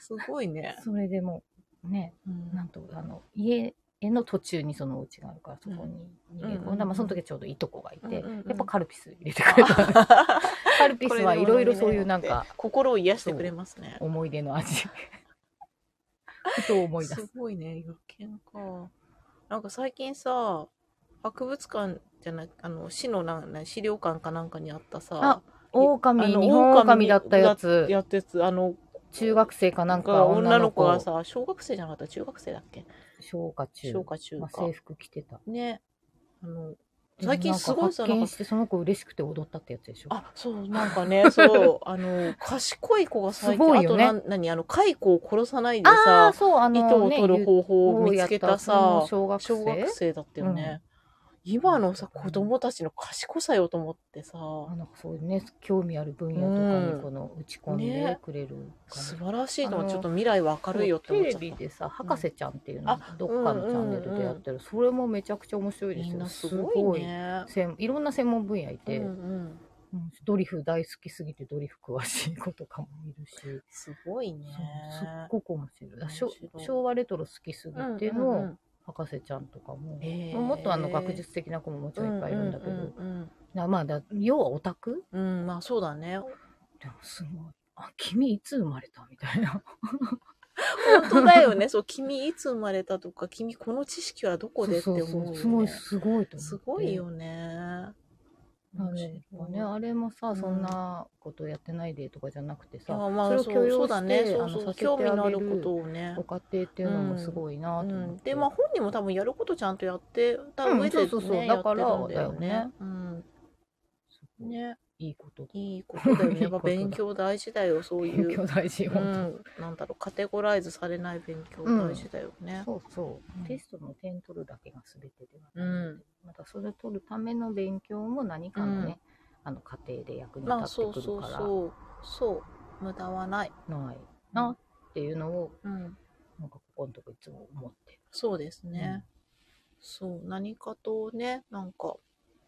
Speaker 2: すごいね。
Speaker 1: それでもう、ね、
Speaker 2: うん
Speaker 1: なんと、あの、家への途中にそのお家があるから、そこに逃げ込んだ。まあ、その時ちょうどいとこがいて、
Speaker 2: うんうんうん
Speaker 1: やっぱカルピス入れてくれた。 カ ルピスはいろいろそういうなんか、
Speaker 2: 心を癒してくれますね。
Speaker 1: 思い出の 味。ふと思い出
Speaker 2: す
Speaker 1: す。
Speaker 2: ごいね、野犬か。なんか最近さ、博物館じゃない、あの、市のなんな資料館かなんかにあったさ、
Speaker 1: 狼、
Speaker 2: あの
Speaker 1: 日本狼だったやつ、
Speaker 2: やってつ、あの、
Speaker 1: 中学生かな
Speaker 2: なん
Speaker 1: ん
Speaker 2: か
Speaker 1: か
Speaker 2: 女
Speaker 1: 女
Speaker 2: の
Speaker 1: の
Speaker 2: 子
Speaker 1: 子
Speaker 2: がさ、小学生じゃなかった中学生だっけ
Speaker 1: 小か中。
Speaker 2: 小か中
Speaker 1: まあ、
Speaker 2: か。
Speaker 1: 制服着てた。
Speaker 2: ね。あの、最近すごいさ、
Speaker 1: で
Speaker 2: な
Speaker 1: も
Speaker 2: ん
Speaker 1: なんか発見
Speaker 2: か、
Speaker 1: してその子嬉しくて踊ったってやつでしょ。
Speaker 2: あ、そう、なん かね、そう、あの、賢い子が最
Speaker 1: す
Speaker 2: 近、
Speaker 1: ご
Speaker 2: あ
Speaker 1: いよ
Speaker 2: と
Speaker 1: ね
Speaker 2: なん、何、あの、蚕を殺さないで
Speaker 1: あ
Speaker 2: さ
Speaker 1: あ、、そう、あの、
Speaker 2: 糸を取る方法を見つけたさ、
Speaker 1: 小学生
Speaker 2: 小学生だったよね。今のさ、
Speaker 1: うん
Speaker 2: 子供たちの賢さよと思ってさ、
Speaker 1: あなんかそういうね興味ある分野とか
Speaker 2: うん
Speaker 1: にこの打ち込ん
Speaker 2: ね
Speaker 1: でくれる感じ
Speaker 2: 素晴らしいと思
Speaker 1: あ
Speaker 2: う。
Speaker 1: の
Speaker 2: ちょっと未来は明るいよって
Speaker 1: テ
Speaker 2: 思っち
Speaker 1: レ
Speaker 2: ゃっ
Speaker 1: ビ
Speaker 2: た。
Speaker 1: でさ「博士ちゃん」っていうの
Speaker 2: あ
Speaker 1: どっかのチャンネルでやってるそれもめちゃくちゃ面白いで
Speaker 2: み
Speaker 1: すよ
Speaker 2: んなすごいね。
Speaker 1: すごい専いろんな専門分野い
Speaker 2: うん
Speaker 1: て、
Speaker 2: うん、
Speaker 1: うんドリフ大好きすぎてドリフ詳しい子とかもいるし、そう
Speaker 2: すごいね。
Speaker 1: すっごく面白いしょ
Speaker 2: 面白い
Speaker 1: 昭和レトロ好きすぎ
Speaker 2: うんうんうん
Speaker 1: ての博士ちゃんとかも、
Speaker 2: へー
Speaker 1: もっとあの学術的な子ももちろんいっぱいいるんだけど、
Speaker 2: ううん
Speaker 1: なまあだ要はオタク、
Speaker 2: うんうんうんまあそうだね。
Speaker 1: でもすごい。あ、君いつ生まれたみたいな。
Speaker 2: 本当だよね。そう、君いつ生まれたとか、君この知識はどこでって
Speaker 1: そ
Speaker 2: 思う
Speaker 1: う
Speaker 2: よ、
Speaker 1: そうそう。
Speaker 2: ね。
Speaker 1: すごい、すごいと思って。
Speaker 2: すごいよ。ね。
Speaker 1: あのやっぱね、あれもさ、そんなことやってないでとかじゃなくて
Speaker 2: い
Speaker 1: さ、
Speaker 2: やまあ
Speaker 1: それを許容して
Speaker 2: そうだね。そ
Speaker 1: あの
Speaker 2: うそう
Speaker 1: させて
Speaker 2: 興味のある
Speaker 1: あげる
Speaker 2: ことをね。
Speaker 1: ご家庭っていうのもすごいな
Speaker 2: う
Speaker 1: と思っ
Speaker 2: ん、
Speaker 1: て。
Speaker 2: でまあ本人も多分やることちゃんとやってた
Speaker 1: うん
Speaker 2: 上でね、
Speaker 1: そうそうそう
Speaker 2: やってるん
Speaker 1: だからだよね
Speaker 2: うん、
Speaker 1: すごい
Speaker 2: ね
Speaker 1: いいこと。
Speaker 2: いいことだ よね
Speaker 1: いい
Speaker 2: やっぱ
Speaker 1: ことだ
Speaker 2: 勉強大事だよそう
Speaker 1: 勉
Speaker 2: い
Speaker 1: 強
Speaker 2: う、
Speaker 1: 大事、
Speaker 2: う
Speaker 1: 本
Speaker 2: ん、なんだろうカテゴライズされない勉強大事だよ
Speaker 1: 当
Speaker 2: ね、
Speaker 1: そうそう、
Speaker 2: うん
Speaker 1: テストの点取るだけが全てでは
Speaker 2: う
Speaker 1: なくて、
Speaker 2: ん
Speaker 1: またそれ取るための勉強も何かのね、あの家庭で役に
Speaker 2: まあ
Speaker 1: 立
Speaker 2: そ
Speaker 1: っ
Speaker 2: う
Speaker 1: てく
Speaker 2: そ
Speaker 1: る
Speaker 2: う
Speaker 1: から、
Speaker 2: そうそう無駄はない、
Speaker 1: ないなっていうのを、
Speaker 2: うん、
Speaker 1: なんかここのとこいつも思ってる。
Speaker 2: そうですね、そう何かとねなんか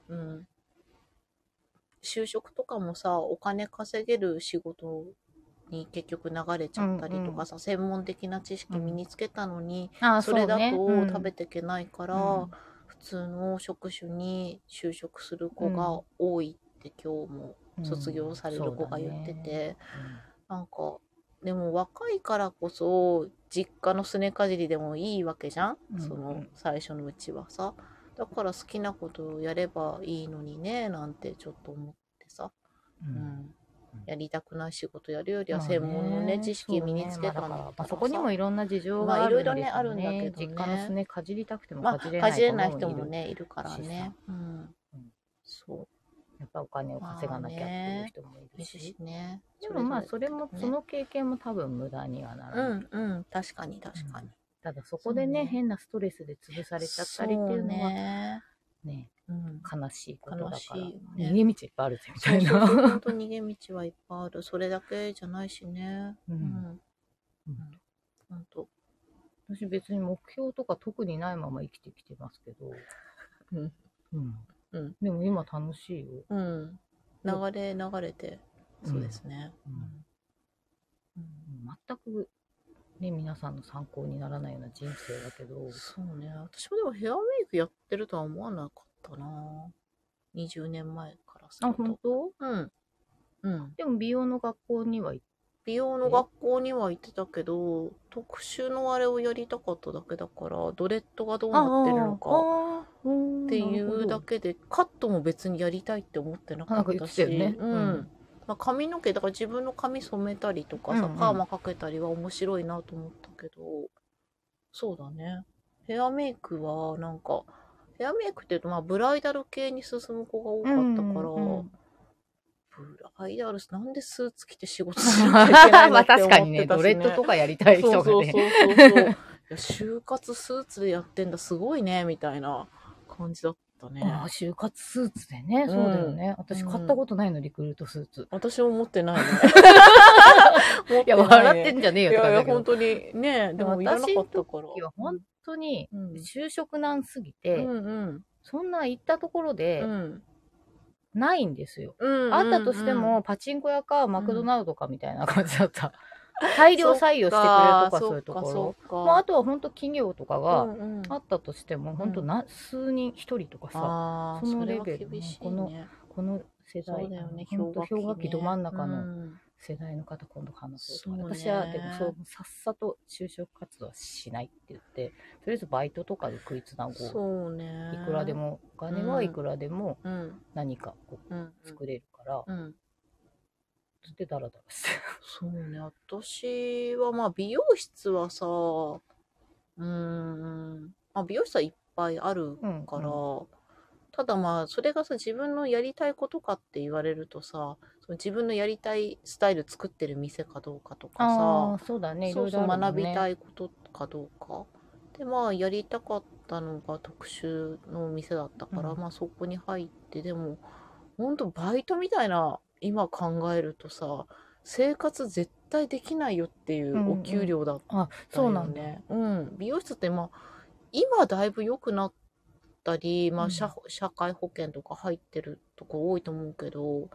Speaker 2: うん就職とかもさお金稼げる仕事に結局流れちゃったりとかさ、専門的な知識身につけたのに、
Speaker 1: あ
Speaker 2: それだと
Speaker 1: うん
Speaker 2: 食べていけないから、
Speaker 1: うん
Speaker 2: 普通の職種に就職する子が多いって今日も卒業される子が言ってて、なんかでも若いからこそ実家のすねかじりでもいいわけじゃん、
Speaker 1: うん
Speaker 2: そ
Speaker 1: うんう
Speaker 2: の
Speaker 1: ん
Speaker 2: 最初のうちはさだから好きなことをやればいいのにねなんてちょっと思ってさ、
Speaker 1: うん
Speaker 2: う
Speaker 1: うんん
Speaker 2: やりたくない仕事やるよりは
Speaker 1: まあ
Speaker 2: 専門の
Speaker 1: ね
Speaker 2: ね,、知識身につけたんだ
Speaker 1: そうねまあだから
Speaker 2: っ
Speaker 1: ま
Speaker 2: た
Speaker 1: あ
Speaker 2: ら
Speaker 1: そこに
Speaker 2: さ
Speaker 1: もいろんな事情が
Speaker 2: まあ
Speaker 1: あ
Speaker 2: いろ
Speaker 1: る
Speaker 2: い
Speaker 1: ん
Speaker 2: ろ
Speaker 1: で
Speaker 2: ね
Speaker 1: すよ
Speaker 2: あるんだけ
Speaker 1: ね
Speaker 2: どね
Speaker 1: 実家のすねかじりたくても
Speaker 2: まあ、
Speaker 1: かじ
Speaker 2: か
Speaker 1: れ
Speaker 2: じ
Speaker 1: ない,、
Speaker 2: れない人もねいるから
Speaker 1: し
Speaker 2: ね
Speaker 1: さ、
Speaker 2: うん
Speaker 1: うん
Speaker 2: そ
Speaker 1: やっぱお金を稼がなきゃっていう人もいう
Speaker 2: い
Speaker 1: る
Speaker 2: る
Speaker 1: し、
Speaker 2: しね
Speaker 1: でもまあそれも
Speaker 2: ね
Speaker 1: その経験も多分無駄にはなら
Speaker 2: う
Speaker 1: ない、
Speaker 2: んうん確かに確かに、
Speaker 1: ただそこでね
Speaker 2: そうね
Speaker 1: 変なストレスで潰されちゃったりっていうの
Speaker 2: そ
Speaker 1: はね
Speaker 2: ねうん
Speaker 1: 悲しいことだから、
Speaker 2: 悲しいね
Speaker 1: 逃げ道いっぱいあるぜみたい
Speaker 2: そうそうそう
Speaker 1: な
Speaker 2: 本当逃げ道はいっぱいある。それだけじゃないしね。
Speaker 1: うん
Speaker 2: うん。
Speaker 1: うん
Speaker 2: 本当。
Speaker 1: 私別に目標とか特にないまま生きてきてますけど、
Speaker 2: うん
Speaker 1: うん
Speaker 2: うん
Speaker 1: でも今楽しいよ
Speaker 2: うん。流れ流れて、
Speaker 1: うん
Speaker 2: そうですね。
Speaker 1: うん全く、ね、皆さんの参考にならないような人生だけど
Speaker 2: そうね。私もでもヘアメイクやってるとは思わなかったな。 20年前からす
Speaker 1: あ
Speaker 2: る
Speaker 1: 本
Speaker 2: と。
Speaker 1: 当
Speaker 2: うん。うん。
Speaker 1: でも美容の学校には行っ
Speaker 2: 美容の学校には行ってたけど、特集のあれをやりたかっただけだから、ドレッドがどう
Speaker 1: て
Speaker 2: なってるのか
Speaker 1: あーあー
Speaker 2: ってい
Speaker 1: おーなるほ
Speaker 2: う
Speaker 1: ど
Speaker 2: だけで、カットも別にやりたいって思ってなか
Speaker 1: なんか
Speaker 2: っ
Speaker 1: 言
Speaker 2: た
Speaker 1: って
Speaker 2: し、
Speaker 1: たよね
Speaker 2: うん。
Speaker 1: うん
Speaker 2: まあ、髪の毛、だから自分の髪染めたりとかさ、
Speaker 1: うんうん
Speaker 2: パーマかけたりは面白いなと思ったけど、そうだね。ヘアメイクは、なんか、ヘアメイクっていうと、まあ、ブライダル系に進む子が多かったから、
Speaker 1: うんうん
Speaker 2: ブライダルス、なんでスーツ着て仕事しなきゃいけな
Speaker 1: ま
Speaker 2: いの
Speaker 1: あ
Speaker 2: って
Speaker 1: 確
Speaker 2: 思って
Speaker 1: か
Speaker 2: たし、
Speaker 1: にね、
Speaker 2: ね、
Speaker 1: ドレッドとかやりたい人がね。
Speaker 2: そうそうそうそうそう。いや、就活スーツでやってんだ、すごいね、みたいな感じだったね。
Speaker 1: ああ、就活スーツでね、
Speaker 2: ん
Speaker 1: そうだよね。私買ったことないの、リクルートスーツ。
Speaker 2: 私も持ってないね。
Speaker 1: いや、笑ってんじゃねえ
Speaker 2: い
Speaker 1: よ
Speaker 2: や
Speaker 1: って感じ
Speaker 2: いや、
Speaker 1: だけど。
Speaker 2: 本当に。ねでもいらなかったから。
Speaker 1: いや、本当に、
Speaker 2: うん
Speaker 1: 就職難すぎ
Speaker 2: う
Speaker 1: て、
Speaker 2: んうん。
Speaker 1: そんな行ったところ
Speaker 2: う
Speaker 1: で、
Speaker 2: ん。
Speaker 1: ないんですよ。
Speaker 2: うん
Speaker 1: あったとしても、、パチンコ屋か、マクドナルドかみたいな感じだった。大量採用してくれるとか、そういうところ。
Speaker 2: ろ
Speaker 1: まあ、あとは本当企業とかが、
Speaker 2: うんうん
Speaker 1: あったとしても、本当な、数人、一人とかさ、
Speaker 2: あー
Speaker 1: その
Speaker 2: それ
Speaker 1: レ
Speaker 2: は
Speaker 1: ベルの
Speaker 2: 厳しい
Speaker 1: この
Speaker 2: ね。
Speaker 1: この世代、
Speaker 2: そうだよね、
Speaker 1: あの本当氷河期ど真ん中の、
Speaker 2: うん
Speaker 1: 世代の方今度話そうと
Speaker 2: そうね
Speaker 1: 私はでもそうさっさと就職活動はしないって言ってとりあえずバイトとかで食いつなごう
Speaker 2: そうね。
Speaker 1: いくらで。もお金はいくらでも
Speaker 2: うん。
Speaker 1: 何かこ
Speaker 2: うん
Speaker 1: う作れるから、
Speaker 2: うん。うん。
Speaker 1: つってダラダラして
Speaker 2: そうね、私はまあ美容室はさ、うーん、まあ美容室はいっぱいある
Speaker 1: うん
Speaker 2: から、ただまあそれがさ自分のやりたいことかって言われるとさ、その自分のやりたいスタイル作ってる店かどうかとか
Speaker 1: あ
Speaker 2: さ、
Speaker 1: あそうだねい
Speaker 2: そ
Speaker 1: ろ
Speaker 2: う
Speaker 1: い
Speaker 2: そ
Speaker 1: ろ
Speaker 2: う
Speaker 1: あるも
Speaker 2: 学
Speaker 1: ん
Speaker 2: び
Speaker 1: ね
Speaker 2: たいことかどうか。でまあやりたかったのが特集のお店だったから、
Speaker 1: うん
Speaker 2: まあそこに入ってでもほんとバイトみたいな今考えるとさ生活絶対できないよってい
Speaker 1: うんう
Speaker 2: うんお給料だっ
Speaker 1: あ
Speaker 2: た
Speaker 1: そ
Speaker 2: よ
Speaker 1: うなんだ、
Speaker 2: ね。うん美容室ってまあ今だいぶ良くなったり、ま
Speaker 1: う
Speaker 2: あ
Speaker 1: ん
Speaker 2: 社社会保険とか入ってるとこ多いと思うけど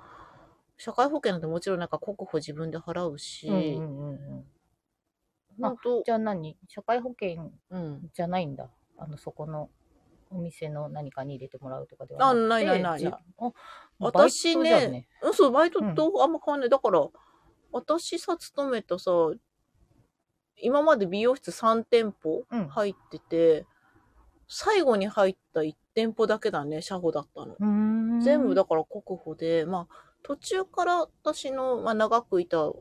Speaker 2: 社会保険なんてもちろんなんか国保自分で払うし、
Speaker 1: うんうんうんうん、
Speaker 2: ほんと
Speaker 1: じゃあ何社会保険
Speaker 2: うん、
Speaker 1: じゃないんだあのそこのお店の何かに入れてもらうとかでは
Speaker 2: あ
Speaker 1: くて
Speaker 2: ないないない
Speaker 1: じあ
Speaker 2: 私
Speaker 1: バ
Speaker 2: ね
Speaker 1: イトじゃんね
Speaker 2: うん、そう、バイトとあんま変わんない。だから、私さ、勤めたさ、今まで美容室3店舗
Speaker 1: うん
Speaker 2: 入ってて、最後に入った1店舗だけだね、社保だったの。
Speaker 1: うーん
Speaker 2: 全部だから国保で、まあ、途中から私の、まあ、長くいた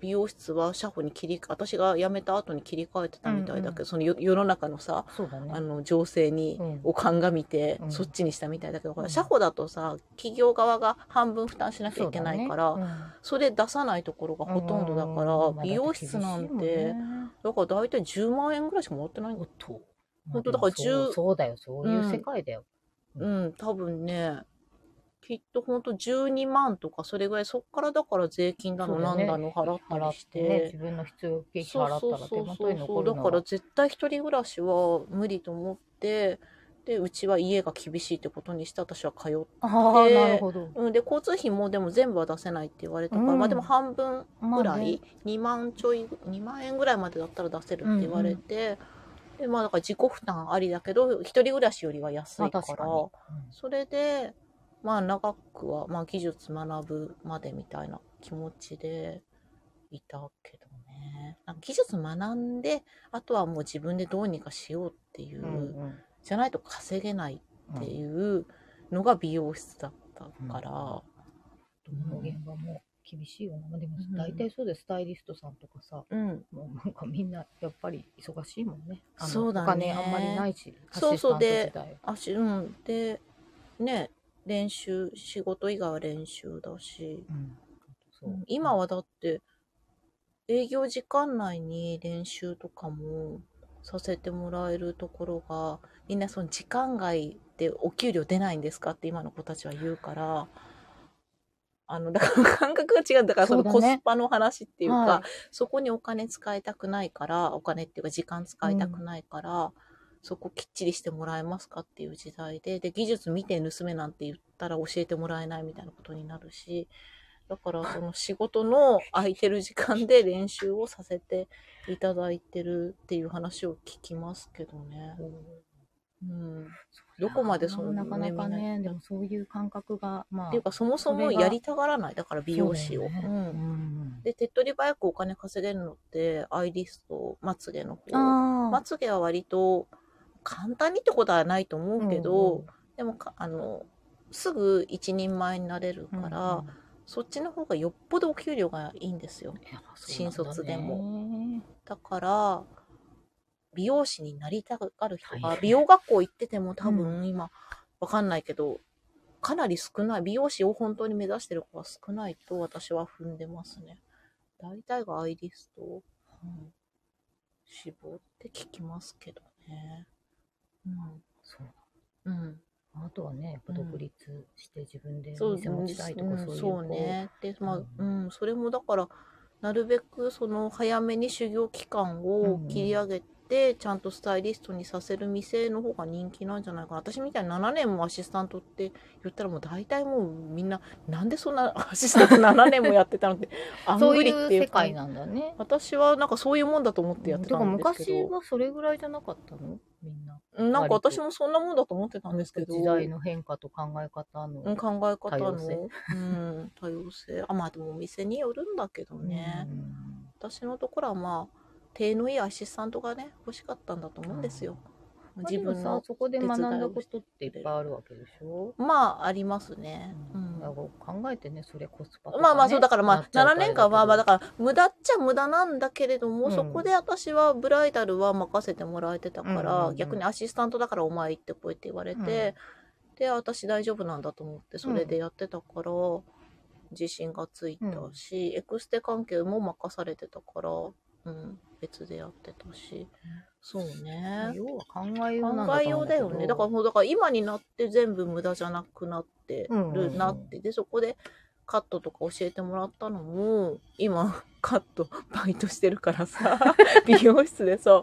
Speaker 2: 美容室は社保に切り、私が辞めた後に切り替えてたみたいだ
Speaker 1: うん
Speaker 2: けど、
Speaker 1: うん
Speaker 2: その世世の中のさ、
Speaker 1: そうだね
Speaker 2: あの情勢に、
Speaker 1: うん
Speaker 2: を鑑みて、
Speaker 1: うん
Speaker 2: そっちにしたみたいだけど、ほら
Speaker 1: うん
Speaker 2: 社保だとさ企業側が半分負担しなきゃいけないからそ,、
Speaker 1: そうだね
Speaker 2: れ出さないところが
Speaker 1: うん
Speaker 2: ほとんどだから、
Speaker 1: うんまあ
Speaker 2: 美容室なん
Speaker 1: だ
Speaker 2: て
Speaker 1: って厳しいもんね
Speaker 2: だから大体10万円ぐらいしかもらってないんだ
Speaker 1: おっと
Speaker 2: 本当だか
Speaker 1: ま
Speaker 2: ら
Speaker 1: あでもそう
Speaker 2: 10
Speaker 1: そうだよそういう世界だよ、
Speaker 2: うん多分ねきっとほんと12万とかそれぐらいそっからだから税金だの
Speaker 1: そうだ
Speaker 2: なん
Speaker 1: ね
Speaker 2: だの払った
Speaker 1: 払
Speaker 2: り
Speaker 1: っ、
Speaker 2: して
Speaker 1: ね、
Speaker 2: て
Speaker 1: 自。分の必要経費払ったら手元に残る
Speaker 2: だ
Speaker 1: の
Speaker 2: から
Speaker 1: は
Speaker 2: 絶対一人暮らしは無理と思ってでうちは家が厳しいってことにして私は通っ
Speaker 1: ああ
Speaker 2: で
Speaker 1: なるほど、
Speaker 2: うん、で交通費もでも全部は出せないって言われたから、
Speaker 1: うん
Speaker 2: まあでも半分
Speaker 1: ま
Speaker 2: ぐ
Speaker 1: あ
Speaker 2: ら
Speaker 1: ね
Speaker 2: い、2万ちょい2万円ぐらいまでだったら出せるって言われて、でまあだから自己負担ありだけど一人暮らしよりは安
Speaker 1: まあ
Speaker 2: いから
Speaker 1: 確かに、うん
Speaker 2: それでまあ長くは、まあ、技術学ぶまでみたいな気持ちでいたけどねなんか技術学んであとはもう自分でどうにかしようっていう、
Speaker 1: うんうん
Speaker 2: じゃないと稼げない
Speaker 1: うん
Speaker 2: っていうのが美容室だったから、
Speaker 1: どの現場も厳しいよな、まあでも
Speaker 2: うん
Speaker 1: 大体そうですスタイリストさんとかさ
Speaker 2: うん、
Speaker 1: もうなんかみんなやっぱり忙しいもんねあの
Speaker 2: そうだね
Speaker 1: お金あんまりないし
Speaker 2: そうそう
Speaker 1: アシス
Speaker 2: で
Speaker 1: タント時代
Speaker 2: あし、うん、で、ね、練習、仕事以外は練習だし、
Speaker 1: うんそう
Speaker 2: 今はだって、営業時間内に練習とかもさせてもらえるところが、みんなその時間外でお給料出ないんですかって今の子たちは言うから、あの、だから 感覚が違う。だからその
Speaker 1: そ
Speaker 2: コ
Speaker 1: うだね
Speaker 2: スパの話っていうか、
Speaker 1: は
Speaker 2: そこにお金使いたくないから、お金っていうか時間使いたくないから、そこきっちりしてもらえますかっていう時代で、で、技術見て盗めなんて言ったら教えてもらえないみたいなことになるし、だからその仕事の空いてる時間で練習をさせていただいてるっていう話を聞きますけどね。
Speaker 1: い
Speaker 2: うん、どこまでその
Speaker 1: なかなか
Speaker 2: 夢見な
Speaker 1: ね
Speaker 2: い
Speaker 1: でもそういう感覚がまあ
Speaker 2: っていうかそもそ
Speaker 1: そ
Speaker 2: も
Speaker 1: れが
Speaker 2: やりたがらないだから美容師を。
Speaker 1: そうだよ
Speaker 2: う
Speaker 1: ね
Speaker 2: ん
Speaker 1: うん
Speaker 2: で手っ取り早くお金稼げるのってアイリストまつげの方
Speaker 1: あ
Speaker 2: まつげは割と簡単にってことはないと思うけど、
Speaker 1: うんうん
Speaker 2: でもかあのすぐ一人前になれる
Speaker 1: うん
Speaker 2: から、そっちの方がよっぽどお給料がいいんですよ
Speaker 1: やっぱそうなんだね
Speaker 2: 新卒でもだから美容師になりたがる人
Speaker 1: は
Speaker 2: が
Speaker 1: い
Speaker 2: 美容学校行ってても多分今わかんないけどかなり少ない美容師を本当に目指してる子は少ないと私は踏んでますね大体がアイリストを、うん、志望って聞きますけどね
Speaker 1: そう
Speaker 2: うん、うん、
Speaker 1: あとはねやっぱ独立して自分で
Speaker 2: そう
Speaker 1: 店持ちたいとかそういう
Speaker 2: そう
Speaker 1: こ
Speaker 2: ねでまあ
Speaker 1: う
Speaker 2: うんそれもだからなるべくその早めに修行期間を切り上げて、ちゃんとスタイリストにさせる店の方が人気なんじゃないかな私みたいに7年もアシスタントって言ったらもう大体もうみんななんでそんな アシスタント7年もやってた のってあん
Speaker 1: そう
Speaker 2: ぐ
Speaker 1: い
Speaker 2: りっ
Speaker 1: う
Speaker 2: ていう
Speaker 1: 世
Speaker 2: か
Speaker 1: 界なんだね
Speaker 2: 私はなんかそういうもんだと思ってやって
Speaker 1: と
Speaker 2: た
Speaker 1: か
Speaker 2: んですけ
Speaker 1: 昔
Speaker 2: ど、
Speaker 1: はそれぐらいじゃなかったのみんな
Speaker 2: うんなんか
Speaker 1: 割と
Speaker 2: 私もそんなもんだと思ってたんですけど
Speaker 1: 時代の変化と考え方
Speaker 2: うん
Speaker 1: の
Speaker 2: 考え方
Speaker 1: 多
Speaker 2: の
Speaker 1: 様性
Speaker 2: うん、多様性あまあでもお店によるんだけどね、
Speaker 1: うん
Speaker 2: 私のところはまあ手のいいアシスタントがね欲しかったんだと思うんですよ、
Speaker 1: まあ
Speaker 2: 自
Speaker 1: でも
Speaker 2: 分
Speaker 1: さ
Speaker 2: の
Speaker 1: そこで学んだことっていっぱいあるわけでしょ
Speaker 2: まあありますね、う
Speaker 1: だから
Speaker 2: ん
Speaker 1: 考えてねそれコスパ
Speaker 2: まあまあそうだからまあ7年間はまあだ
Speaker 1: か
Speaker 2: から無駄っちゃ無駄なんだけれども、
Speaker 1: うん
Speaker 2: そこで私はブライダルは任せてもらえてたか
Speaker 1: うん
Speaker 2: ら、
Speaker 1: うんうん
Speaker 2: 逆にアシスタントだからお前行ってこいって言われて、で私大丈夫なんだと思ってそれでやってたから、自信がついたし、エクステ関係も任されてたから、うん、別でやってたしそうね。
Speaker 1: 要は考えようなん
Speaker 2: 考えようだよね。だから
Speaker 1: ら
Speaker 2: もうだから今になって全部無駄じゃなくなってるなって、
Speaker 1: うんうん
Speaker 2: でそこでカットとか教えてもらったのも今 カットバイトしてるか らさ美容室でさ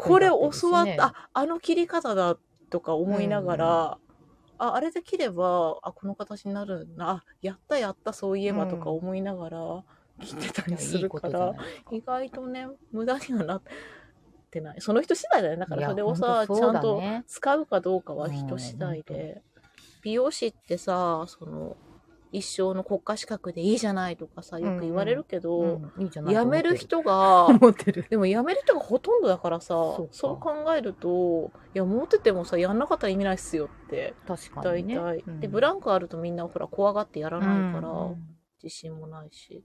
Speaker 2: これ教わった、ああの切り方だとか思いながら、ああれで切ればあこの形になるんだあやったやったそういえばとか思いながら切ってた
Speaker 1: い
Speaker 2: り
Speaker 1: や
Speaker 2: す
Speaker 1: い
Speaker 2: る
Speaker 1: い
Speaker 2: か
Speaker 1: ことじ
Speaker 2: ら。
Speaker 1: ゃない
Speaker 2: 意外とね無駄にはなってないその人次第だよねだか
Speaker 1: い
Speaker 2: ら
Speaker 1: や
Speaker 2: それをさ、
Speaker 1: ほんと
Speaker 2: ち
Speaker 1: そ
Speaker 2: ゃ
Speaker 1: うんだ
Speaker 2: と
Speaker 1: ね
Speaker 2: 使うかどうかは人次
Speaker 1: う
Speaker 2: 第
Speaker 1: んほ
Speaker 2: で、美容師ってさその一生の国家資格でいいじゃないとかさよく言われるけど、
Speaker 1: うんいいじゃない
Speaker 2: 辞める人 が
Speaker 1: 思ってる
Speaker 2: でも辞める人がほとんどだからさ
Speaker 1: そ
Speaker 2: そうう
Speaker 1: か
Speaker 2: 考えるといやモテてもさやんなかったら意味ないっすよって
Speaker 1: 確か
Speaker 2: 大
Speaker 1: にね
Speaker 2: 体、
Speaker 1: うん
Speaker 2: でブランクあるとみんなほら怖がってやらないから、
Speaker 1: うんうん
Speaker 2: 自信もないし、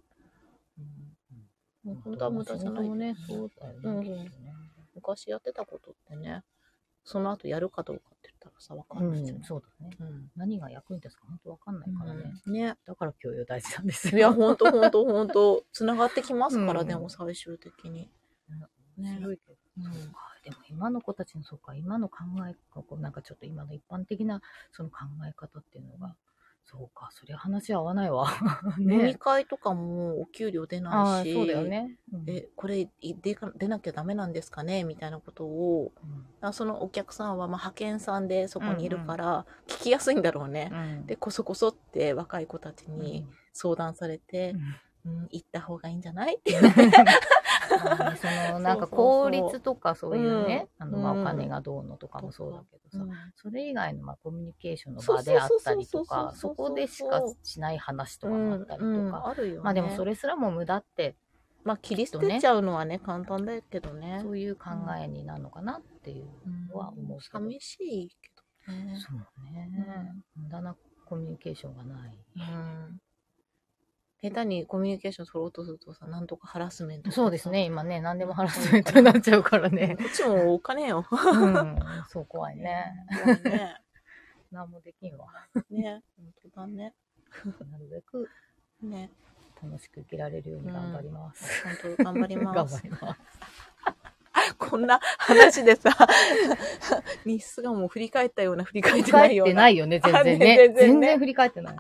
Speaker 1: う
Speaker 2: も
Speaker 1: ん
Speaker 2: う本当は無駄じゃない
Speaker 1: 仕事もね
Speaker 2: よ
Speaker 1: そうだよね,、
Speaker 2: うん
Speaker 1: きっとね
Speaker 2: 昔やってたことってねその後やるかどうかって言ったらさ分か
Speaker 1: うん
Speaker 2: ないじゃ
Speaker 1: ん、そうだね
Speaker 2: ん、うん
Speaker 1: 何が役に立つか本当わかんないからね、
Speaker 2: ね
Speaker 1: だから教養大事なんです
Speaker 2: い
Speaker 1: よ
Speaker 2: やほんとほんとほんとつながってきますから、
Speaker 1: うん
Speaker 2: でも最終的に、
Speaker 1: 面
Speaker 2: ね
Speaker 1: 白いけどそうかでも今の子たちのそうか今の考えがこうなんかちょっと今の一般的なその考え方っていうのがそうかそりゃ話合わないわ
Speaker 2: 飲み
Speaker 1: ね
Speaker 2: 会とかもお給料出
Speaker 1: あ
Speaker 2: な
Speaker 1: あ
Speaker 2: いし
Speaker 1: そうだよね、うん
Speaker 2: えこれい出か出なきゃダメなんですかねみたいなことをあそのお客さんはまあ派遣さんでそこにいるから聞きやすいんだろうね、
Speaker 1: うん
Speaker 2: でこそこそって若い子たち
Speaker 1: うん
Speaker 2: に相談されて
Speaker 1: う、ん
Speaker 2: うん、行った方がいいんじゃないって
Speaker 1: あのそのなんか
Speaker 2: そうそうそ
Speaker 1: 効
Speaker 2: う
Speaker 1: 率とかそういうね、あのまあ
Speaker 2: うん
Speaker 1: お金がどうのとかもそうだけどさ、それ以外のまあコミュニケーションの
Speaker 2: そう
Speaker 1: 場であったりとかそう
Speaker 2: そそうそうそうそう
Speaker 1: こでしかしない話とかもあったりとか、
Speaker 2: うんうんあるよね、
Speaker 1: まあでもそれすらも無駄って
Speaker 2: まあ切り捨てちゃうのはね簡単だけどね
Speaker 1: そういう考えになるのかなっていうのは思うけど、
Speaker 2: 寂しいけどね
Speaker 1: そうね、無駄なコミュニケーションがない
Speaker 2: うん下手にコミュニケーション取ろうとするとさなんとかハラスメントとかさ
Speaker 1: そうですね今ね何でもハラスメントになっちゃうから
Speaker 2: うん
Speaker 1: ね
Speaker 2: こっちもお金よ
Speaker 1: うん そう怖いね
Speaker 2: ね
Speaker 1: 何もできんわ
Speaker 2: ね本当だね
Speaker 1: なるべく
Speaker 2: ね
Speaker 1: 楽しく生きられるように頑張ります、
Speaker 2: 本当頑張りま
Speaker 1: 頑
Speaker 2: す
Speaker 1: 張ります
Speaker 2: こんな話でさ日数がもう振り返ったような振り返っ
Speaker 1: 振
Speaker 2: て
Speaker 1: り
Speaker 2: ない
Speaker 1: 返
Speaker 2: よ
Speaker 1: っ
Speaker 2: うな
Speaker 1: てないよね全然ね
Speaker 2: あ全然ね
Speaker 1: 全然振り返ってない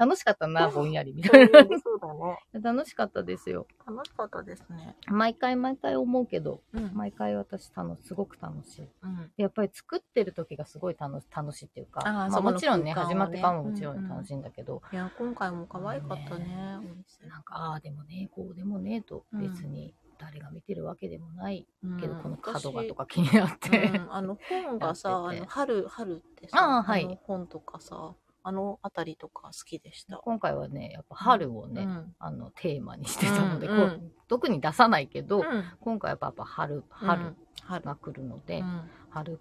Speaker 1: 楽しかった なぼんやりみた
Speaker 2: う
Speaker 1: い
Speaker 2: ん
Speaker 1: な
Speaker 2: そうだね
Speaker 1: 楽しかったですよ
Speaker 2: 楽しかったですね
Speaker 1: 毎回毎回思うけど
Speaker 2: うん
Speaker 1: 毎回私楽すごく楽しい
Speaker 2: うん
Speaker 1: やっぱり作ってる時がすごい楽し楽しいっていうか
Speaker 2: あー
Speaker 1: まあ
Speaker 2: そこの
Speaker 1: もちろんね
Speaker 2: 空間を
Speaker 1: 始
Speaker 2: ね
Speaker 1: まってからももちろ
Speaker 2: うんうん
Speaker 1: ん楽しいんだけど、
Speaker 2: いや今回も可愛かったねお店
Speaker 1: なんかああでもねこうでもねと
Speaker 2: うん
Speaker 1: 別に誰が見てるわけでもない
Speaker 2: うん
Speaker 1: けど、この角がとか
Speaker 2: か
Speaker 1: 気になって、
Speaker 2: うん、あの本がさ
Speaker 1: やってて
Speaker 2: あの春春ってさ
Speaker 1: あーはい
Speaker 2: の本とかさあのあたりとか好きでした、
Speaker 1: 今回はねやっぱ春をね、
Speaker 2: うん
Speaker 1: あのテーマにしてたので、
Speaker 2: うんうん
Speaker 1: こう特に出さないけど、
Speaker 2: うん
Speaker 1: 今回はやっぱ春春
Speaker 2: うん春
Speaker 1: が来るので、
Speaker 2: うん
Speaker 1: 春っ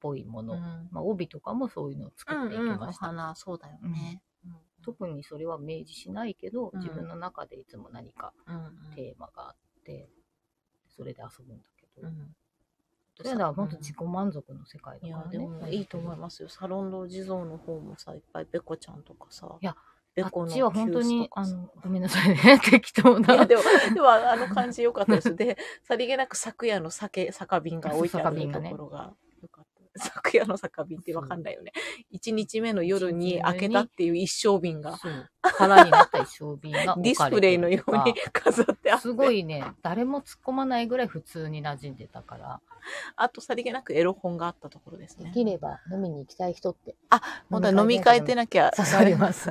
Speaker 1: ぽいもの、
Speaker 2: うん
Speaker 1: まあ、帯とかもそういうのを作っていき
Speaker 2: うんうんお
Speaker 1: ました、
Speaker 2: 花そうだよね、うん
Speaker 1: 特にそれは明示しないけど、
Speaker 2: うん
Speaker 1: 自分の中でいつも何か
Speaker 2: うん
Speaker 1: テーマがあってそれで遊ぶんだけど、
Speaker 2: うん
Speaker 1: それはまず自己満足の世界
Speaker 2: い
Speaker 1: だ
Speaker 2: や
Speaker 1: からね、
Speaker 2: でもいいと思いますよサロンの地蔵の方もさいっぱいベコちゃんとかさ
Speaker 1: いや
Speaker 2: ベ
Speaker 1: あ
Speaker 2: コ
Speaker 1: っ
Speaker 2: の
Speaker 1: ちは本当
Speaker 2: 急須
Speaker 1: に
Speaker 2: と、か
Speaker 1: あ
Speaker 2: さ
Speaker 1: の、ごめんなさいね。 適当
Speaker 2: いや
Speaker 1: な。
Speaker 2: でも、でもあの感じ良かったです。で、さりげなく昨夜の酒、酒瓶が置いて
Speaker 1: そ
Speaker 2: あ
Speaker 1: う酒
Speaker 2: る
Speaker 1: 瓶が
Speaker 2: と
Speaker 1: ね
Speaker 2: ころが良かった。昨夜の酒瓶ってわかんないよね。一日目の夜
Speaker 1: 一日目
Speaker 2: に
Speaker 1: に
Speaker 2: 開けたっていう一升瓶が、
Speaker 1: そう。空になった一生 瓶が置かれてるとか
Speaker 2: ディスプレイのように飾ってあって。
Speaker 1: すごいね、誰も突っ込まないぐらい普通に馴染んでたから、
Speaker 2: あとさりげなくエロ本があったところです
Speaker 1: で
Speaker 2: ね。
Speaker 1: きれば飲みに行きたい人って。
Speaker 2: あ、本当は飲み会ってなきゃ。
Speaker 1: 刺さり ます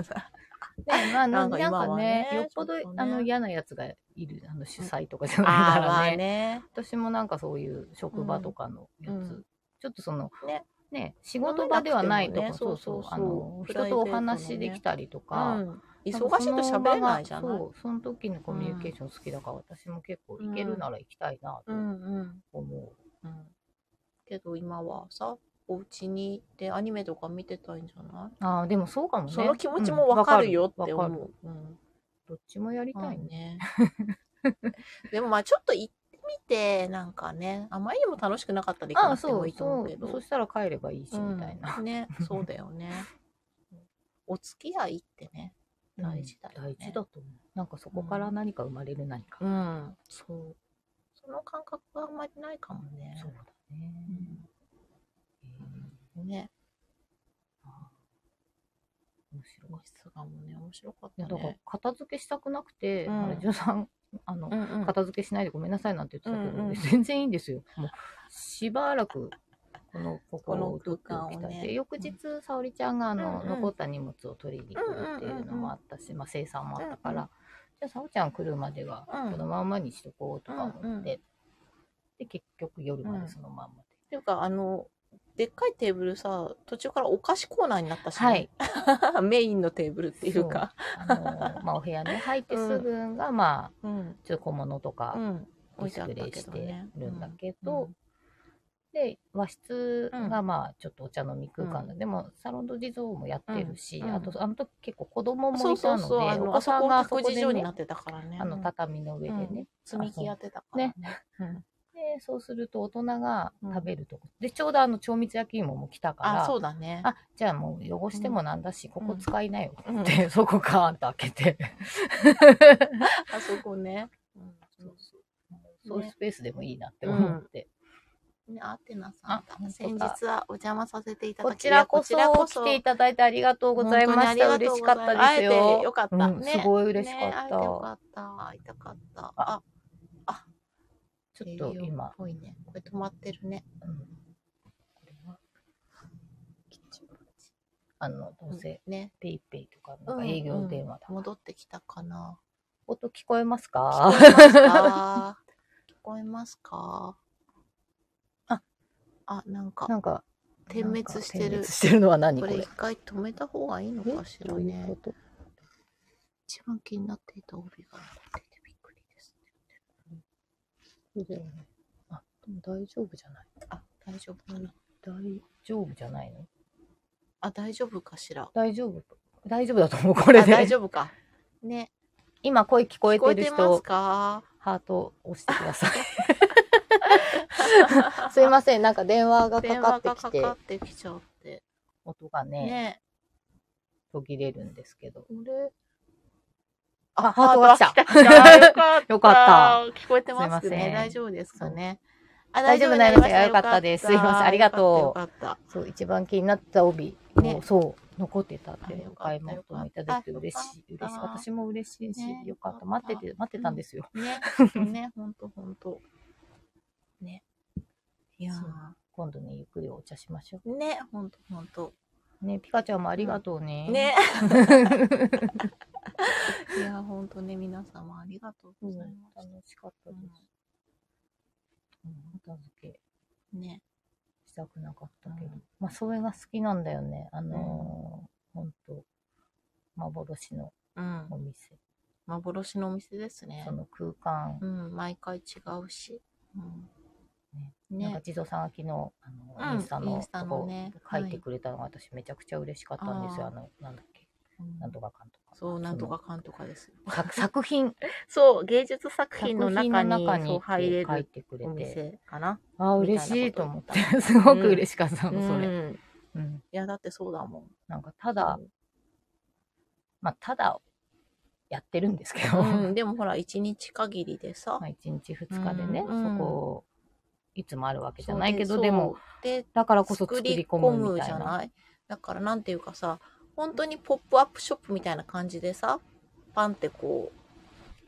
Speaker 1: で、まあ、
Speaker 2: な
Speaker 1: なんん
Speaker 2: か
Speaker 1: か
Speaker 2: 今はね
Speaker 1: ね、よっぽど、
Speaker 2: ちょっとね
Speaker 1: あの嫌なやつがいる、あの主催とかじゃない
Speaker 2: あ
Speaker 1: か
Speaker 2: ーまあ
Speaker 1: らね。
Speaker 2: ね。
Speaker 1: 私もなんかそういう職場とかのやつ、
Speaker 2: うんうん
Speaker 1: ちょっとその、
Speaker 2: ね
Speaker 1: ね仕事場ではないとこ、
Speaker 2: 飲めなくて
Speaker 1: そ
Speaker 2: もね
Speaker 1: うそう
Speaker 2: そうそうそう
Speaker 1: あの
Speaker 2: プラ
Speaker 1: 人と
Speaker 2: イベー
Speaker 1: お
Speaker 2: トのね
Speaker 1: 話できたりと
Speaker 2: う
Speaker 1: か、
Speaker 2: ん。忙しいと喋れないじゃない
Speaker 1: そう、その時のコミュニケーション好きだから、私も結構行けるなら行きたいなと
Speaker 2: うんうん。
Speaker 1: 思う。
Speaker 2: うんけど今はさお家に行ってアニメとか見てたいんじゃない、
Speaker 1: ああ、でもそうかもね。
Speaker 2: その気持ちもわかるよって
Speaker 1: わか
Speaker 2: 思
Speaker 1: るわか
Speaker 2: う
Speaker 1: る。
Speaker 2: うん
Speaker 1: どっちもやりたいね。
Speaker 2: ね でもまあちょっと行ってみてなんかねあまりにも楽しくなかったら行か
Speaker 1: あ
Speaker 2: な
Speaker 1: あ、
Speaker 2: くて
Speaker 1: そ
Speaker 2: も
Speaker 1: う
Speaker 2: いいと思うけ
Speaker 1: そ
Speaker 2: ど
Speaker 1: う。そしたら帰ればいいし、
Speaker 2: うん
Speaker 1: みたいな。
Speaker 2: ねそうだよねお付き合いってね大事だよね
Speaker 1: 大事だと思う。なんかそこから何か生まれる何か。
Speaker 2: うんそうその感覚があんまりないかもね
Speaker 1: そうだね。うん
Speaker 2: うんね
Speaker 1: 面白い。
Speaker 2: 個室がもね面白かっ
Speaker 1: い
Speaker 2: た
Speaker 1: やだから
Speaker 2: ね
Speaker 1: 片付けしたくなくて、
Speaker 2: うん
Speaker 1: あれ、ジョさん、あの、
Speaker 2: うんうん
Speaker 1: 片付けしないでごめんなさいなんて言ってたけど、
Speaker 2: うんうん
Speaker 1: 全然いいんですよ。もうしばらくこの心を
Speaker 2: この空間をね
Speaker 1: 取っておきたいで翌日、沙織ちゃんがあの、
Speaker 2: うんうん
Speaker 1: 残った荷物を取りに行くっていうのもあったし、まあ、生産もあったから、
Speaker 2: うんうん
Speaker 1: じゃあ沙織ちゃん来るまでは
Speaker 2: うん
Speaker 1: このまんまにしとこうとか思って、
Speaker 2: うんうん
Speaker 1: で結局夜までそのまんまで。
Speaker 2: っていうか、あの、でっかいテーブルさ、途中からお菓子コーナーになったし、
Speaker 1: は、い、
Speaker 2: メインのテーブルっていうか。
Speaker 1: あの まあ、お部屋に入ってすぐが、まあ、
Speaker 2: うん。
Speaker 1: ちょっと小物とか
Speaker 2: うん。
Speaker 1: デ
Speaker 2: 置
Speaker 1: ィ
Speaker 2: いてあ
Speaker 1: スプレ
Speaker 2: った
Speaker 1: イ
Speaker 2: け
Speaker 1: し
Speaker 2: ど
Speaker 1: て
Speaker 2: ね。
Speaker 1: るんだけ
Speaker 2: うん
Speaker 1: ど、で和室
Speaker 2: う
Speaker 1: がまあちょっとお茶飲み空間で、でもサロンド地蔵もやってるし、
Speaker 2: うんうん
Speaker 1: あとあの時結構子供
Speaker 2: うん
Speaker 1: も
Speaker 2: そう
Speaker 1: い
Speaker 2: そ
Speaker 1: た
Speaker 2: う
Speaker 1: の
Speaker 2: そう、あ
Speaker 1: でお
Speaker 2: の、
Speaker 1: 子
Speaker 2: あそ
Speaker 1: さ
Speaker 2: こ
Speaker 1: ん
Speaker 2: が
Speaker 1: がそこ
Speaker 2: 託児
Speaker 1: で
Speaker 2: 所に
Speaker 1: ね
Speaker 2: なってたからね。
Speaker 1: あの畳の上でね、
Speaker 2: うん積み木やってたからね。うん
Speaker 1: でそうすると大人が食べるとこ、でちょうどあの調蜜焼き芋も来たから
Speaker 2: あ、そうだね。
Speaker 1: あじゃあもう汚してもなんだし、ここ使いなよ
Speaker 2: うん
Speaker 1: って、そこガーンと開けて
Speaker 2: あそこね。うんそうそ
Speaker 1: そういうスペースでもいいなって思って、
Speaker 2: うねアテナさん
Speaker 1: あ本当
Speaker 2: が
Speaker 1: だ
Speaker 2: 先日はお邪魔させていただき
Speaker 1: こちらこそ
Speaker 2: いやこち
Speaker 1: 来
Speaker 2: らこ
Speaker 1: ていただいてありがとうございました
Speaker 2: 本当にありがと
Speaker 1: 嬉
Speaker 2: う
Speaker 1: し
Speaker 2: ご
Speaker 1: か
Speaker 2: ざ
Speaker 1: ったです
Speaker 2: います会
Speaker 1: よ
Speaker 2: えてよかった。
Speaker 1: うん
Speaker 2: ね
Speaker 1: すごい嬉しか
Speaker 2: ね
Speaker 1: っ
Speaker 2: 会え
Speaker 1: た、
Speaker 2: てよかった。会いたかった。あ、
Speaker 1: ちょっと今
Speaker 2: っぽいね。これ止まってるね。
Speaker 1: うんこれはあのどうせ
Speaker 2: ね。
Speaker 1: ペイペイとかなんか営業電話だ、
Speaker 2: うん戻ってきたかな。
Speaker 1: 音聞こえます
Speaker 2: 聞
Speaker 1: か
Speaker 2: こえますか聞こえますか
Speaker 1: あ、
Speaker 2: あ、なんか、
Speaker 1: なんか
Speaker 2: 点滅してる
Speaker 1: なんか点滅してるのは何
Speaker 2: こ
Speaker 1: これ
Speaker 2: れ一回止めた方がいいのかし
Speaker 1: え
Speaker 2: ら
Speaker 1: どういう
Speaker 2: ね
Speaker 1: こ。と
Speaker 2: 一番気になっていた帯が残っててびっくりです
Speaker 1: そうだよねあでも大丈夫じゃない
Speaker 2: ね。あ、大丈夫かな。
Speaker 1: 大丈夫じゃないの
Speaker 2: あ、大丈夫かしら。
Speaker 1: 大丈夫大丈夫だと思うこれ
Speaker 2: あ、大
Speaker 1: で
Speaker 2: 丈夫か。ね。
Speaker 1: 今声聞こえ
Speaker 2: 聞こ
Speaker 1: て
Speaker 2: え
Speaker 1: る
Speaker 2: てます
Speaker 1: 人
Speaker 2: か
Speaker 1: ハート押してくださ いすいませんなんか電話が
Speaker 2: 電
Speaker 1: かかって
Speaker 2: 話が
Speaker 1: き
Speaker 2: か
Speaker 1: て
Speaker 2: かってきちゃって。
Speaker 1: 音がね
Speaker 2: ね。
Speaker 1: 途切れるんですけど
Speaker 2: これ。
Speaker 1: あハートが来た
Speaker 2: ハートが来たよ
Speaker 1: よ
Speaker 2: か
Speaker 1: か
Speaker 2: った。聞こえてます
Speaker 1: すいませ
Speaker 2: ね。
Speaker 1: ん
Speaker 2: 大丈夫ですかね。あ
Speaker 1: 大丈夫
Speaker 2: に
Speaker 1: 大丈夫よかったですすいませんありがとう
Speaker 2: よかった。よかっ
Speaker 1: そう、一番気になった帯を、
Speaker 2: ね
Speaker 1: そう、残ってたって
Speaker 2: あよかっ
Speaker 1: お買
Speaker 2: た
Speaker 1: い物もいただいて嬉しい、
Speaker 2: よか
Speaker 1: 嬉
Speaker 2: った
Speaker 1: しい。私も嬉しいし、
Speaker 2: ね
Speaker 1: よかっ
Speaker 2: よかった
Speaker 1: た。待ってて、待ってたんですよ。
Speaker 2: たね、ほんとね、ほんとほんと。ね。いや
Speaker 1: 今度ね、ゆっくりお茶しましょ
Speaker 2: ーね、ほんとほんと。
Speaker 1: う。ね、ピカちゃんもありがとうね。
Speaker 2: ね。 いやー、ほんとね、皆様ありがとう
Speaker 1: う
Speaker 2: ご
Speaker 1: ん
Speaker 2: ざいました。
Speaker 1: 楽しかったです。片付け
Speaker 2: ね。
Speaker 1: したくなかったけど、
Speaker 2: うん
Speaker 1: まあそれが好きなんだよねあのーほんと幻の
Speaker 2: うん
Speaker 1: お。店、
Speaker 2: 幻のお店ですね
Speaker 1: そ。の空間、
Speaker 2: うん。毎回違うし。うん。
Speaker 1: ねなんか
Speaker 2: ね。
Speaker 1: 地蔵さんが昨日あの、
Speaker 2: うん
Speaker 1: インスタ
Speaker 2: イ
Speaker 1: の
Speaker 2: ンスタ
Speaker 1: と
Speaker 2: の
Speaker 1: こ
Speaker 2: ね
Speaker 1: 書い
Speaker 2: は
Speaker 1: て
Speaker 2: い
Speaker 1: くれたのが私めちゃくちゃ嬉しかったんですよ
Speaker 2: あ
Speaker 1: あ
Speaker 2: ー
Speaker 1: のなんだっけ
Speaker 2: うん
Speaker 1: なんとかかんとか
Speaker 2: そう、なんとか
Speaker 1: そ
Speaker 2: かんとかですよ。
Speaker 1: の作作品
Speaker 2: そう、芸術作
Speaker 1: 作
Speaker 2: 品
Speaker 1: 品
Speaker 2: の
Speaker 1: の
Speaker 2: 中
Speaker 1: 中
Speaker 2: に
Speaker 1: に
Speaker 2: そう入れ
Speaker 1: 書い
Speaker 2: る
Speaker 1: てくれ
Speaker 2: お
Speaker 1: て
Speaker 2: 店かな。
Speaker 1: あー
Speaker 2: み
Speaker 1: 嬉
Speaker 2: たいなこと
Speaker 1: しいと思って すごく嬉しかったの、
Speaker 2: うん
Speaker 1: それ、
Speaker 2: い
Speaker 1: うん、
Speaker 2: や、だってそうだもん。
Speaker 1: なんかただ、まあただやってるんですけど、
Speaker 2: うん、でもほら、一日限りで さ
Speaker 1: まあ、。1日2日でね、
Speaker 2: う
Speaker 1: そ
Speaker 2: ん
Speaker 1: こいつもあるわけじゃ
Speaker 2: そう
Speaker 1: ないけど
Speaker 2: そう
Speaker 1: でも
Speaker 2: で、
Speaker 1: だからこそ
Speaker 2: 作
Speaker 1: 作
Speaker 2: り
Speaker 1: り
Speaker 2: 込
Speaker 1: 込
Speaker 2: む
Speaker 1: むみ
Speaker 2: じ
Speaker 1: たい
Speaker 2: ゃ
Speaker 1: な
Speaker 2: ないだからなんていうかさ本当にポップアップショップみたいな感じでさパンってこう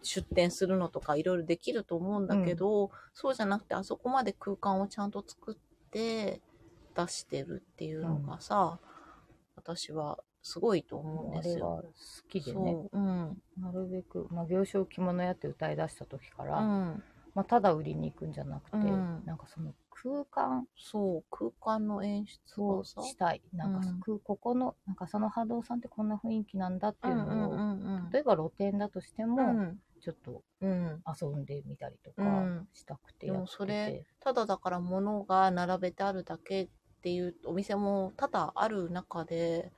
Speaker 2: 出店するのとかいろいろできると思うんだけど、そうじゃなくてあそこまで空間をちゃんと作って出してるっていうのがさ、私はすごいと思うん
Speaker 1: あ
Speaker 2: です
Speaker 1: れは
Speaker 2: よ
Speaker 1: 好。きでね
Speaker 2: そう、うん、
Speaker 1: なるべく、まあ、行商着物屋って歌い出した時か
Speaker 2: う
Speaker 1: ら、
Speaker 2: ん、
Speaker 1: まあ、ただ売りに行くんじゃなくて、
Speaker 2: うん
Speaker 1: なんかその空間
Speaker 2: そう、空間の演出
Speaker 1: を
Speaker 2: をさ、
Speaker 1: したいなんかそ、
Speaker 2: うん
Speaker 1: 空ここのなんかその波動さんってこんな雰囲気なんだっていうのを、
Speaker 2: んうん
Speaker 1: 例えば露店だとして
Speaker 2: う
Speaker 1: も、
Speaker 2: ん、
Speaker 1: ちょっと
Speaker 2: うん、
Speaker 1: 遊んでみたりとか
Speaker 2: うん
Speaker 1: したくて
Speaker 2: で
Speaker 1: やってて、
Speaker 2: もそれただだから物が並べてあるだけっていうお店も多々ある中で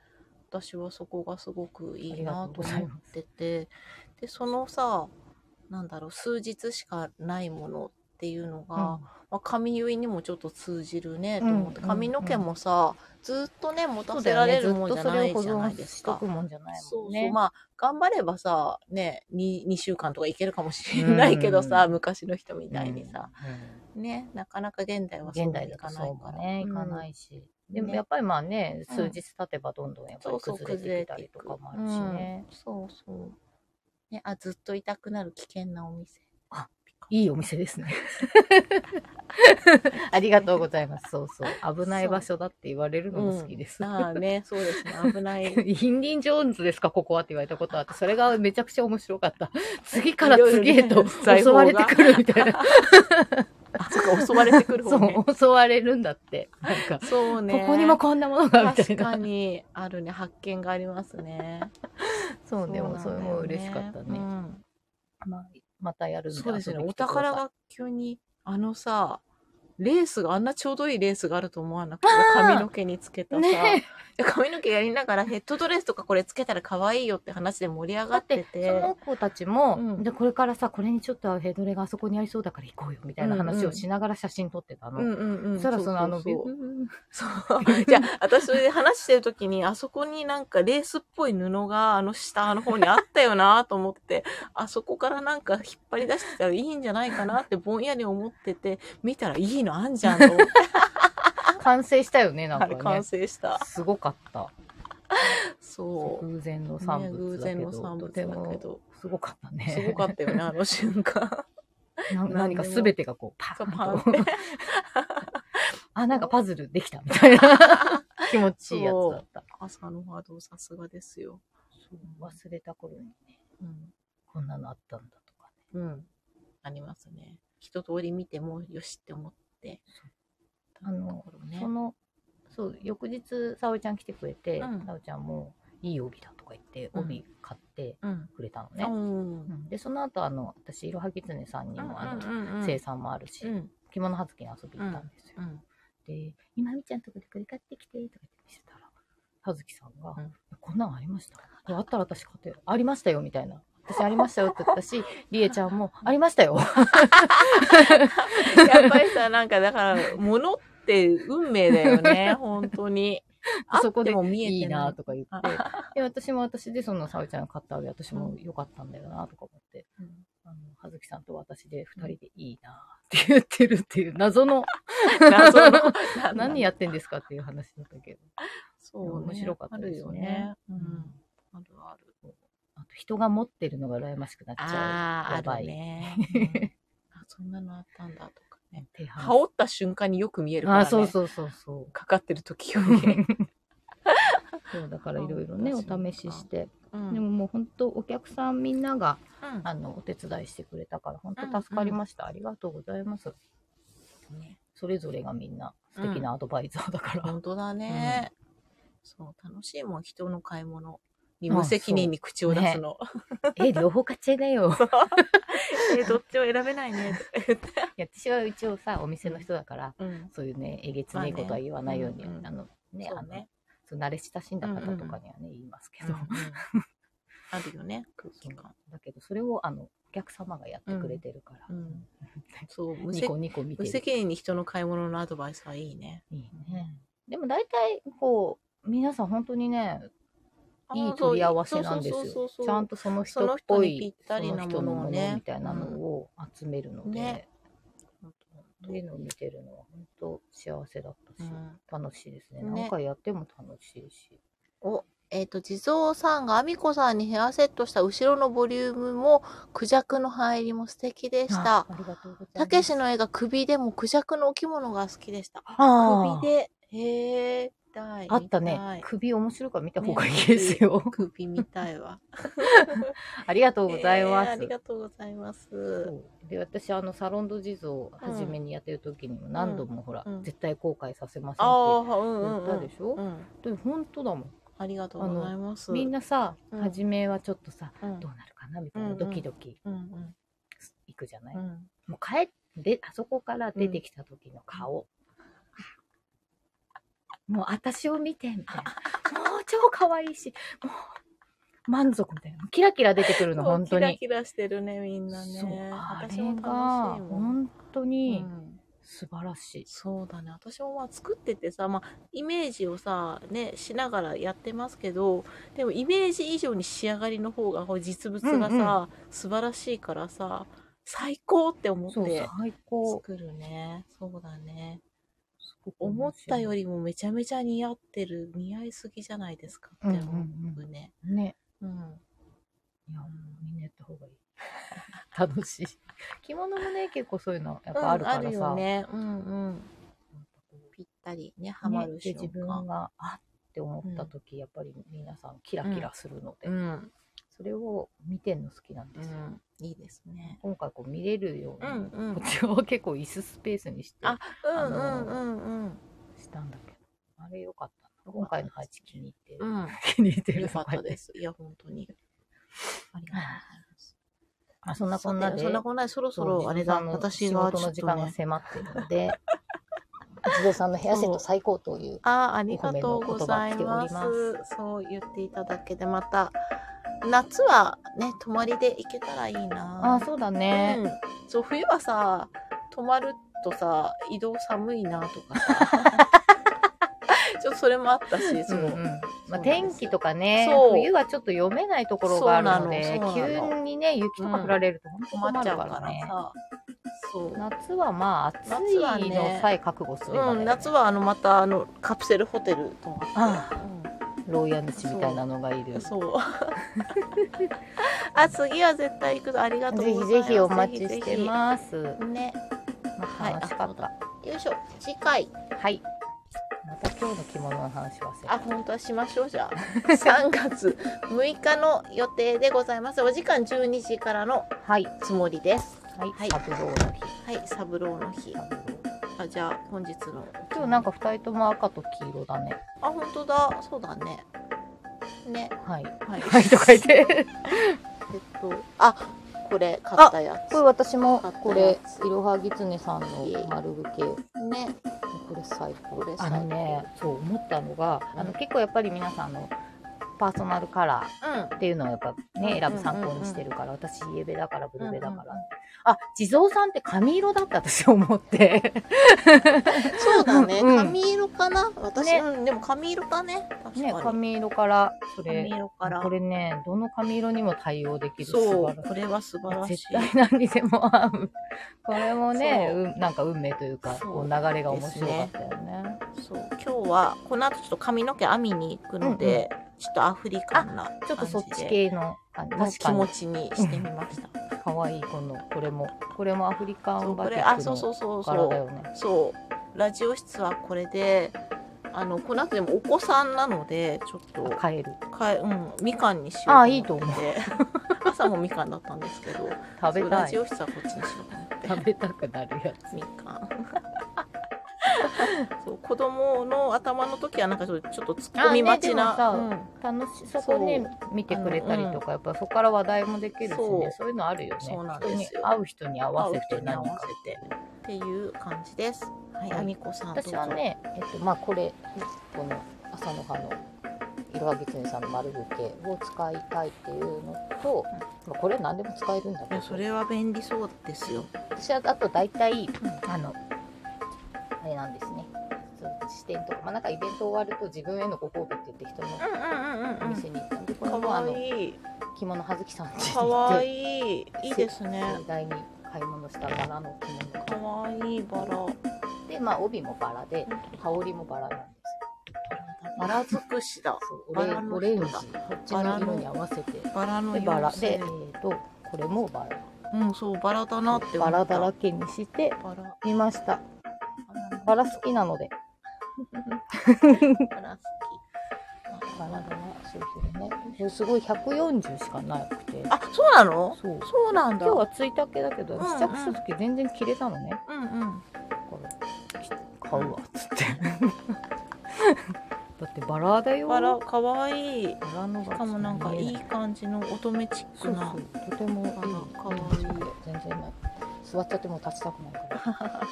Speaker 2: 私はそこがすごくいいなと思っててでそのさなんだろう数日しかないものっていうのが、まあ、髪結いにもちょっと通じるねと思って、
Speaker 1: うんうん
Speaker 2: 髪の毛もさずっとね持
Speaker 1: そ
Speaker 2: た
Speaker 1: う
Speaker 2: せ
Speaker 1: だ
Speaker 2: ら
Speaker 1: よね
Speaker 2: れ
Speaker 1: ず
Speaker 2: る
Speaker 1: っ
Speaker 2: もん
Speaker 1: と
Speaker 2: じゃ
Speaker 1: それ
Speaker 2: な
Speaker 1: を
Speaker 2: い
Speaker 1: 保
Speaker 2: じゃない
Speaker 1: 存
Speaker 2: です
Speaker 1: しと
Speaker 2: か
Speaker 1: く。もんじゃない
Speaker 2: そ
Speaker 1: も
Speaker 2: うんそう
Speaker 1: ね。
Speaker 2: まあ頑張ればさね 2, 2週間とかいけるかもしれないけどさ、
Speaker 1: うん
Speaker 2: 昔の人みたいにさ、
Speaker 1: うん
Speaker 2: ね、なかなか現代はそう
Speaker 1: 現
Speaker 2: は
Speaker 1: 代
Speaker 2: い
Speaker 1: だ
Speaker 2: か
Speaker 1: と
Speaker 2: な
Speaker 1: そ
Speaker 2: いうか
Speaker 1: も
Speaker 2: ら。
Speaker 1: ね、いかないし。でもやっぱりまあね、
Speaker 2: うん
Speaker 1: 数日経てばどんどんやっぱ
Speaker 2: そ
Speaker 1: り
Speaker 2: うそう、
Speaker 1: 崩れ
Speaker 2: 崩
Speaker 1: て
Speaker 2: れ
Speaker 1: きた
Speaker 2: てい
Speaker 1: り
Speaker 2: く
Speaker 1: とかもあるしね。
Speaker 2: うんそうそう。ね、あ、ずっと痛くなる危険なお店。
Speaker 1: いいお店です ね。ありがとうございます。そうそう。危ない場所だって言われるのも好きです。
Speaker 2: ああね、そうですね、危な い。
Speaker 1: インディ・ンジョーンズですか、ここはって言われたことあって、それがめちゃくちゃ面白か った。次から次へ
Speaker 2: いろいろ
Speaker 1: と
Speaker 2: ね財
Speaker 1: 襲
Speaker 2: 宝
Speaker 1: わ
Speaker 2: が
Speaker 1: れてくるみたい な。
Speaker 2: あ、そっか、襲われてくる方ね。
Speaker 1: そう、襲われるんだって。なんか、
Speaker 2: そうね。
Speaker 1: ここにもこんなものがみた
Speaker 2: 確
Speaker 1: いな
Speaker 2: か。にあるね、発見がありますね。
Speaker 1: そう、でもそれも
Speaker 2: うなんだよ
Speaker 1: 嬉しかった
Speaker 2: う
Speaker 1: ね。
Speaker 2: ん
Speaker 1: まあまたやるんで
Speaker 2: そうですね、
Speaker 1: 遊び
Speaker 2: お
Speaker 1: に来てください
Speaker 2: 宝が急に、あのさ、レースがあんなちょうどいいレースがあると思わ なくて、髪の毛につけたさ、
Speaker 1: ね
Speaker 2: で髪の毛やりながらヘッドドレスとかこれつけたら可愛いよって話で盛り上が
Speaker 1: だっ
Speaker 2: っ
Speaker 1: て
Speaker 2: てて。
Speaker 1: その子たちも、
Speaker 2: うん
Speaker 1: でこれからさこれにちょっと合うヘドレがあそこにありそうだから行こうよみたいな話をしながら写真撮ってたの、
Speaker 2: うんうんうん。
Speaker 1: そしたらそのあの
Speaker 2: そう
Speaker 1: ビュー
Speaker 2: そうそうじゃあ、私それで話してる時に、あそこになんかレースっぽい布があの下の方にあったよなと思って、あそこからなんか引っ張り出してたらいいんじゃないかなってぼんやり思ってて、見たらいいのあんじゃん と思って、
Speaker 1: 完成したよねなん
Speaker 2: あれ
Speaker 1: かね
Speaker 2: 完成した。
Speaker 1: すごかった
Speaker 2: そう。
Speaker 1: 偶然の
Speaker 2: ね
Speaker 1: 産
Speaker 2: 偶
Speaker 1: 物だけ
Speaker 2: 然
Speaker 1: ど,、
Speaker 2: の産物
Speaker 1: とて
Speaker 2: だけ
Speaker 1: も
Speaker 2: ど。
Speaker 1: すごかったね
Speaker 2: すごかったよね、あの瞬間。
Speaker 1: た何か全てがこうパーン
Speaker 2: そう パ
Speaker 1: と あなんかパズルできたみたいな気持ちいいやつだった
Speaker 2: 朝の波動さすがですよ。
Speaker 1: 忘れた頃にね
Speaker 2: うん。
Speaker 1: こんなのあったんだとかね
Speaker 2: うん。ありますね。一通り見てもよしって思って。
Speaker 1: あの
Speaker 2: ところね
Speaker 1: そのそう翌日沙織ちゃん来てくれて、
Speaker 2: うん
Speaker 1: 沙織ちゃんもいい帯だとか言って
Speaker 2: うん
Speaker 1: 帯買って
Speaker 2: うん。
Speaker 1: くれたの
Speaker 2: ね。う。
Speaker 1: ね、うんんでその後あの私いろはぎつねさんにもあの、生産もあるし、
Speaker 2: うん。
Speaker 1: 着物はずきに遊びに行ったんですよ、
Speaker 2: うん。
Speaker 1: で「今みちゃんとこでこれ買ってきて」とか言って見せたらはずきさんが、
Speaker 2: うん
Speaker 1: こんなんありましたこれあったら私買ってよありましたよ」みたいな。私ありましたよって言った し、りえちゃんも、ありましたよ。
Speaker 2: やっぱりさ、なんかだから、物って運命だよね、 本当に。あ
Speaker 1: そこで
Speaker 2: っても見えて
Speaker 1: いいなと
Speaker 2: と。
Speaker 1: か言って、で私も私でその沙織ちゃんが買ったあれ私も良かったんだよなとか思って、
Speaker 2: うん
Speaker 1: あの葉月さんと私で2人でいいなって言ってるっていう謎 の
Speaker 2: 謎の
Speaker 1: 何やってんですかっていう話だったけど、
Speaker 2: そうね、
Speaker 1: 面白かったですね
Speaker 2: あるよね。う。
Speaker 1: うん
Speaker 2: あるある。
Speaker 1: あと人が持ってるのが羨ましくなっちゃ
Speaker 2: あ
Speaker 1: う
Speaker 2: あ、
Speaker 1: やば
Speaker 2: あ
Speaker 1: い
Speaker 2: るね。 うんあ、そんなのあったんだとか
Speaker 1: う
Speaker 2: ね。
Speaker 1: 手
Speaker 2: 羽織った瞬間によく見えるから、
Speaker 1: ああ
Speaker 2: ね。
Speaker 1: そうそうそうそう
Speaker 2: かかってる時よ り。
Speaker 1: そうだからいろいろねお
Speaker 2: 確かに
Speaker 1: 試しして、
Speaker 2: うん
Speaker 1: でももう本当お客さんみんなが
Speaker 2: うん
Speaker 1: あのお手伝いしてくれたから本当助かりました、ありがとうございますですね。それぞれがみんな素敵なアドバイザーだから。
Speaker 2: 本当だね、そう、楽しいもん、人の買い物に無責任に口を出すの。
Speaker 1: え、両方買っちゃいだよ。
Speaker 2: え、どっちも選べないね、とか言って。
Speaker 1: いや私は一応さ、お店の人だから、
Speaker 2: うん。
Speaker 1: そういうね、えげつねえことは言わないように、
Speaker 2: まあねうんうん
Speaker 1: あのね、
Speaker 2: そう
Speaker 1: あの
Speaker 2: ね、
Speaker 1: そう慣れ親しんだ方とかにはね、言いますけど、
Speaker 2: あるよね、空気
Speaker 1: そう
Speaker 2: 感。
Speaker 1: だけど、それをあのお客様がやってくれてるから、
Speaker 2: うんそう、無
Speaker 1: ニ
Speaker 2: 責
Speaker 1: コニコ見て
Speaker 2: 無
Speaker 1: る。
Speaker 2: 責任に人の買い物のアドバイスはいいね。
Speaker 1: いいね。でも大体、こう、皆さん本当にね、いい
Speaker 2: そう
Speaker 1: 取り合わせなんです
Speaker 2: そう
Speaker 1: よ
Speaker 2: そうそうそう。
Speaker 1: ちゃんとその人っぽい、
Speaker 2: その人にぴったりなものをね
Speaker 1: その人のものみたいなのを集めるので、
Speaker 2: ね本当
Speaker 1: そういうのを見てるのは本当幸せだったし、
Speaker 2: うん
Speaker 1: 楽しいですね。
Speaker 2: ね
Speaker 1: 何回やっても楽しいし。
Speaker 2: お、えっ、と、地蔵さんがアミコさんにヘアセットした後ろのボリュームも、クジャクの入りも素敵でした
Speaker 1: あ。ありがとうございます。
Speaker 2: たけしの絵が首でもクジャクのお着物が好きでした。
Speaker 1: あ
Speaker 2: 首
Speaker 1: ー
Speaker 2: で、へえ、見たい。
Speaker 1: あった
Speaker 2: 見た
Speaker 1: ね
Speaker 2: い。
Speaker 1: 首面白いから見た方がいいですよ。
Speaker 2: ね首見たいわ。
Speaker 1: ありがとうございま
Speaker 2: えーあ
Speaker 1: す
Speaker 2: り。がとうございます。
Speaker 1: そうで私あのサロンド地蔵を初めにやってる時にも何度もほら、
Speaker 2: うん
Speaker 1: 絶対後悔させません
Speaker 2: あ
Speaker 1: っ
Speaker 2: あ、うん
Speaker 1: て言
Speaker 2: う
Speaker 1: った
Speaker 2: ん、うん。
Speaker 1: でしょ、
Speaker 2: うん。
Speaker 1: で本当だもん
Speaker 2: ありがとうございます。
Speaker 1: みんなさ、
Speaker 2: うん
Speaker 1: 初めはちょっとさ
Speaker 2: うん
Speaker 1: どうなるかなみたいな、
Speaker 2: うんうん
Speaker 1: ドキドキ
Speaker 2: うん
Speaker 1: いくじゃない、
Speaker 2: うんうん
Speaker 1: もう帰ってあそこから出てきた時の顔、もう私を見てみたいなもう超可愛いしもう満足みたいなキラキラ出てくるの本当
Speaker 2: キラ
Speaker 1: に
Speaker 2: キラしてるね、みんなね。
Speaker 1: そうあれ
Speaker 2: 私も楽しい
Speaker 1: が
Speaker 2: もん。
Speaker 1: 本当に
Speaker 2: うん
Speaker 1: 素晴らしい、
Speaker 2: そうだね私もまあ作っててさ、まあ、イメージをさ、ね、しながらやってますけどでもイメージ以上に仕上がりの方がこう実物がさ、
Speaker 1: うん
Speaker 2: 素晴らしいからさ最高って思っ
Speaker 1: そう
Speaker 2: て
Speaker 1: 最高
Speaker 2: 作るねそうだね
Speaker 1: すごく
Speaker 2: 思ったよ
Speaker 1: り
Speaker 2: りもめちゃめちゃ似合ってる似合いすぎじゃないですかって思うね。
Speaker 1: ね
Speaker 2: うん
Speaker 1: いや、もうみんなやった方がいい。 楽しい。着物もね、結構そういうのやっぱあるからさ。
Speaker 2: うん、あるよね。うんうん。
Speaker 1: やっぱこう
Speaker 2: ぴったりね、ハ
Speaker 1: ハ
Speaker 2: マ
Speaker 1: マ
Speaker 2: る
Speaker 1: る
Speaker 2: 瞬
Speaker 1: 自分
Speaker 2: 間。
Speaker 1: が、あって思った時、やっぱり皆さんキラキラするので、
Speaker 2: うん、
Speaker 1: それを見てんの好きなんですよ。
Speaker 2: いいですね。
Speaker 1: 今回こう見れるよう
Speaker 2: う
Speaker 1: に、
Speaker 2: んうん
Speaker 1: こっちは結構椅子スペースにして
Speaker 2: あうん
Speaker 1: あ
Speaker 2: う
Speaker 1: の
Speaker 2: んうんうん。
Speaker 1: したんだけど、あれ良かったな。今回の配置気に入ってる。
Speaker 2: うん、
Speaker 1: 気に入ってる。
Speaker 2: よかったです。いや、本当に。ありがとうございます。
Speaker 1: あそんなこんなで
Speaker 2: さてそんなこんなで、そろそろ、あれ
Speaker 1: そ
Speaker 2: だ、
Speaker 1: う
Speaker 2: 私
Speaker 1: 地蔵
Speaker 2: がち
Speaker 1: さんの仕事
Speaker 2: ょ
Speaker 1: の
Speaker 2: っ
Speaker 1: 時
Speaker 2: と
Speaker 1: 間が
Speaker 2: ね。
Speaker 1: 迫っているの で、地蔵さんのヘアセット最高という。
Speaker 2: あーありがとうござい
Speaker 1: お褒めの言葉来
Speaker 2: ます
Speaker 1: ており
Speaker 2: そう言っていただけで、また、夏はね、泊まりで行けたらいいな。
Speaker 1: あ、そうだね。
Speaker 2: うん、そう冬はさ泊まるとさ移動寒いなとかさ ちょっとそれもあったしそう、
Speaker 1: うんうんまあ、
Speaker 2: そうなんです
Speaker 1: 天気とかね
Speaker 2: そう、
Speaker 1: 冬はちょっと読めないところがあるの
Speaker 2: そう
Speaker 1: で、
Speaker 2: なのそうなの
Speaker 1: 急にね、雪とか降られると本当
Speaker 2: 困
Speaker 1: 困
Speaker 2: っ
Speaker 1: る
Speaker 2: ちゃう
Speaker 1: か
Speaker 2: からら
Speaker 1: ね。
Speaker 2: さそう
Speaker 1: 夏はまあ暑
Speaker 2: 夏はいね
Speaker 1: のさえ覚悟すればだよ
Speaker 2: う
Speaker 1: ね
Speaker 2: ん、夏はあのまたあのカプセルホテル泊まって
Speaker 1: あ牢屋主みたいなのがい
Speaker 2: うん
Speaker 1: る。
Speaker 2: そう あ次は絶対行くぞありがとう
Speaker 1: ぜ
Speaker 2: ございま
Speaker 1: ひ
Speaker 2: す
Speaker 1: ぜひお待ちして
Speaker 2: ぜ
Speaker 1: ます。
Speaker 2: ひぜひね
Speaker 1: まあ楽しかっ
Speaker 2: は
Speaker 1: た。
Speaker 2: よいしょ次回
Speaker 1: はい。また今日の着物の話忘れ
Speaker 2: あ
Speaker 1: た。
Speaker 2: 本当はしましょうじゃあ 3月6日の予定でございますお時間12時からの
Speaker 1: はい。
Speaker 2: つもりです。
Speaker 1: は
Speaker 2: はい
Speaker 1: い。サブローの日。
Speaker 2: はい、サブローの日。あ、じゃあ本日の。
Speaker 1: 今日なんか二人とも赤と黄色だね。
Speaker 2: あ、本当だ。そうだね。ね。
Speaker 1: はい。
Speaker 2: はい。
Speaker 1: はいとか言っ。て。
Speaker 2: えっと、あ、これ買ったや つ
Speaker 1: これ。私も
Speaker 2: 買ったやつ
Speaker 1: これいろはぎつねさんの丸受け。
Speaker 2: ね。
Speaker 1: これ最
Speaker 2: これ
Speaker 1: あ
Speaker 2: 最高
Speaker 1: のね、そう思ったのが、
Speaker 2: うん
Speaker 1: あの結構やっぱり皆さんあのパーソナルカラー
Speaker 2: うん。
Speaker 1: っていうのをやっぱ
Speaker 2: うん
Speaker 1: ね選ぶ参考にしてるから、私イエベだからブルベだから。あ、地蔵さんって髪色だって私思って。
Speaker 2: そうだね。
Speaker 1: うん
Speaker 2: 髪色かな。私、
Speaker 1: ね
Speaker 2: うん、でも髪色だね。確かに。
Speaker 1: ね、
Speaker 2: 髪
Speaker 1: 髪色からそれ。
Speaker 2: 色から
Speaker 1: こ。れね、どの髪色にも対応できる。素
Speaker 2: そう。
Speaker 1: 晴らしい
Speaker 2: これは素晴らしい。
Speaker 1: 絶対何にでも合う。これもね、
Speaker 2: そう
Speaker 1: うんなんか運命というか、
Speaker 2: そう
Speaker 1: こう流れが面白かったよね。
Speaker 2: そう。今日はこの後ちょっと髪の毛編みに行くので、ちょっとアフリカンな感じで。
Speaker 1: ちょっとそっち系の、あ
Speaker 2: の
Speaker 1: 確
Speaker 2: 気
Speaker 1: か
Speaker 2: 持
Speaker 1: に
Speaker 2: ちにしてみました。
Speaker 1: 可愛いこの、これも、これもアフリカ
Speaker 2: そ
Speaker 1: ン
Speaker 2: う
Speaker 1: バ
Speaker 2: こ
Speaker 1: テ
Speaker 2: れ
Speaker 1: ィ
Speaker 2: あ
Speaker 1: ック
Speaker 2: そうそ
Speaker 1: の
Speaker 2: うそうそ
Speaker 1: 柄だ
Speaker 2: う
Speaker 1: よね。
Speaker 2: そうラジオ室はこれであのこの後でもお子さんなのでちょっと
Speaker 1: カエル。
Speaker 2: かえ、うん、みかんにしよう
Speaker 1: あいいと思う
Speaker 2: ってて 朝もみかんだったんですけど
Speaker 1: 食べ
Speaker 2: そう
Speaker 1: た
Speaker 2: ラジ
Speaker 1: い。
Speaker 2: オ室はこっちにしようと思って
Speaker 1: 食べたくなるやつ。
Speaker 2: みかん そう子供の頭の時はなんかちょっとちょっと突っ込み待ちな、
Speaker 1: あねでもさ楽しそこね見てくれたりとか、やっぱそこから話題もできるしね
Speaker 2: そう
Speaker 1: そういうのあるよね
Speaker 2: そうなん
Speaker 1: 人
Speaker 2: で
Speaker 1: に
Speaker 2: すよ
Speaker 1: 会う人に合
Speaker 2: うん、合
Speaker 1: わ
Speaker 2: う
Speaker 1: せ
Speaker 2: 人
Speaker 1: て
Speaker 2: に合
Speaker 1: 何
Speaker 2: わ
Speaker 1: か
Speaker 2: せてっていう感じです。はい、
Speaker 1: はい
Speaker 2: あみこさん
Speaker 1: 私はね、えっとまあ、これこの朝の葉の色はぎつねさんの丸ブケを使いたいっていうのと、まあ、これ何でも使えるんだ
Speaker 2: ど
Speaker 1: け
Speaker 2: う
Speaker 1: ど
Speaker 2: ぞいやそれは便利そうですよ。
Speaker 1: 私はあと大体あのあれなんですねそう支店とか、まあ、なんかイベント終わると自分へのご褒美って言って人の
Speaker 2: うんうん
Speaker 1: お店に行ったんで、これ
Speaker 2: か
Speaker 1: もあ
Speaker 2: わ
Speaker 1: の
Speaker 2: いい。
Speaker 1: 着物葉月さんちに
Speaker 2: か
Speaker 1: 行っ
Speaker 2: わ
Speaker 1: て
Speaker 2: いい。いいですね。
Speaker 1: 盛大に買い物したバラの着物
Speaker 2: か
Speaker 1: 買っ
Speaker 2: わいいバラ。
Speaker 1: て、まあ、帯もバラで羽織もバラなんです
Speaker 2: バラ尽くしだ。
Speaker 1: そうオ
Speaker 2: バ
Speaker 1: レ
Speaker 2: ラ
Speaker 1: ン
Speaker 2: の
Speaker 1: オレン
Speaker 2: 人
Speaker 1: ジ
Speaker 2: だ
Speaker 1: こっちの色に合わせて
Speaker 2: バラの
Speaker 1: で
Speaker 2: 妖
Speaker 1: バラ
Speaker 2: 精
Speaker 1: で、えー、とこれもバラ
Speaker 2: うん、そう、バラだなって思
Speaker 1: バ
Speaker 2: った。
Speaker 1: ラだらけにして
Speaker 2: バラ。
Speaker 1: みましたバラ好きなので
Speaker 2: バラ好き。
Speaker 1: バラだなそうそうねこれすごい140しかなくて
Speaker 2: あ、そうなの
Speaker 1: そう
Speaker 2: そうなんだ。
Speaker 1: 今日はついたけだけど
Speaker 2: うんうん
Speaker 1: 試着した時全然切れたのね
Speaker 2: うんうん。
Speaker 1: だからき買うわっつって だってバラだよ
Speaker 2: バラ、かわいい。し
Speaker 1: バラのし
Speaker 2: かもなんかいい感じの乙女チッ
Speaker 1: そ
Speaker 2: ク
Speaker 1: う
Speaker 2: な。
Speaker 1: そうとてもいい
Speaker 2: あらかわいい
Speaker 1: 全然ない座っちゃってもう立ちたくないから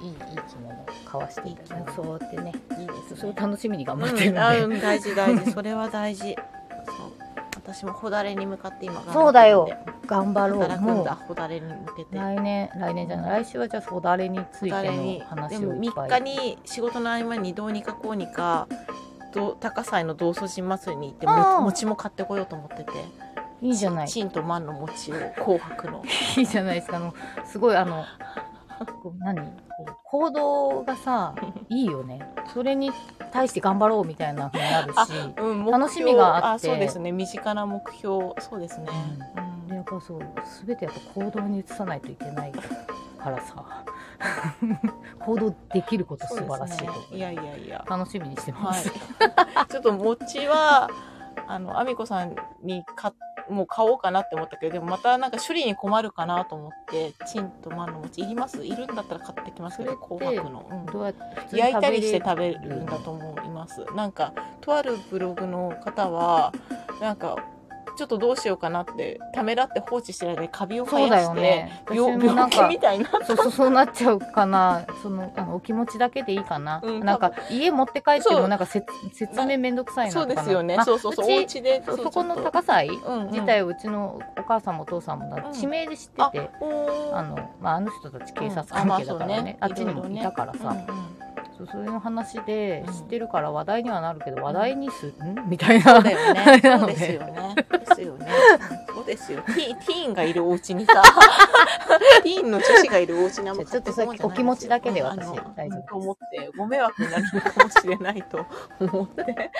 Speaker 1: いいいい着物買わしていただいて
Speaker 2: いい着
Speaker 1: そうってねいいです
Speaker 2: ね
Speaker 1: それを楽しみに頑張
Speaker 2: う
Speaker 1: っ
Speaker 2: ん
Speaker 1: てるんで、
Speaker 2: あうん、大事大 事。それは大事。そう。私もほだれに向かって今
Speaker 1: そうだよ頑張ろう
Speaker 2: 働くん
Speaker 1: も
Speaker 2: だ。
Speaker 1: う
Speaker 2: ほだれに向けて。
Speaker 1: 来年来年じゃない来週はじゃあそだれについて
Speaker 2: 誰に
Speaker 1: の話
Speaker 2: で
Speaker 1: を
Speaker 2: も
Speaker 1: いっぱ
Speaker 2: 3
Speaker 1: い
Speaker 2: 日に仕事の合間にどうにかこうにかど高祭の道祖神祭りに行って
Speaker 1: あ
Speaker 2: も
Speaker 1: ー
Speaker 2: 餅も買ってこようと思ってて
Speaker 1: いいじゃない
Speaker 2: チンとマンの餅を紅白の
Speaker 1: いいじゃないですかあのすごいあのこう何こう行動がさいいよねそれに対して頑張ろうみたいなふうになるし
Speaker 2: あうん目標
Speaker 1: 楽しみがあって
Speaker 2: そうですね身近な目標そうですね、うん
Speaker 1: でやっぱそう全てやっぱ行動に移さないといけないからさ 行動できること素晴らしいと
Speaker 2: そう
Speaker 1: 思
Speaker 2: です
Speaker 1: う
Speaker 2: ねいやいやいや
Speaker 1: 楽しみにしてま
Speaker 2: は
Speaker 1: す、
Speaker 2: い ちょっと餅はあのあみこさんにかもう買おうかなって思ったけどでもまたなんか処理に困るかなと思ってチンとマンの餅いりますいるんだったら買ってきますけど
Speaker 1: それって
Speaker 2: 紅白の、うん
Speaker 1: どうやって普通に食べれる
Speaker 2: 焼いたりして食べるんだと思います。なんか、とあるブログの方は、なんか、ちょっとどうしようかなって、ためらって放置してる間にカビを生
Speaker 1: そうだ
Speaker 2: や
Speaker 1: よ
Speaker 2: して、
Speaker 1: ね私
Speaker 2: 病
Speaker 1: もなん
Speaker 2: 病気
Speaker 1: か
Speaker 2: みたいになって
Speaker 1: そうそうそうなっちゃうかなそのあのお気持ちだけでいいかな、
Speaker 2: うん
Speaker 1: なんか家持って帰って
Speaker 2: そ
Speaker 1: も
Speaker 2: う
Speaker 1: なんかせつ説明めんどくさいな
Speaker 2: そう
Speaker 1: と
Speaker 2: で
Speaker 1: かな
Speaker 2: すよね
Speaker 1: あ。
Speaker 2: そうそうそう。お
Speaker 1: ち
Speaker 2: 家で、
Speaker 1: そう
Speaker 2: う
Speaker 1: そこの
Speaker 2: ちょっと
Speaker 1: 高祭
Speaker 2: うんうん
Speaker 1: 自体をうちのお母さんもお父さんもな
Speaker 2: うん
Speaker 1: 地名で知って
Speaker 2: あ
Speaker 1: て、、
Speaker 2: おー
Speaker 1: あのまあ、あの人たち警察
Speaker 2: うんあま
Speaker 1: 関係
Speaker 2: あ
Speaker 1: だからね,、あ
Speaker 2: そうね
Speaker 1: っちにもいたからさ、
Speaker 2: うんうん
Speaker 1: そうそういう話で
Speaker 2: うん
Speaker 1: 知ってるから話題にはなるけど、話題にする、ん、みたい
Speaker 2: そ
Speaker 1: な
Speaker 2: うだよ
Speaker 1: あれ
Speaker 2: ね。
Speaker 1: なの
Speaker 2: そう
Speaker 1: ね
Speaker 2: ですよね。ですよね。そうですよ。ティーンティーンがいるお家にさ、 ティーンの女子がいるお家にあんま買ってこもんじゃな
Speaker 1: ちょっ
Speaker 2: いですよ
Speaker 1: とさお気持ちだけで私
Speaker 2: あの
Speaker 1: 大丈夫です
Speaker 2: と思って、ご迷惑になるかもしれないと思って。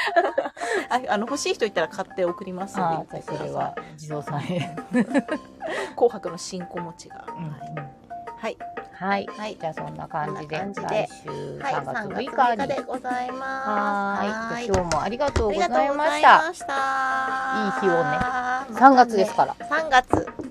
Speaker 2: ああの、欲しい人いたら買って送りますの
Speaker 1: あ
Speaker 2: で
Speaker 1: じ
Speaker 2: 言
Speaker 1: ゃあそ
Speaker 2: ってくだ
Speaker 1: れ
Speaker 2: さ
Speaker 1: は地蔵さんへ、
Speaker 2: い。紅白の新小餅が。
Speaker 1: うん
Speaker 2: はいはい。
Speaker 1: はい、
Speaker 2: はい
Speaker 1: じゃあそんな感じで
Speaker 2: こんな感じで
Speaker 1: 来週
Speaker 2: はい、
Speaker 1: 3
Speaker 2: 3
Speaker 1: 月6
Speaker 2: 月6
Speaker 1: 日
Speaker 2: 日
Speaker 1: に、
Speaker 2: でございます。
Speaker 1: はーい
Speaker 2: い
Speaker 1: じゃあ今日もありがと
Speaker 2: あ
Speaker 1: うご
Speaker 2: り
Speaker 1: ざ
Speaker 2: がと
Speaker 1: いう
Speaker 2: ご
Speaker 1: ま
Speaker 2: ざ
Speaker 1: し
Speaker 2: い
Speaker 1: た
Speaker 2: ました。
Speaker 1: いい日をね3月ですから
Speaker 2: 3月